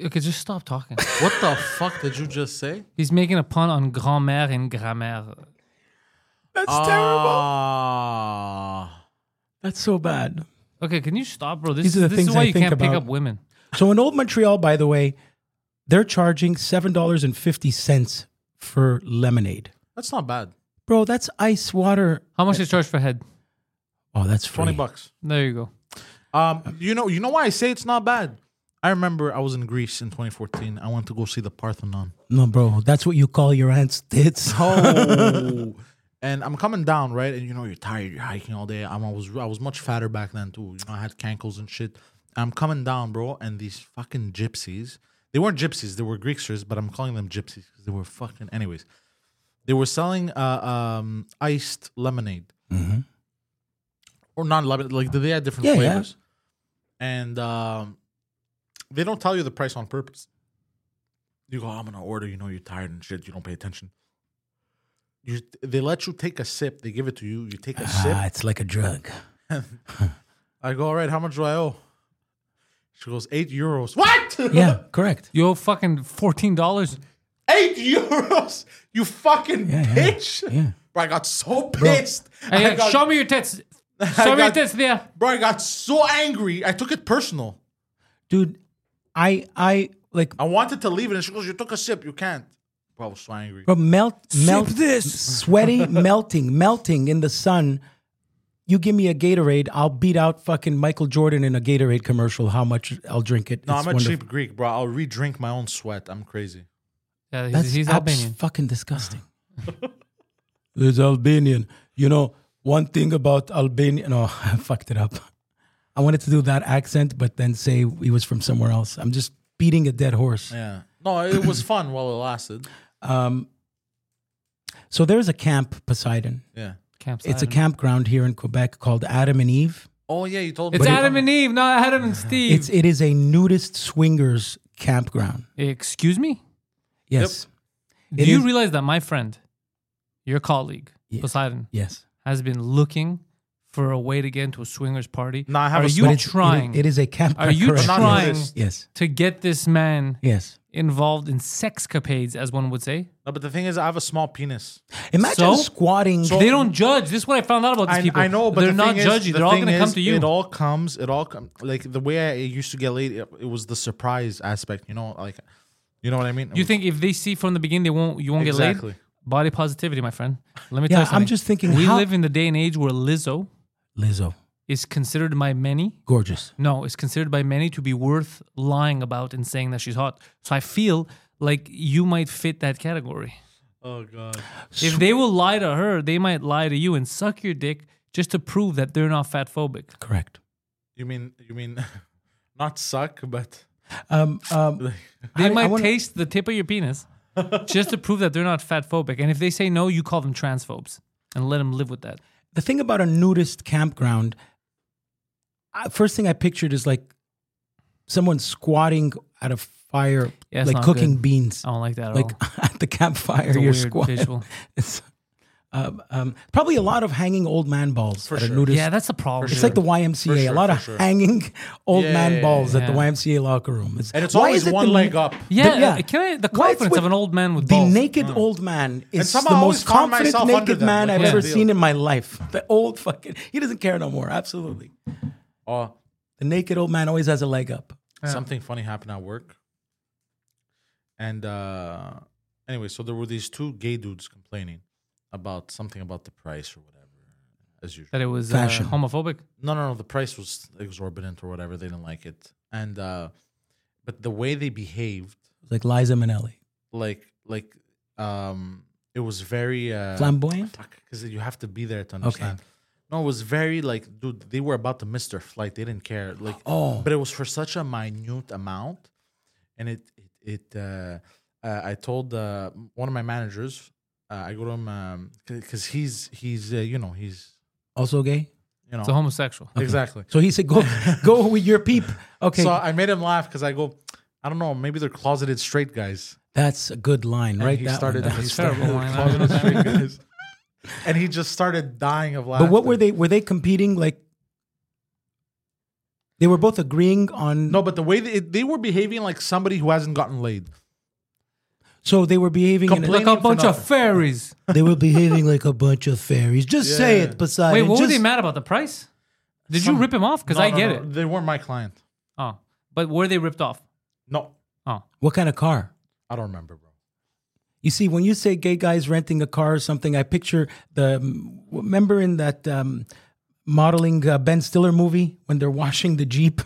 Speaker 2: Okay, just stop talking.
Speaker 1: what the fuck did you just say?
Speaker 2: He's making a pun on grand-mère and grammaire.
Speaker 3: That's terrible.
Speaker 1: Ah,
Speaker 3: That's so bad.
Speaker 2: Okay, can you stop, bro? This,
Speaker 3: These are the
Speaker 2: this is
Speaker 3: things
Speaker 2: why
Speaker 3: I
Speaker 2: you
Speaker 3: think
Speaker 2: can't pick
Speaker 3: about.
Speaker 2: up women.
Speaker 3: So in Old Montreal, by the way, they're charging seven dollars and fifty cents for lemonade.
Speaker 1: that's not bad.
Speaker 3: Bro, that's ice water.
Speaker 2: How much they charge for head?
Speaker 3: Oh, that's free.
Speaker 1: Twenty bucks.
Speaker 2: There you go.
Speaker 1: Um, you know, you know why I say it's not bad. I remember I was in Greece in 2014. I went to go see the Parthenon.
Speaker 3: No, bro, that's what you call your aunt's tits.
Speaker 1: Oh, and I'm coming down right, and you know you're tired. You're hiking all day. I'm, I was I was much fatter back then too. You know I had cankles and shit. I'm coming down, bro, and these fucking gypsies. They weren't gypsies. They were Greeksters, but I'm calling them gypsies because they were fucking. Anyways, they were selling uh, um, iced lemonade, or not lemonade. Like they had different
Speaker 3: Mm-hmm. Yeah, yeah.
Speaker 1: flavors, and um, they don't tell you the price on purpose. You go, I'm gonna order. You know, you're tired and shit. You don't pay attention. You, they let you take a sip. They give it to you. You take a sip.
Speaker 3: Ah, it's like a drug.
Speaker 1: I go, all right. How much do I owe? She goes, eight euros. What?
Speaker 3: Yeah, correct.
Speaker 2: You owe fucking fourteen dollars.
Speaker 1: eight euros? You fucking
Speaker 3: Yeah, yeah,
Speaker 1: bitch!
Speaker 3: yeah.
Speaker 1: Bro, I got so pissed. I got,
Speaker 2: show me your tits. Show me your
Speaker 1: got-
Speaker 2: tits there.
Speaker 1: bro, I got so angry. I took it personal.
Speaker 3: Dude, I I like
Speaker 1: I wanted to leave it, and she goes, "You took a sip. You can't." Bro, I was so angry.
Speaker 3: bro, melt melt
Speaker 2: this.
Speaker 3: sweaty melting, melting in the sun. You give me a Gatorade, I'll beat out fucking Michael Jordan in a Gatorade commercial. How much I'll drink it?
Speaker 1: no,
Speaker 3: It's
Speaker 1: I'm a
Speaker 3: wonderful.
Speaker 1: cheap Greek, bro. I'll re-drink my own sweat. I'm crazy.
Speaker 2: Yeah,
Speaker 3: That's
Speaker 2: he's, he's
Speaker 3: abs-
Speaker 2: Albanian.
Speaker 3: fucking disgusting. it's Albanian. You know, one thing about Albanian. No, I fucked it up. I wanted to do that accent, but then say he was from somewhere else. I'm just beating a dead horse.
Speaker 1: Yeah. No, it was fun while it lasted.
Speaker 3: Um, so there's a camp, Poseidon.
Speaker 1: Yeah.
Speaker 2: Camps
Speaker 3: It's a
Speaker 2: Adam.
Speaker 3: campground here in Quebec called Adam and Eve.
Speaker 1: Oh yeah, you told
Speaker 2: It's
Speaker 1: me.
Speaker 2: Adam and Eve, not Adam and Steve.
Speaker 3: It's it is a nudist swingers campground.
Speaker 2: Excuse me.
Speaker 3: Yes,
Speaker 2: Do
Speaker 3: It
Speaker 2: you
Speaker 3: is-
Speaker 2: realize that my friend, your colleague
Speaker 3: Yeah.
Speaker 2: Poseidon,
Speaker 3: yes.
Speaker 2: has been looking for a way to get into a swingers party?
Speaker 1: No, I have
Speaker 2: Are
Speaker 1: a
Speaker 2: you
Speaker 1: small-
Speaker 3: But
Speaker 1: But
Speaker 3: it's- it is-
Speaker 2: trying?
Speaker 3: It is a campground.
Speaker 2: Are you
Speaker 3: correct.
Speaker 1: Not
Speaker 2: trying
Speaker 1: nudist.
Speaker 3: Yes,
Speaker 2: to get this man
Speaker 3: yes.
Speaker 2: involved in sexcapades, as one would say?
Speaker 1: No, but the thing is, I have a small penis.
Speaker 3: Imagine
Speaker 2: So?
Speaker 3: squatting.
Speaker 2: they don't judge. This is what I found out about these
Speaker 1: I,
Speaker 2: people.
Speaker 1: I know, but
Speaker 2: they're
Speaker 1: the
Speaker 2: not
Speaker 1: thing is-
Speaker 2: judgy.
Speaker 1: the
Speaker 2: they're all
Speaker 1: thing
Speaker 2: going to come
Speaker 1: is,
Speaker 2: to you.
Speaker 1: It all comes. It all comes. Like the way I used to get laid, it, it was the surprise aspect. You know, like, you know what I mean.
Speaker 2: you think if they see from the beginning, they won't. You won't get
Speaker 1: Exactly.
Speaker 2: laid. Body positivity, my friend. Let me
Speaker 3: Yeah,
Speaker 2: tell you
Speaker 3: I'm
Speaker 2: something.
Speaker 3: just thinking
Speaker 2: We
Speaker 3: how-
Speaker 2: live in the day and age where Lizzo
Speaker 3: Lizzo,
Speaker 2: is considered by many
Speaker 3: gorgeous.
Speaker 2: No, it's considered by many to be worth lying about and saying that she's hot. So I feel like you might fit that category.
Speaker 1: Oh god.
Speaker 2: If they will lie to her, they might lie to you and suck your dick just to prove that they're not fatphobic.
Speaker 3: Correct.
Speaker 1: You mean you mean, not suck, but
Speaker 3: Um, um,
Speaker 2: They
Speaker 3: I- I
Speaker 2: might
Speaker 3: wanna-
Speaker 2: taste the tip of your penis just to prove that they're not fatphobic. And if they say no, you call them transphobes and let them live with that.
Speaker 3: the thing about a nudist campground, I, first thing I pictured is like someone squatting at a fire,
Speaker 2: Yeah, it's
Speaker 3: like
Speaker 2: not
Speaker 3: cooking
Speaker 2: good.
Speaker 3: beans,
Speaker 2: I don't like that at
Speaker 3: like
Speaker 2: all.
Speaker 3: at the campfire.
Speaker 2: It's a
Speaker 3: You're
Speaker 2: weird
Speaker 3: squat.
Speaker 2: visual.
Speaker 3: It's um, um, probably a lot of hanging old man balls for at a
Speaker 1: sure.
Speaker 3: nudist-
Speaker 2: Yeah, that's the problem.
Speaker 3: It's like the YMCA, a
Speaker 1: sure,
Speaker 3: lot
Speaker 1: for
Speaker 3: of
Speaker 1: sure.
Speaker 3: hanging old
Speaker 1: Yeah,
Speaker 3: man
Speaker 1: yeah,
Speaker 3: balls
Speaker 2: yeah.
Speaker 3: at the YMCA locker room. It's,
Speaker 1: And it's
Speaker 3: why
Speaker 1: always
Speaker 3: is it
Speaker 1: one
Speaker 3: the-
Speaker 1: leg up.
Speaker 2: Yeah,
Speaker 3: the-
Speaker 2: uh, can I- the
Speaker 3: Why it's
Speaker 2: confidence
Speaker 3: with-
Speaker 2: of an old man with
Speaker 3: the
Speaker 2: balls.
Speaker 3: naked old man is the
Speaker 1: Mm. somehow I always
Speaker 3: most
Speaker 1: found
Speaker 3: confident
Speaker 1: myself under
Speaker 3: naked
Speaker 1: them.
Speaker 3: man
Speaker 1: Like,
Speaker 3: I've
Speaker 1: what's
Speaker 3: ever
Speaker 1: the deal?
Speaker 3: seen in my life. The old fucking he doesn't care no more. Absolutely,
Speaker 1: Oh,
Speaker 3: the naked old man always has a leg up.
Speaker 1: something funny happened at work. And uh anyway, so there were these two gay dudes complaining about something about the price or whatever, as usual.
Speaker 2: that it was uh,
Speaker 3: Fashion.
Speaker 2: homophobic.
Speaker 1: No, no, no. The price was exorbitant or whatever. They didn't like it, and uh but the way they behaved,
Speaker 3: Like Liza Minnelli,
Speaker 1: like like um, it was very uh,
Speaker 3: flamboyant.
Speaker 1: because you have to be there to understand. No, it was very like, dude, they were about to miss their flight. They didn't care. Like,
Speaker 3: Oh.
Speaker 1: but it was for such a minute amount, and it it, it uh, uh, I told uh, one of my managers, uh, I go to him because he's he's uh, you know he's
Speaker 3: Also gay.
Speaker 1: you know
Speaker 2: It's a homosexual.
Speaker 1: exactly.
Speaker 3: So he said, "Go, go with your peep." Okay,
Speaker 1: So I made him laugh because I go, I don't know, maybe they're closeted straight guys.
Speaker 3: that's a good line,
Speaker 1: And
Speaker 3: right?
Speaker 1: he
Speaker 3: that one.
Speaker 1: started,
Speaker 3: That's
Speaker 1: he
Speaker 3: a
Speaker 1: started
Speaker 2: terrible line. I
Speaker 1: closeted
Speaker 2: don't know.
Speaker 1: straight guys. And he just started dying of laughter.
Speaker 3: But what were they? Were they competing? Like they were both agreeing on.
Speaker 1: No, but the way they, they were behaving like somebody who hasn't gotten laid.
Speaker 3: So they were behaving.
Speaker 2: Like
Speaker 3: In a,
Speaker 2: a
Speaker 1: Complaining for
Speaker 2: bunch of
Speaker 1: nothing.
Speaker 2: fairies.
Speaker 3: they were behaving like a bunch of fairies. Just say it, Poseidon.
Speaker 2: Wait, what were
Speaker 3: Just-
Speaker 2: they mad about? The price? Did
Speaker 1: Some-
Speaker 2: you rip him off? Because
Speaker 1: No,
Speaker 2: I
Speaker 1: no,
Speaker 2: get
Speaker 1: no,
Speaker 2: it.
Speaker 1: They weren't my client.
Speaker 2: Oh, but were they ripped off?
Speaker 1: No,
Speaker 2: Oh,
Speaker 3: What kind of car?
Speaker 1: I don't remember, bro.
Speaker 3: You see, when you say gay guys renting a car or something, I picture the um, remember in that um, modeling uh, Ben Stiller movie when they're washing the jeep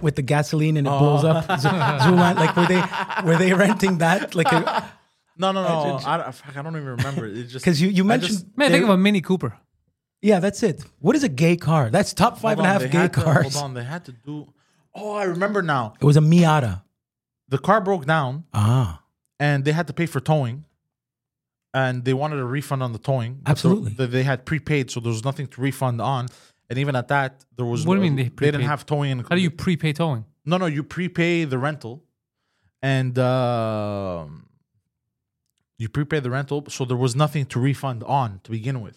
Speaker 3: with the gasoline and it blows up. Zo- Zoolan- like were they were they renting that? Like a-
Speaker 1: No, no, no. I, don't- fuck, I don't even remember. It just
Speaker 3: 'Cause you- you
Speaker 1: I
Speaker 3: mentioned-
Speaker 2: man, think of a Mini Cooper.
Speaker 3: yeah, that's it. What is a gay car? That's top five and a half
Speaker 1: hold on, they
Speaker 3: gay
Speaker 1: had to-
Speaker 3: cars.
Speaker 1: hold on, they had to do. Oh, I remember now.
Speaker 3: It was a Miata.
Speaker 1: The car broke down,
Speaker 3: Ah,
Speaker 1: and they had to pay for towing, and they wanted a refund on the towing. but
Speaker 3: Absolutely.
Speaker 1: the- they had prepaid, so there was nothing to refund on. And even at that, there was
Speaker 2: What do you
Speaker 1: no-
Speaker 2: mean they
Speaker 1: didn't
Speaker 2: prepaid?
Speaker 1: have towing. and-
Speaker 2: How do you prepay towing?
Speaker 1: No, no, you prepay the rental, and um you prepay the rental. So there was nothing to refund on to begin with,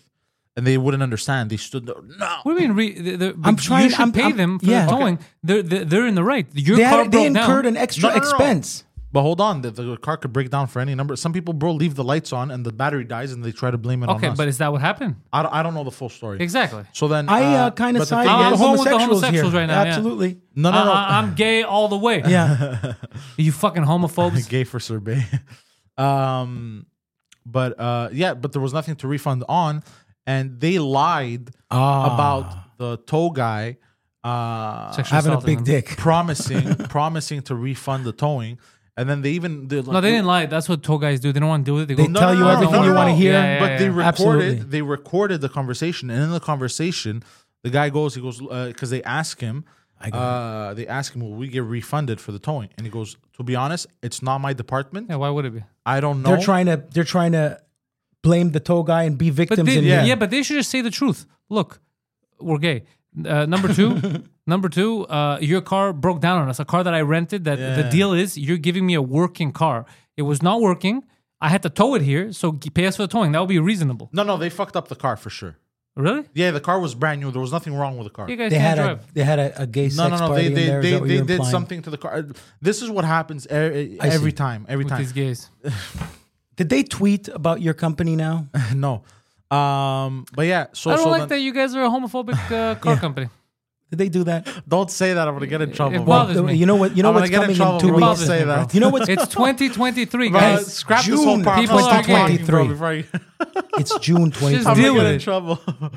Speaker 1: and they wouldn't understand. They stood there, no.
Speaker 2: What do you mean? Re, the, the,
Speaker 3: I'm
Speaker 2: I'm trying.
Speaker 3: trying-
Speaker 2: You should
Speaker 3: I'm-
Speaker 2: pay
Speaker 3: I'm-
Speaker 2: them for
Speaker 3: yeah.
Speaker 2: the
Speaker 3: Okay.
Speaker 2: towing. They're, they're they're in the right. Your
Speaker 3: they,
Speaker 2: car
Speaker 3: had, they
Speaker 2: broke
Speaker 3: incurred
Speaker 2: down.
Speaker 3: an extra
Speaker 1: No, no, no, no.
Speaker 3: expense.
Speaker 1: But hold on, the, the car could break down for any number. Some people, bro, leave the lights on and the battery dies, and they try to blame it
Speaker 2: okay,
Speaker 1: on us.
Speaker 2: but is that what happened?
Speaker 1: I don't, I don't know the full story.
Speaker 2: Exactly.
Speaker 1: So then
Speaker 3: I uh, kind
Speaker 1: but
Speaker 3: of
Speaker 1: the
Speaker 3: side
Speaker 1: thing
Speaker 2: I'm
Speaker 3: with the
Speaker 1: is-
Speaker 2: going with the
Speaker 3: homosexuals here.
Speaker 2: homosexuals right now, yeah.
Speaker 3: Absolutely.
Speaker 1: No, no, no.
Speaker 2: I, am gay all the way.
Speaker 3: Yeah.
Speaker 2: You fucking homophobes.
Speaker 1: gay for sorbet. um, but uh, yeah, but there was nothing to refund on, and they lied
Speaker 3: Ah.
Speaker 1: about the tow guy uh,
Speaker 2: Sexual
Speaker 3: Having a
Speaker 2: assaulting
Speaker 3: big
Speaker 2: them.
Speaker 3: dick.
Speaker 1: promising promising to refund the towing, and then they even they're like,
Speaker 2: No, they didn't lie. That's what tow guys do. They don't want to deal with it. They, go,
Speaker 3: They tell you everything you wanna hear.
Speaker 2: Yeah, yeah,
Speaker 1: but they recorded
Speaker 2: yeah.
Speaker 3: Absolutely.
Speaker 1: they recorded the conversation, and in the conversation, the guy goes, he goes because they ask him. Uh, they ask him, "Will we get refunded for the towing?" And he goes, "To be honest, it's not my department.
Speaker 2: Yeah, why would it be?
Speaker 1: I don't know."
Speaker 3: They're trying to they're trying to blame the tow guy and be
Speaker 2: But
Speaker 3: victims
Speaker 2: they,
Speaker 3: in
Speaker 2: yeah.
Speaker 3: here.
Speaker 2: but they should just say the truth. Look, we're gay. Uh, number two, number two, uh, your car broke down on us. A car that I rented. That the deal is you're giving me a working car. It was not working. I had to tow it here, so g- pay us for the towing. That would be reasonable.
Speaker 1: No, no, they fucked up the car for sure.
Speaker 2: Really?
Speaker 1: Yeah, the car was brand new. There was nothing wrong with the car.
Speaker 2: You guys
Speaker 3: they
Speaker 2: can't
Speaker 3: had
Speaker 2: drive.
Speaker 3: a they had a, a gay
Speaker 1: No,
Speaker 3: sex
Speaker 1: no, no.
Speaker 3: party
Speaker 1: They
Speaker 3: in
Speaker 1: they
Speaker 3: there. is
Speaker 1: they,
Speaker 3: that what
Speaker 1: they
Speaker 3: you're
Speaker 1: did
Speaker 3: implying?
Speaker 1: something to the car. This is what happens e- e-
Speaker 3: I see.
Speaker 1: every time. Every
Speaker 2: with
Speaker 1: time.
Speaker 2: these gays.
Speaker 3: Did they tweet about your company now?
Speaker 1: no. Um. But yeah. So
Speaker 2: I don't
Speaker 1: so
Speaker 2: like
Speaker 1: then-
Speaker 2: that you guys are a homophobic uh, car company.
Speaker 3: Did they do that?
Speaker 1: Don't say that. I'm gonna get in trouble. bro.
Speaker 2: bothers me.
Speaker 3: You know what? You know
Speaker 1: I'm gonna
Speaker 3: what's
Speaker 1: get in
Speaker 3: coming
Speaker 1: trouble.
Speaker 3: in two
Speaker 1: bro. Don't
Speaker 3: weeks.
Speaker 1: say that.
Speaker 3: You know what's
Speaker 2: It's 2023,
Speaker 1: Bro,
Speaker 2: guys.
Speaker 1: scrap this whole
Speaker 3: June
Speaker 1: part.
Speaker 2: People are gay.
Speaker 3: 2023.
Speaker 1: Before I,
Speaker 3: it's June
Speaker 1: I'm
Speaker 3: 2020.
Speaker 1: gonna
Speaker 2: Deal with
Speaker 1: get in
Speaker 2: it.
Speaker 1: trouble.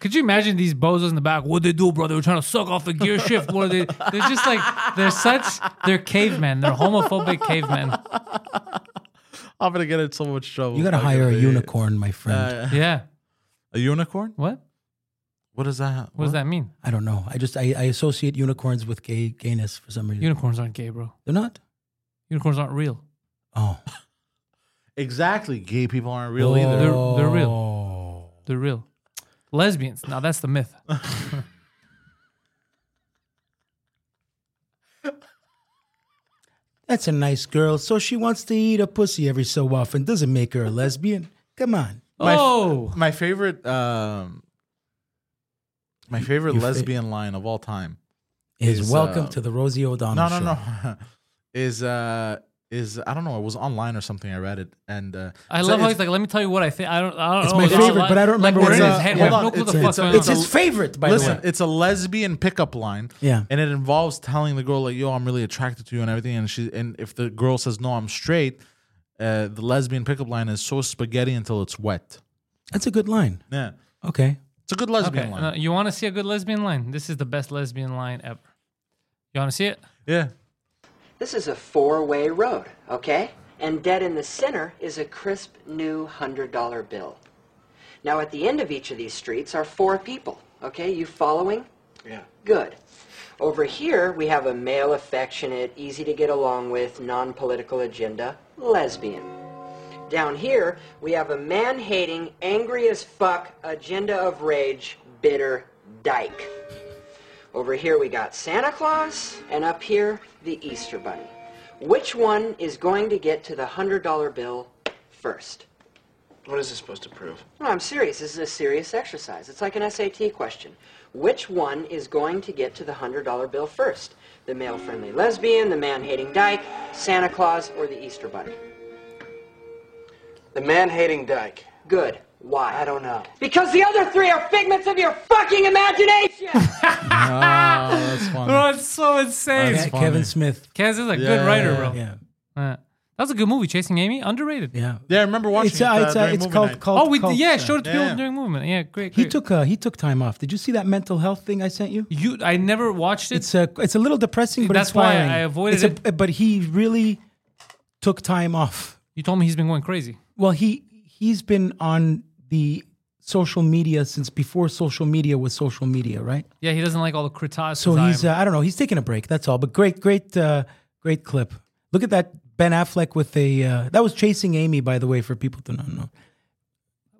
Speaker 2: Could you imagine these bozos in the back? What they do, bro? They were trying to suck off the gear shift. What are they? They're just like they're such they're cavemen. They're homophobic cavemen.
Speaker 1: I'm gonna get in so much trouble.
Speaker 3: You gotta
Speaker 1: Fucking
Speaker 3: hire a
Speaker 1: idiot.
Speaker 3: unicorn, my friend.
Speaker 2: Yeah.
Speaker 1: A unicorn?
Speaker 2: What?
Speaker 1: What does that?
Speaker 2: What does that mean?
Speaker 3: I don't know. I just I, I associate unicorns with gay gayness for some reason.
Speaker 2: Unicorns aren't gay, bro.
Speaker 3: They're not.
Speaker 2: Unicorns aren't real.
Speaker 3: Oh,
Speaker 1: Exactly. Gay people aren't real
Speaker 2: They're
Speaker 1: either.
Speaker 2: they're real.
Speaker 3: Oh.
Speaker 2: They're real. Lesbians. Now that's the myth.
Speaker 3: Eh, That's a nice girl. So she wants to eat a pussy every so often. Doesn't make her a lesbian. Come on.
Speaker 1: My f-
Speaker 2: Oh.
Speaker 1: my favorite, um, my favorite
Speaker 3: your fa-
Speaker 1: lesbian line of all time.
Speaker 3: Is
Speaker 1: Is,
Speaker 3: welcome
Speaker 1: uh,
Speaker 3: to the Rosie O'Donnell
Speaker 1: No,
Speaker 3: show.
Speaker 1: no, no. is uh, is I don't know. It was online or something. I read it, and uh,
Speaker 2: I
Speaker 1: it's-
Speaker 2: love how
Speaker 1: it's-
Speaker 2: he's like, let me tell you what I think. I don't, I don't
Speaker 3: It's
Speaker 2: know.
Speaker 3: my
Speaker 2: all
Speaker 3: favorite,
Speaker 2: li-
Speaker 3: but I don't
Speaker 2: like,
Speaker 3: remember
Speaker 2: where
Speaker 3: what
Speaker 2: in
Speaker 3: it
Speaker 2: his
Speaker 3: is.
Speaker 2: head.
Speaker 1: Hold
Speaker 2: I have
Speaker 1: on,
Speaker 2: no clue
Speaker 1: it's-
Speaker 2: the
Speaker 1: it's
Speaker 2: fuck.
Speaker 1: a-
Speaker 2: going
Speaker 3: It's
Speaker 2: on.
Speaker 3: his favorite, by
Speaker 1: Listen,
Speaker 3: the way.
Speaker 1: it's a lesbian pickup line.
Speaker 3: Yeah.
Speaker 1: And it involves telling the girl like, "Yo, I'm really attracted to you" and everything. And she and if the girl says no, I'm straight. Uh, the lesbian pickup line is so spaghetti until it's wet.
Speaker 3: That's a good line.
Speaker 1: Yeah,
Speaker 3: Okay. Uh,
Speaker 1: it's a good lesbian
Speaker 2: Okay,
Speaker 1: line.
Speaker 2: no, you want to see a good lesbian line? This is the best lesbian line ever. You want to see it?
Speaker 1: yeah,
Speaker 6: This is a four way road, okay? And dead in the center is a crisp new $100 bill. Now, at the end of each of these streets are four people, okay? You following? Yeah. Good. Over here, we have a male affectionate, easy to get along with, non political agenda, lesbian. Down here, we have a man hating, angry as fuck, agenda of rage, bitter dyke. Over here we got Santa Claus, and up here, the Easter Bunny. Which one is going to get to the $100 bill first?
Speaker 7: What is this supposed to prove?
Speaker 6: No, I'm serious. This is a serious exercise. It's like an SAT question. Which one is going to get to the $100 bill first? The male friendly lesbian, the man hating dyke, Santa Claus, or the Easter Bunny?
Speaker 7: The man-hating dyke.
Speaker 6: Good. Why?
Speaker 7: I don't know.
Speaker 6: Because the other three are figments of your fucking imagination!
Speaker 1: Ah, that's funny.
Speaker 2: Bro, it's so insane.
Speaker 1: That's
Speaker 3: Ke-
Speaker 1: funny.
Speaker 3: Kevin Smith.
Speaker 2: Kaz is a
Speaker 1: Yeah,
Speaker 2: good writer,
Speaker 1: yeah,
Speaker 2: bro.
Speaker 3: Yeah.
Speaker 2: Uh, that was a good movie, Chasing Amy. Underrated.
Speaker 3: Yeah.
Speaker 1: Yeah, I remember watching
Speaker 3: It's,
Speaker 1: it.
Speaker 3: uh,
Speaker 1: uh,
Speaker 3: it's, uh,
Speaker 1: during
Speaker 3: it's
Speaker 1: movie
Speaker 3: called,
Speaker 1: night.
Speaker 3: called.
Speaker 2: Oh, we
Speaker 3: called, uh,
Speaker 2: yeah, showed it to
Speaker 1: Yeah,
Speaker 2: people
Speaker 1: yeah.
Speaker 2: during movement. Yeah, great.
Speaker 3: He
Speaker 2: great.
Speaker 3: took uh, he took time off. Did you see that mental health thing I sent you?
Speaker 2: you. I never watched it.
Speaker 3: It's a it's a little depressing, but
Speaker 2: That's why
Speaker 3: inspiring.
Speaker 2: I avoided
Speaker 3: it's A, but he really took time off.
Speaker 2: you told me he's been going crazy.
Speaker 3: Well, he he's been on the social media since before social media was social media, right?
Speaker 2: Yeah, he doesn't like all the criticism.
Speaker 3: So he's uh, I don't know. He's taking a break. That's all. But great, great, uh, great clip. Look at that Ben Affleck with a uh, that was chasing Amy, by the way, for people to not know.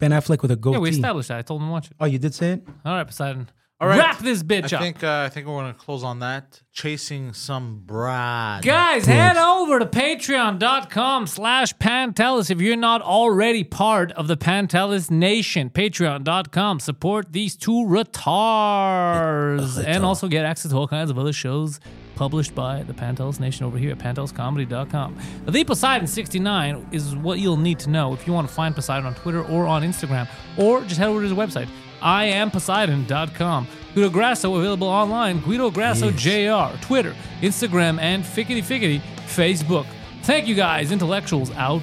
Speaker 3: Ben Affleck with a
Speaker 2: yeah, we
Speaker 3: goatee.
Speaker 2: established that. I told him to watch it.
Speaker 3: oh, you did say it.
Speaker 2: All right, Poseidon.
Speaker 1: All right.
Speaker 2: Wrap this bitch
Speaker 1: I
Speaker 2: up.
Speaker 1: think uh, I think we're gonna close on that. Chasing some bride.
Speaker 2: Guys, head over to patreon.com slash Pantelis if you're not already part of the Pantelis Nation. Patreon.com. Support these two retards. And also get access to all kinds of other shows published by the Pantelis Nation over here at panteliscomedy.com. The Poseidon69 is what you'll need to know if you want to find Poseidon on Twitter or on Instagram, or just head over to his website, iamposeidon.com. Guido Grasso available online, Guido Grasso JR, Twitter, Instagram, and fickety fickety, Facebook. Thank you guys, intellectuals out.